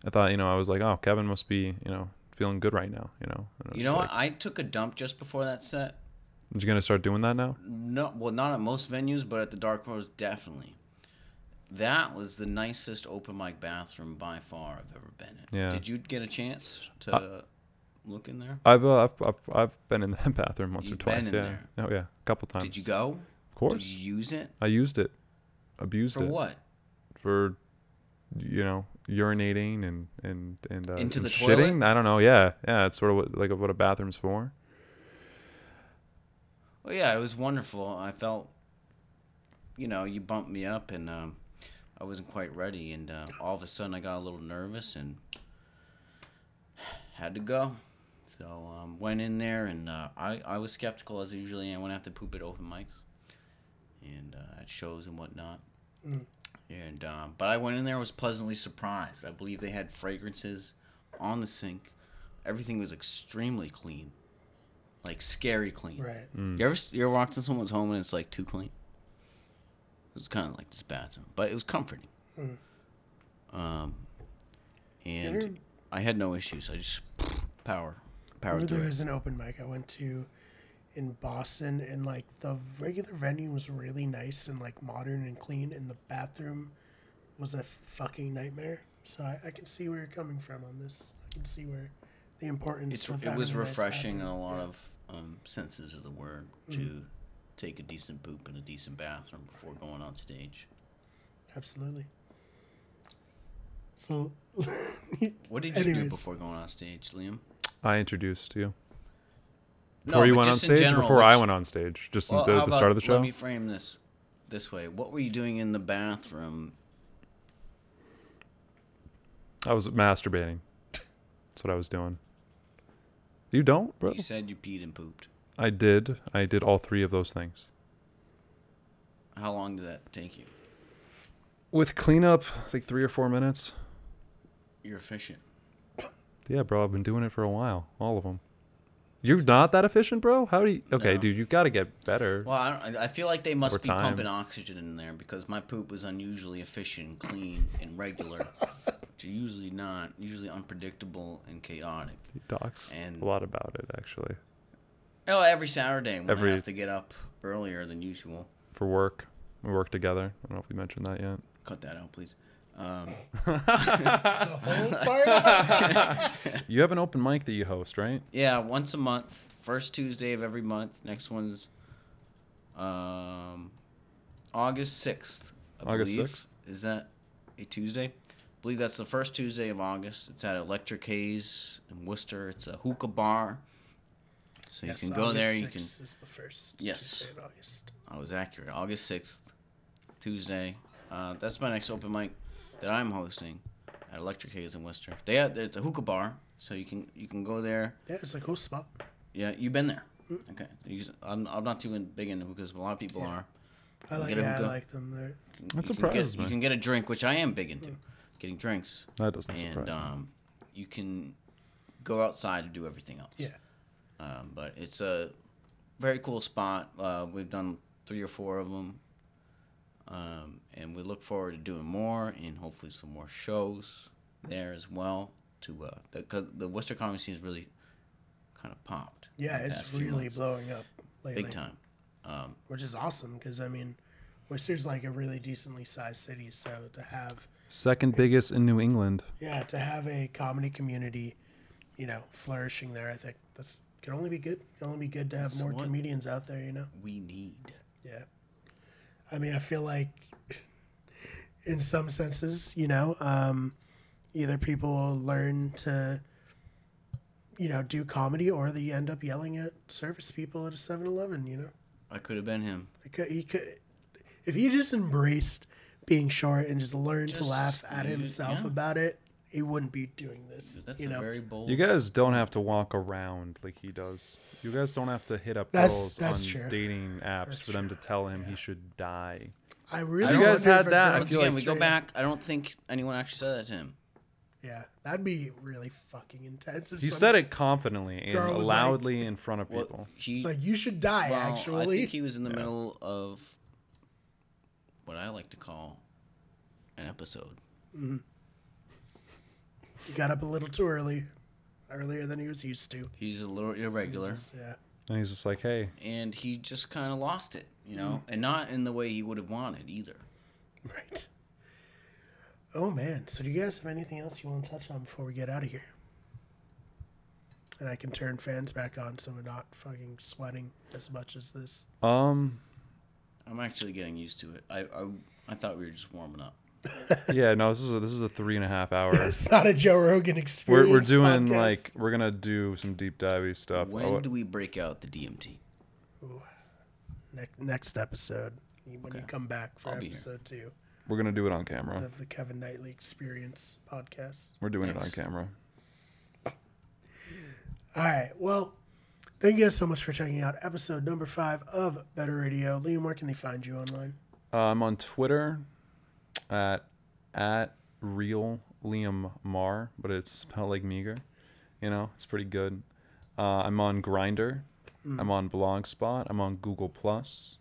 [SPEAKER 2] I thought you know I was like oh Kevin must be you know feeling good right now you know. And I was
[SPEAKER 3] You
[SPEAKER 2] just
[SPEAKER 3] know
[SPEAKER 2] like-
[SPEAKER 3] what? I took a dump just before that set.
[SPEAKER 2] Is you gonna start doing that now?
[SPEAKER 3] No, well, not at most venues, but at the Dark Rose, definitely. That was the nicest open mic bathroom by far I've ever been in.
[SPEAKER 2] Yeah. Uh,
[SPEAKER 3] Did you get a chance to look in there?
[SPEAKER 2] I've uh, I've, I've I've been in that bathroom once
[SPEAKER 3] You've
[SPEAKER 2] or twice.
[SPEAKER 3] been
[SPEAKER 2] Yeah.
[SPEAKER 3] in
[SPEAKER 2] Oh yeah, a couple times.
[SPEAKER 3] Did you go?
[SPEAKER 2] Of course.
[SPEAKER 3] Did you use it?
[SPEAKER 2] I used it, abused
[SPEAKER 3] For
[SPEAKER 2] it
[SPEAKER 3] what?
[SPEAKER 2] for, you know, urinating and and and uh,
[SPEAKER 3] Into
[SPEAKER 2] and
[SPEAKER 3] the
[SPEAKER 2] shitting.
[SPEAKER 3] toilet?
[SPEAKER 2] I don't know. Yeah, yeah. It's sort of what, like what a bathroom's for.
[SPEAKER 3] Well, yeah, it was wonderful. I felt, you know, you bumped me up, and um, I wasn't quite ready, and uh, all of a sudden I got a little nervous and had to go. So um, went in there, and uh, I I was skeptical as I usually am when I have to poop at open mics, and uh, at shows and whatnot. And um, but I went in there, and was pleasantly surprised. I believe they had fragrances on the sink. Everything was extremely clean, like scary clean.
[SPEAKER 1] Right.
[SPEAKER 3] You ever you ever walked in someone's home and it's like too clean? It was kind of like this bathroom, but it was comforting. Um, and
[SPEAKER 1] Mm-hmm. Ever-
[SPEAKER 3] I had no issues. I just power
[SPEAKER 1] Or
[SPEAKER 3] power
[SPEAKER 1] there
[SPEAKER 3] through it.
[SPEAKER 1] was an open mic I went to in Boston, and like the regular venue was really nice and like modern and clean, and the bathroom was a fucking nightmare. So I, I can see where you're coming from on this. I can see where the importance.
[SPEAKER 3] It's,
[SPEAKER 1] of
[SPEAKER 3] it was
[SPEAKER 1] having a nice
[SPEAKER 3] refreshing in
[SPEAKER 1] bathroom.
[SPEAKER 3] a lot
[SPEAKER 1] Yeah. Mm-hmm.
[SPEAKER 3] of um, senses of the word to take a decent poop in a decent bathroom before going on stage.
[SPEAKER 1] Absolutely. So,
[SPEAKER 3] What did you do
[SPEAKER 1] Anyways.
[SPEAKER 3] before going on stage, Liam?
[SPEAKER 2] I introduced you
[SPEAKER 3] No,
[SPEAKER 2] before you
[SPEAKER 3] but
[SPEAKER 2] went on
[SPEAKER 3] just in
[SPEAKER 2] stage, or
[SPEAKER 3] general,
[SPEAKER 2] before I
[SPEAKER 3] what's-
[SPEAKER 2] went on stage, just
[SPEAKER 3] Well,
[SPEAKER 2] at the,
[SPEAKER 3] how
[SPEAKER 2] the start
[SPEAKER 3] about-
[SPEAKER 2] of the show.
[SPEAKER 3] Let me frame this this way. What were you doing in the bathroom?
[SPEAKER 2] I was masturbating. That's what I was doing. You don't, bro.
[SPEAKER 3] You said you peed and pooped.
[SPEAKER 2] I did. I did all three of those things.
[SPEAKER 3] How long did that take you?
[SPEAKER 2] With cleanup, like three or four minutes.
[SPEAKER 3] You're efficient.
[SPEAKER 2] Yeah, bro, I've been doing it for a while. All of them. You're not that efficient, bro. How do you? Okay,
[SPEAKER 3] No.
[SPEAKER 2] dude, you got to get better.
[SPEAKER 3] Well, I, don't, I I feel like they must
[SPEAKER 2] Over
[SPEAKER 3] be
[SPEAKER 2] time.
[SPEAKER 3] pumping oxygen in there because my poop was unusually efficient, clean, and regular, which are usually not, usually unpredictable and chaotic.
[SPEAKER 2] He talks
[SPEAKER 3] and-
[SPEAKER 2] a lot about it actually
[SPEAKER 3] Oh, every Saturday when
[SPEAKER 2] Every-
[SPEAKER 3] I have to get up earlier than usual.
[SPEAKER 2] for work. We work together. I don't know if we mentioned that yet.
[SPEAKER 3] Cut that out, please. Um,
[SPEAKER 2] You have an open mic that you host, right?
[SPEAKER 3] yeah, once a month, first Tuesday of every month. Next one's um, August sixth. I
[SPEAKER 2] August
[SPEAKER 3] believe.
[SPEAKER 2] 6th?
[SPEAKER 3] Is that a Tuesday? I believe that's the first Tuesday of August. It's at Electric Haze in Worcester. It's a hookah bar. So you
[SPEAKER 1] Yes,
[SPEAKER 3] can go there.
[SPEAKER 1] August
[SPEAKER 3] You can.
[SPEAKER 1] 6th is the first.
[SPEAKER 3] Yes.
[SPEAKER 1] Tuesday in August.
[SPEAKER 3] I was accurate. August sixth, Tuesday. Uh, that's my next open mic that I'm hosting at Electric Haze in Worcester. They have, there's a hookah bar, so you can you can go there.
[SPEAKER 1] Yeah, it's a cool spot.
[SPEAKER 3] Yeah, you've been there. Okay, You- I'm, I'm not too in- big into hookahs, but a lot of people are.
[SPEAKER 1] I like.
[SPEAKER 3] get a
[SPEAKER 1] Yeah, I
[SPEAKER 3] hookah.
[SPEAKER 1] like them. They're
[SPEAKER 2] That
[SPEAKER 3] you
[SPEAKER 2] surprises
[SPEAKER 3] can get,
[SPEAKER 2] me.
[SPEAKER 3] You can get a drink, which I am big into, getting drinks.
[SPEAKER 2] That doesn't surprise
[SPEAKER 3] And
[SPEAKER 2] me.
[SPEAKER 3] um, you can go outside and do everything else.
[SPEAKER 1] yeah.
[SPEAKER 3] Um, but it's a very cool spot. Uh, we've done three or four of them, um, and we look forward to doing more and hopefully some more shows there as well. To uh, the, 'cause the Worcester comedy scene is really kind of popped.
[SPEAKER 1] Yeah,
[SPEAKER 3] in the
[SPEAKER 1] it's
[SPEAKER 3] past few
[SPEAKER 1] really
[SPEAKER 3] months.
[SPEAKER 1] blowing up lately.
[SPEAKER 3] big time.
[SPEAKER 1] which is awesome because I mean, Worcester's like a really decently sized city, so to have
[SPEAKER 2] Second biggest in New England.
[SPEAKER 1] yeah to have a comedy community, you know, flourishing there, I think that's can only be good. Can only be good to have more
[SPEAKER 3] what-
[SPEAKER 1] comedians out there, you know.
[SPEAKER 3] we need.
[SPEAKER 1] Yeah. I mean, I feel like in some senses, you know, um, either people learn to, you know, do comedy or they end up yelling at service people at a 7 Eleven, you know?
[SPEAKER 3] I could have been him.
[SPEAKER 1] It could, he could, if he just embraced being short and just learned to
[SPEAKER 3] Just
[SPEAKER 1] laugh at
[SPEAKER 3] leave it,
[SPEAKER 1] himself
[SPEAKER 3] yeah.
[SPEAKER 1] about it, he wouldn't be doing this,
[SPEAKER 3] That's
[SPEAKER 1] you
[SPEAKER 3] a
[SPEAKER 1] know?
[SPEAKER 3] very bold.
[SPEAKER 2] You guys don't have to walk around like he does. You guys don't have to hit up
[SPEAKER 1] That's-
[SPEAKER 2] girls
[SPEAKER 1] that's
[SPEAKER 2] on
[SPEAKER 1] true.
[SPEAKER 2] dating apps for them to tell him he should die.
[SPEAKER 1] I really
[SPEAKER 2] You guys
[SPEAKER 1] wonder
[SPEAKER 2] had
[SPEAKER 1] if a
[SPEAKER 2] that, I
[SPEAKER 1] girl
[SPEAKER 3] Once
[SPEAKER 2] feel
[SPEAKER 3] again,
[SPEAKER 1] just
[SPEAKER 2] like-
[SPEAKER 3] we go
[SPEAKER 1] straight up-
[SPEAKER 3] back. I don't think anyone actually said that to him.
[SPEAKER 1] Yeah, that'd be really fucking intense. If
[SPEAKER 2] He
[SPEAKER 1] some-
[SPEAKER 2] said it confidently and
[SPEAKER 1] girl was like-
[SPEAKER 2] loudly in front of people.
[SPEAKER 3] He
[SPEAKER 1] Like, you should die,
[SPEAKER 3] well,
[SPEAKER 1] actually.
[SPEAKER 3] I think he was in the middle of what I like to call an episode.
[SPEAKER 1] He got up a little too early, earlier than he was used to.
[SPEAKER 3] He's a little irregular,
[SPEAKER 1] Yeah.
[SPEAKER 2] And he's just like, "Hey,
[SPEAKER 3] and he just kind of lost it, you know,
[SPEAKER 1] Mm-hmm.
[SPEAKER 3] and not in the way he would have wanted either.
[SPEAKER 1] Right. Oh man. So do you guys have anything else you want to touch on before we get out of here? And I can turn fans back on so we're not fucking sweating as much as this.
[SPEAKER 2] um,
[SPEAKER 3] I'm actually getting used to it. I I, I thought we were just warming up.
[SPEAKER 2] yeah, no, this is a, this is a three and a half hour.
[SPEAKER 1] It's not a Joe Rogan experience.
[SPEAKER 2] we're we're doing
[SPEAKER 1] podcast.
[SPEAKER 2] like we're gonna do some deep divey stuff.
[SPEAKER 3] When
[SPEAKER 2] Oh,
[SPEAKER 3] do we break out the DMT?
[SPEAKER 1] Ne- next episode when you come back for
[SPEAKER 3] I'll be here.
[SPEAKER 1] episode two
[SPEAKER 2] we're gonna do it on camera.
[SPEAKER 1] of the Kevin Knightley Experience podcast.
[SPEAKER 2] We're doing
[SPEAKER 3] Thanks.
[SPEAKER 2] it on camera.
[SPEAKER 1] All right. Well, thank you guys so much for checking out episode number five of Better Radio. Liam, where can they find you online?
[SPEAKER 2] Uh, I'm on Twitter at at real Liam Mar, but it's spelled like meager. You know, it's pretty good. Uh, I'm on Grinder. I'm on Blogspot. I'm on Google Plus.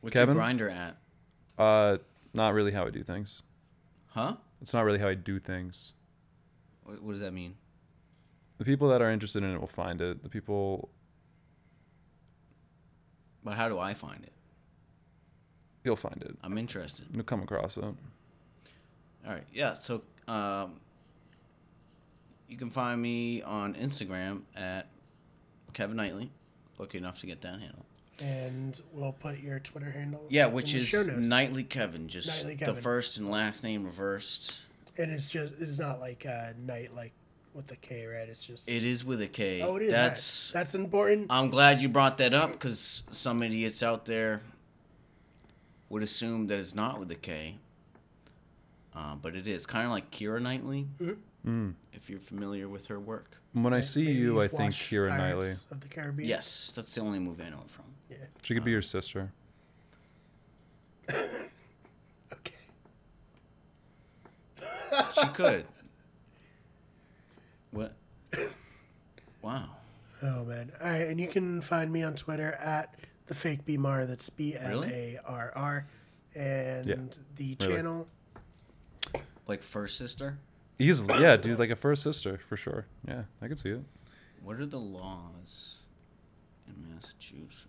[SPEAKER 3] What's
[SPEAKER 2] Kevin?
[SPEAKER 3] your grinder at?
[SPEAKER 2] Uh, not really how I do things.
[SPEAKER 3] Huh?
[SPEAKER 2] It's not really how I do things.
[SPEAKER 3] What, what does that mean?
[SPEAKER 2] The people that are interested in it will find it. The people,
[SPEAKER 3] But how do I find it?
[SPEAKER 2] you'll find it.
[SPEAKER 3] I'm interested.
[SPEAKER 2] You'll come across it.
[SPEAKER 3] All right. Yeah. So um, you can find me on Instagram at Kevin Knightley. Lucky enough to get that handle.
[SPEAKER 1] and we'll put your Twitter handle.
[SPEAKER 3] Yeah,
[SPEAKER 1] in
[SPEAKER 3] which
[SPEAKER 1] the
[SPEAKER 3] is
[SPEAKER 1] show notes.
[SPEAKER 3] Knightley Kevin, just
[SPEAKER 1] Knightley
[SPEAKER 3] the
[SPEAKER 1] Kevin.
[SPEAKER 3] first and last name reversed.
[SPEAKER 1] And it's just it's not like uh, night like with the K, right? It's just
[SPEAKER 3] It is with a K.
[SPEAKER 1] Oh, it is.
[SPEAKER 3] That's.
[SPEAKER 1] That's that's important.
[SPEAKER 3] I'm glad you brought that up because some idiots out there would assume that it's not with a K, uh, but it is kind of like Kira Knightley,
[SPEAKER 1] Mm-hmm.
[SPEAKER 3] if you're familiar with her work.
[SPEAKER 2] When I see
[SPEAKER 1] Maybe
[SPEAKER 2] you, I
[SPEAKER 1] you've
[SPEAKER 2] think
[SPEAKER 1] watched
[SPEAKER 2] Kira Knightley.
[SPEAKER 1] Pirates Of the Caribbean.
[SPEAKER 3] Yes, that's the only movie I know it from.
[SPEAKER 1] Yeah.
[SPEAKER 2] She could be your sister.
[SPEAKER 1] Okay.
[SPEAKER 3] She could. what? Wow.
[SPEAKER 1] Oh man. All right, and you can find me on Twitter at the fake BMAR. That's B M A R R, and the
[SPEAKER 2] really.
[SPEAKER 1] channel.
[SPEAKER 3] Like first sister?
[SPEAKER 2] Easily, yeah, dude, like a first sister for sure. Yeah, I could see it.
[SPEAKER 3] What are the laws in Massachusetts?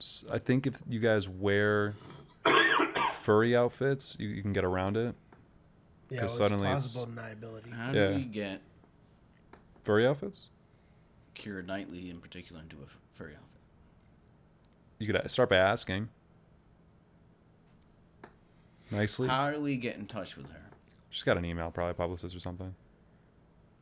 [SPEAKER 2] s- I think if you guys wear furry outfits, you, you can get around it.
[SPEAKER 1] Yeah,
[SPEAKER 2] 'Cause
[SPEAKER 1] well, it's
[SPEAKER 2] suddenly it's-
[SPEAKER 1] plausible deniability.
[SPEAKER 3] How do
[SPEAKER 2] Yeah.
[SPEAKER 3] we get
[SPEAKER 2] Furry outfits?
[SPEAKER 3] Kira Knightley in particular into a f- furry outfit?
[SPEAKER 2] You could a- start by asking nicely.
[SPEAKER 3] How do we get in touch with her?
[SPEAKER 2] She's got an email, probably publicist or something.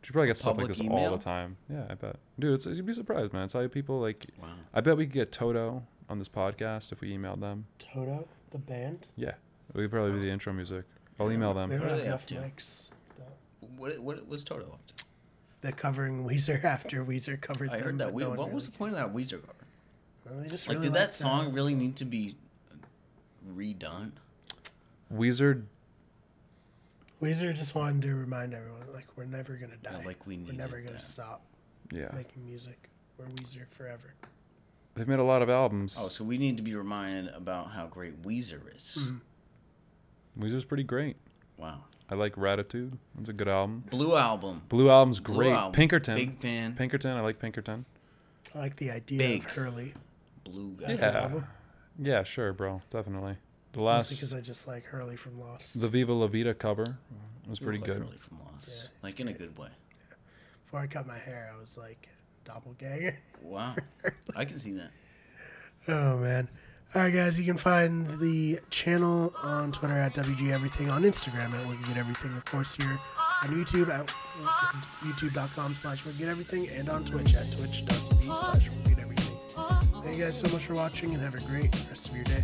[SPEAKER 2] She probably gets stuff like
[SPEAKER 3] public
[SPEAKER 2] this all
[SPEAKER 3] email?
[SPEAKER 2] the time. Yeah, I bet, dude. It's, you'd be surprised, man. It's how people like.
[SPEAKER 3] Wow.
[SPEAKER 2] I bet we could get Toto on this podcast if we emailed them.
[SPEAKER 1] Toto, the band.
[SPEAKER 2] Yeah, we could probably be the intro music. I'll email
[SPEAKER 1] We
[SPEAKER 2] them.
[SPEAKER 1] don't
[SPEAKER 3] are
[SPEAKER 1] have
[SPEAKER 3] they
[SPEAKER 1] enough
[SPEAKER 3] up to?
[SPEAKER 1] mics. though.
[SPEAKER 3] What what was Toto up to?
[SPEAKER 1] They're covering Weezer after Weezer covered
[SPEAKER 3] I
[SPEAKER 1] them.
[SPEAKER 3] heard that.
[SPEAKER 1] but
[SPEAKER 3] We,
[SPEAKER 1] no
[SPEAKER 3] what
[SPEAKER 1] one
[SPEAKER 3] was the
[SPEAKER 1] really-
[SPEAKER 3] point of that Weezer cover?
[SPEAKER 1] Well, they just
[SPEAKER 3] Like,
[SPEAKER 1] really
[SPEAKER 3] did
[SPEAKER 2] uh,
[SPEAKER 3] that
[SPEAKER 1] liked
[SPEAKER 3] song really need to be redone?
[SPEAKER 2] Weezer
[SPEAKER 1] Weezer just wanted to remind everyone, like, we're never gonna die.
[SPEAKER 3] like, we
[SPEAKER 1] are
[SPEAKER 3] needed
[SPEAKER 1] never gonna
[SPEAKER 3] that.
[SPEAKER 1] stop
[SPEAKER 2] Yeah,
[SPEAKER 1] making music. We're Weezer forever.
[SPEAKER 2] they've made a lot of albums.
[SPEAKER 3] Oh, so we need to be reminded about how great Weezer is.
[SPEAKER 2] Mm-hmm. Weezer's pretty great.
[SPEAKER 3] Wow.
[SPEAKER 2] I like Ratitude. That's a good album.
[SPEAKER 3] Blue album.
[SPEAKER 2] Blue album's
[SPEAKER 3] Blue
[SPEAKER 2] great.
[SPEAKER 3] album.
[SPEAKER 2] Pinkerton.
[SPEAKER 3] Big fan.
[SPEAKER 2] Pinkerton. I like Pinkerton.
[SPEAKER 1] I like the idea
[SPEAKER 3] Big.
[SPEAKER 1] of Hurley.
[SPEAKER 7] blue guy.
[SPEAKER 1] That's an
[SPEAKER 2] Yeah.
[SPEAKER 1] album.
[SPEAKER 2] Yeah, sure, bro. Definitely. The
[SPEAKER 1] Mostly
[SPEAKER 2] last
[SPEAKER 1] because I just like Hurley from Lost.
[SPEAKER 2] the Viva La Vida cover was pretty
[SPEAKER 7] Like
[SPEAKER 2] good.
[SPEAKER 7] Hurley from Lost.
[SPEAKER 1] Yeah,
[SPEAKER 7] like in a good way.
[SPEAKER 1] Before I cut my hair, I was like doppelganger.
[SPEAKER 7] Wow. I can see that.
[SPEAKER 1] Oh man. All right, guys, you can find the channel on Twitter at WG Everything, on Instagram at We Get Everything, of course, here on YouTube at youtube.com slash We Get Everything, and on Twitch at twitch.tv slash We Get Everything. Thank you guys so much for watching, and have a great rest of your day.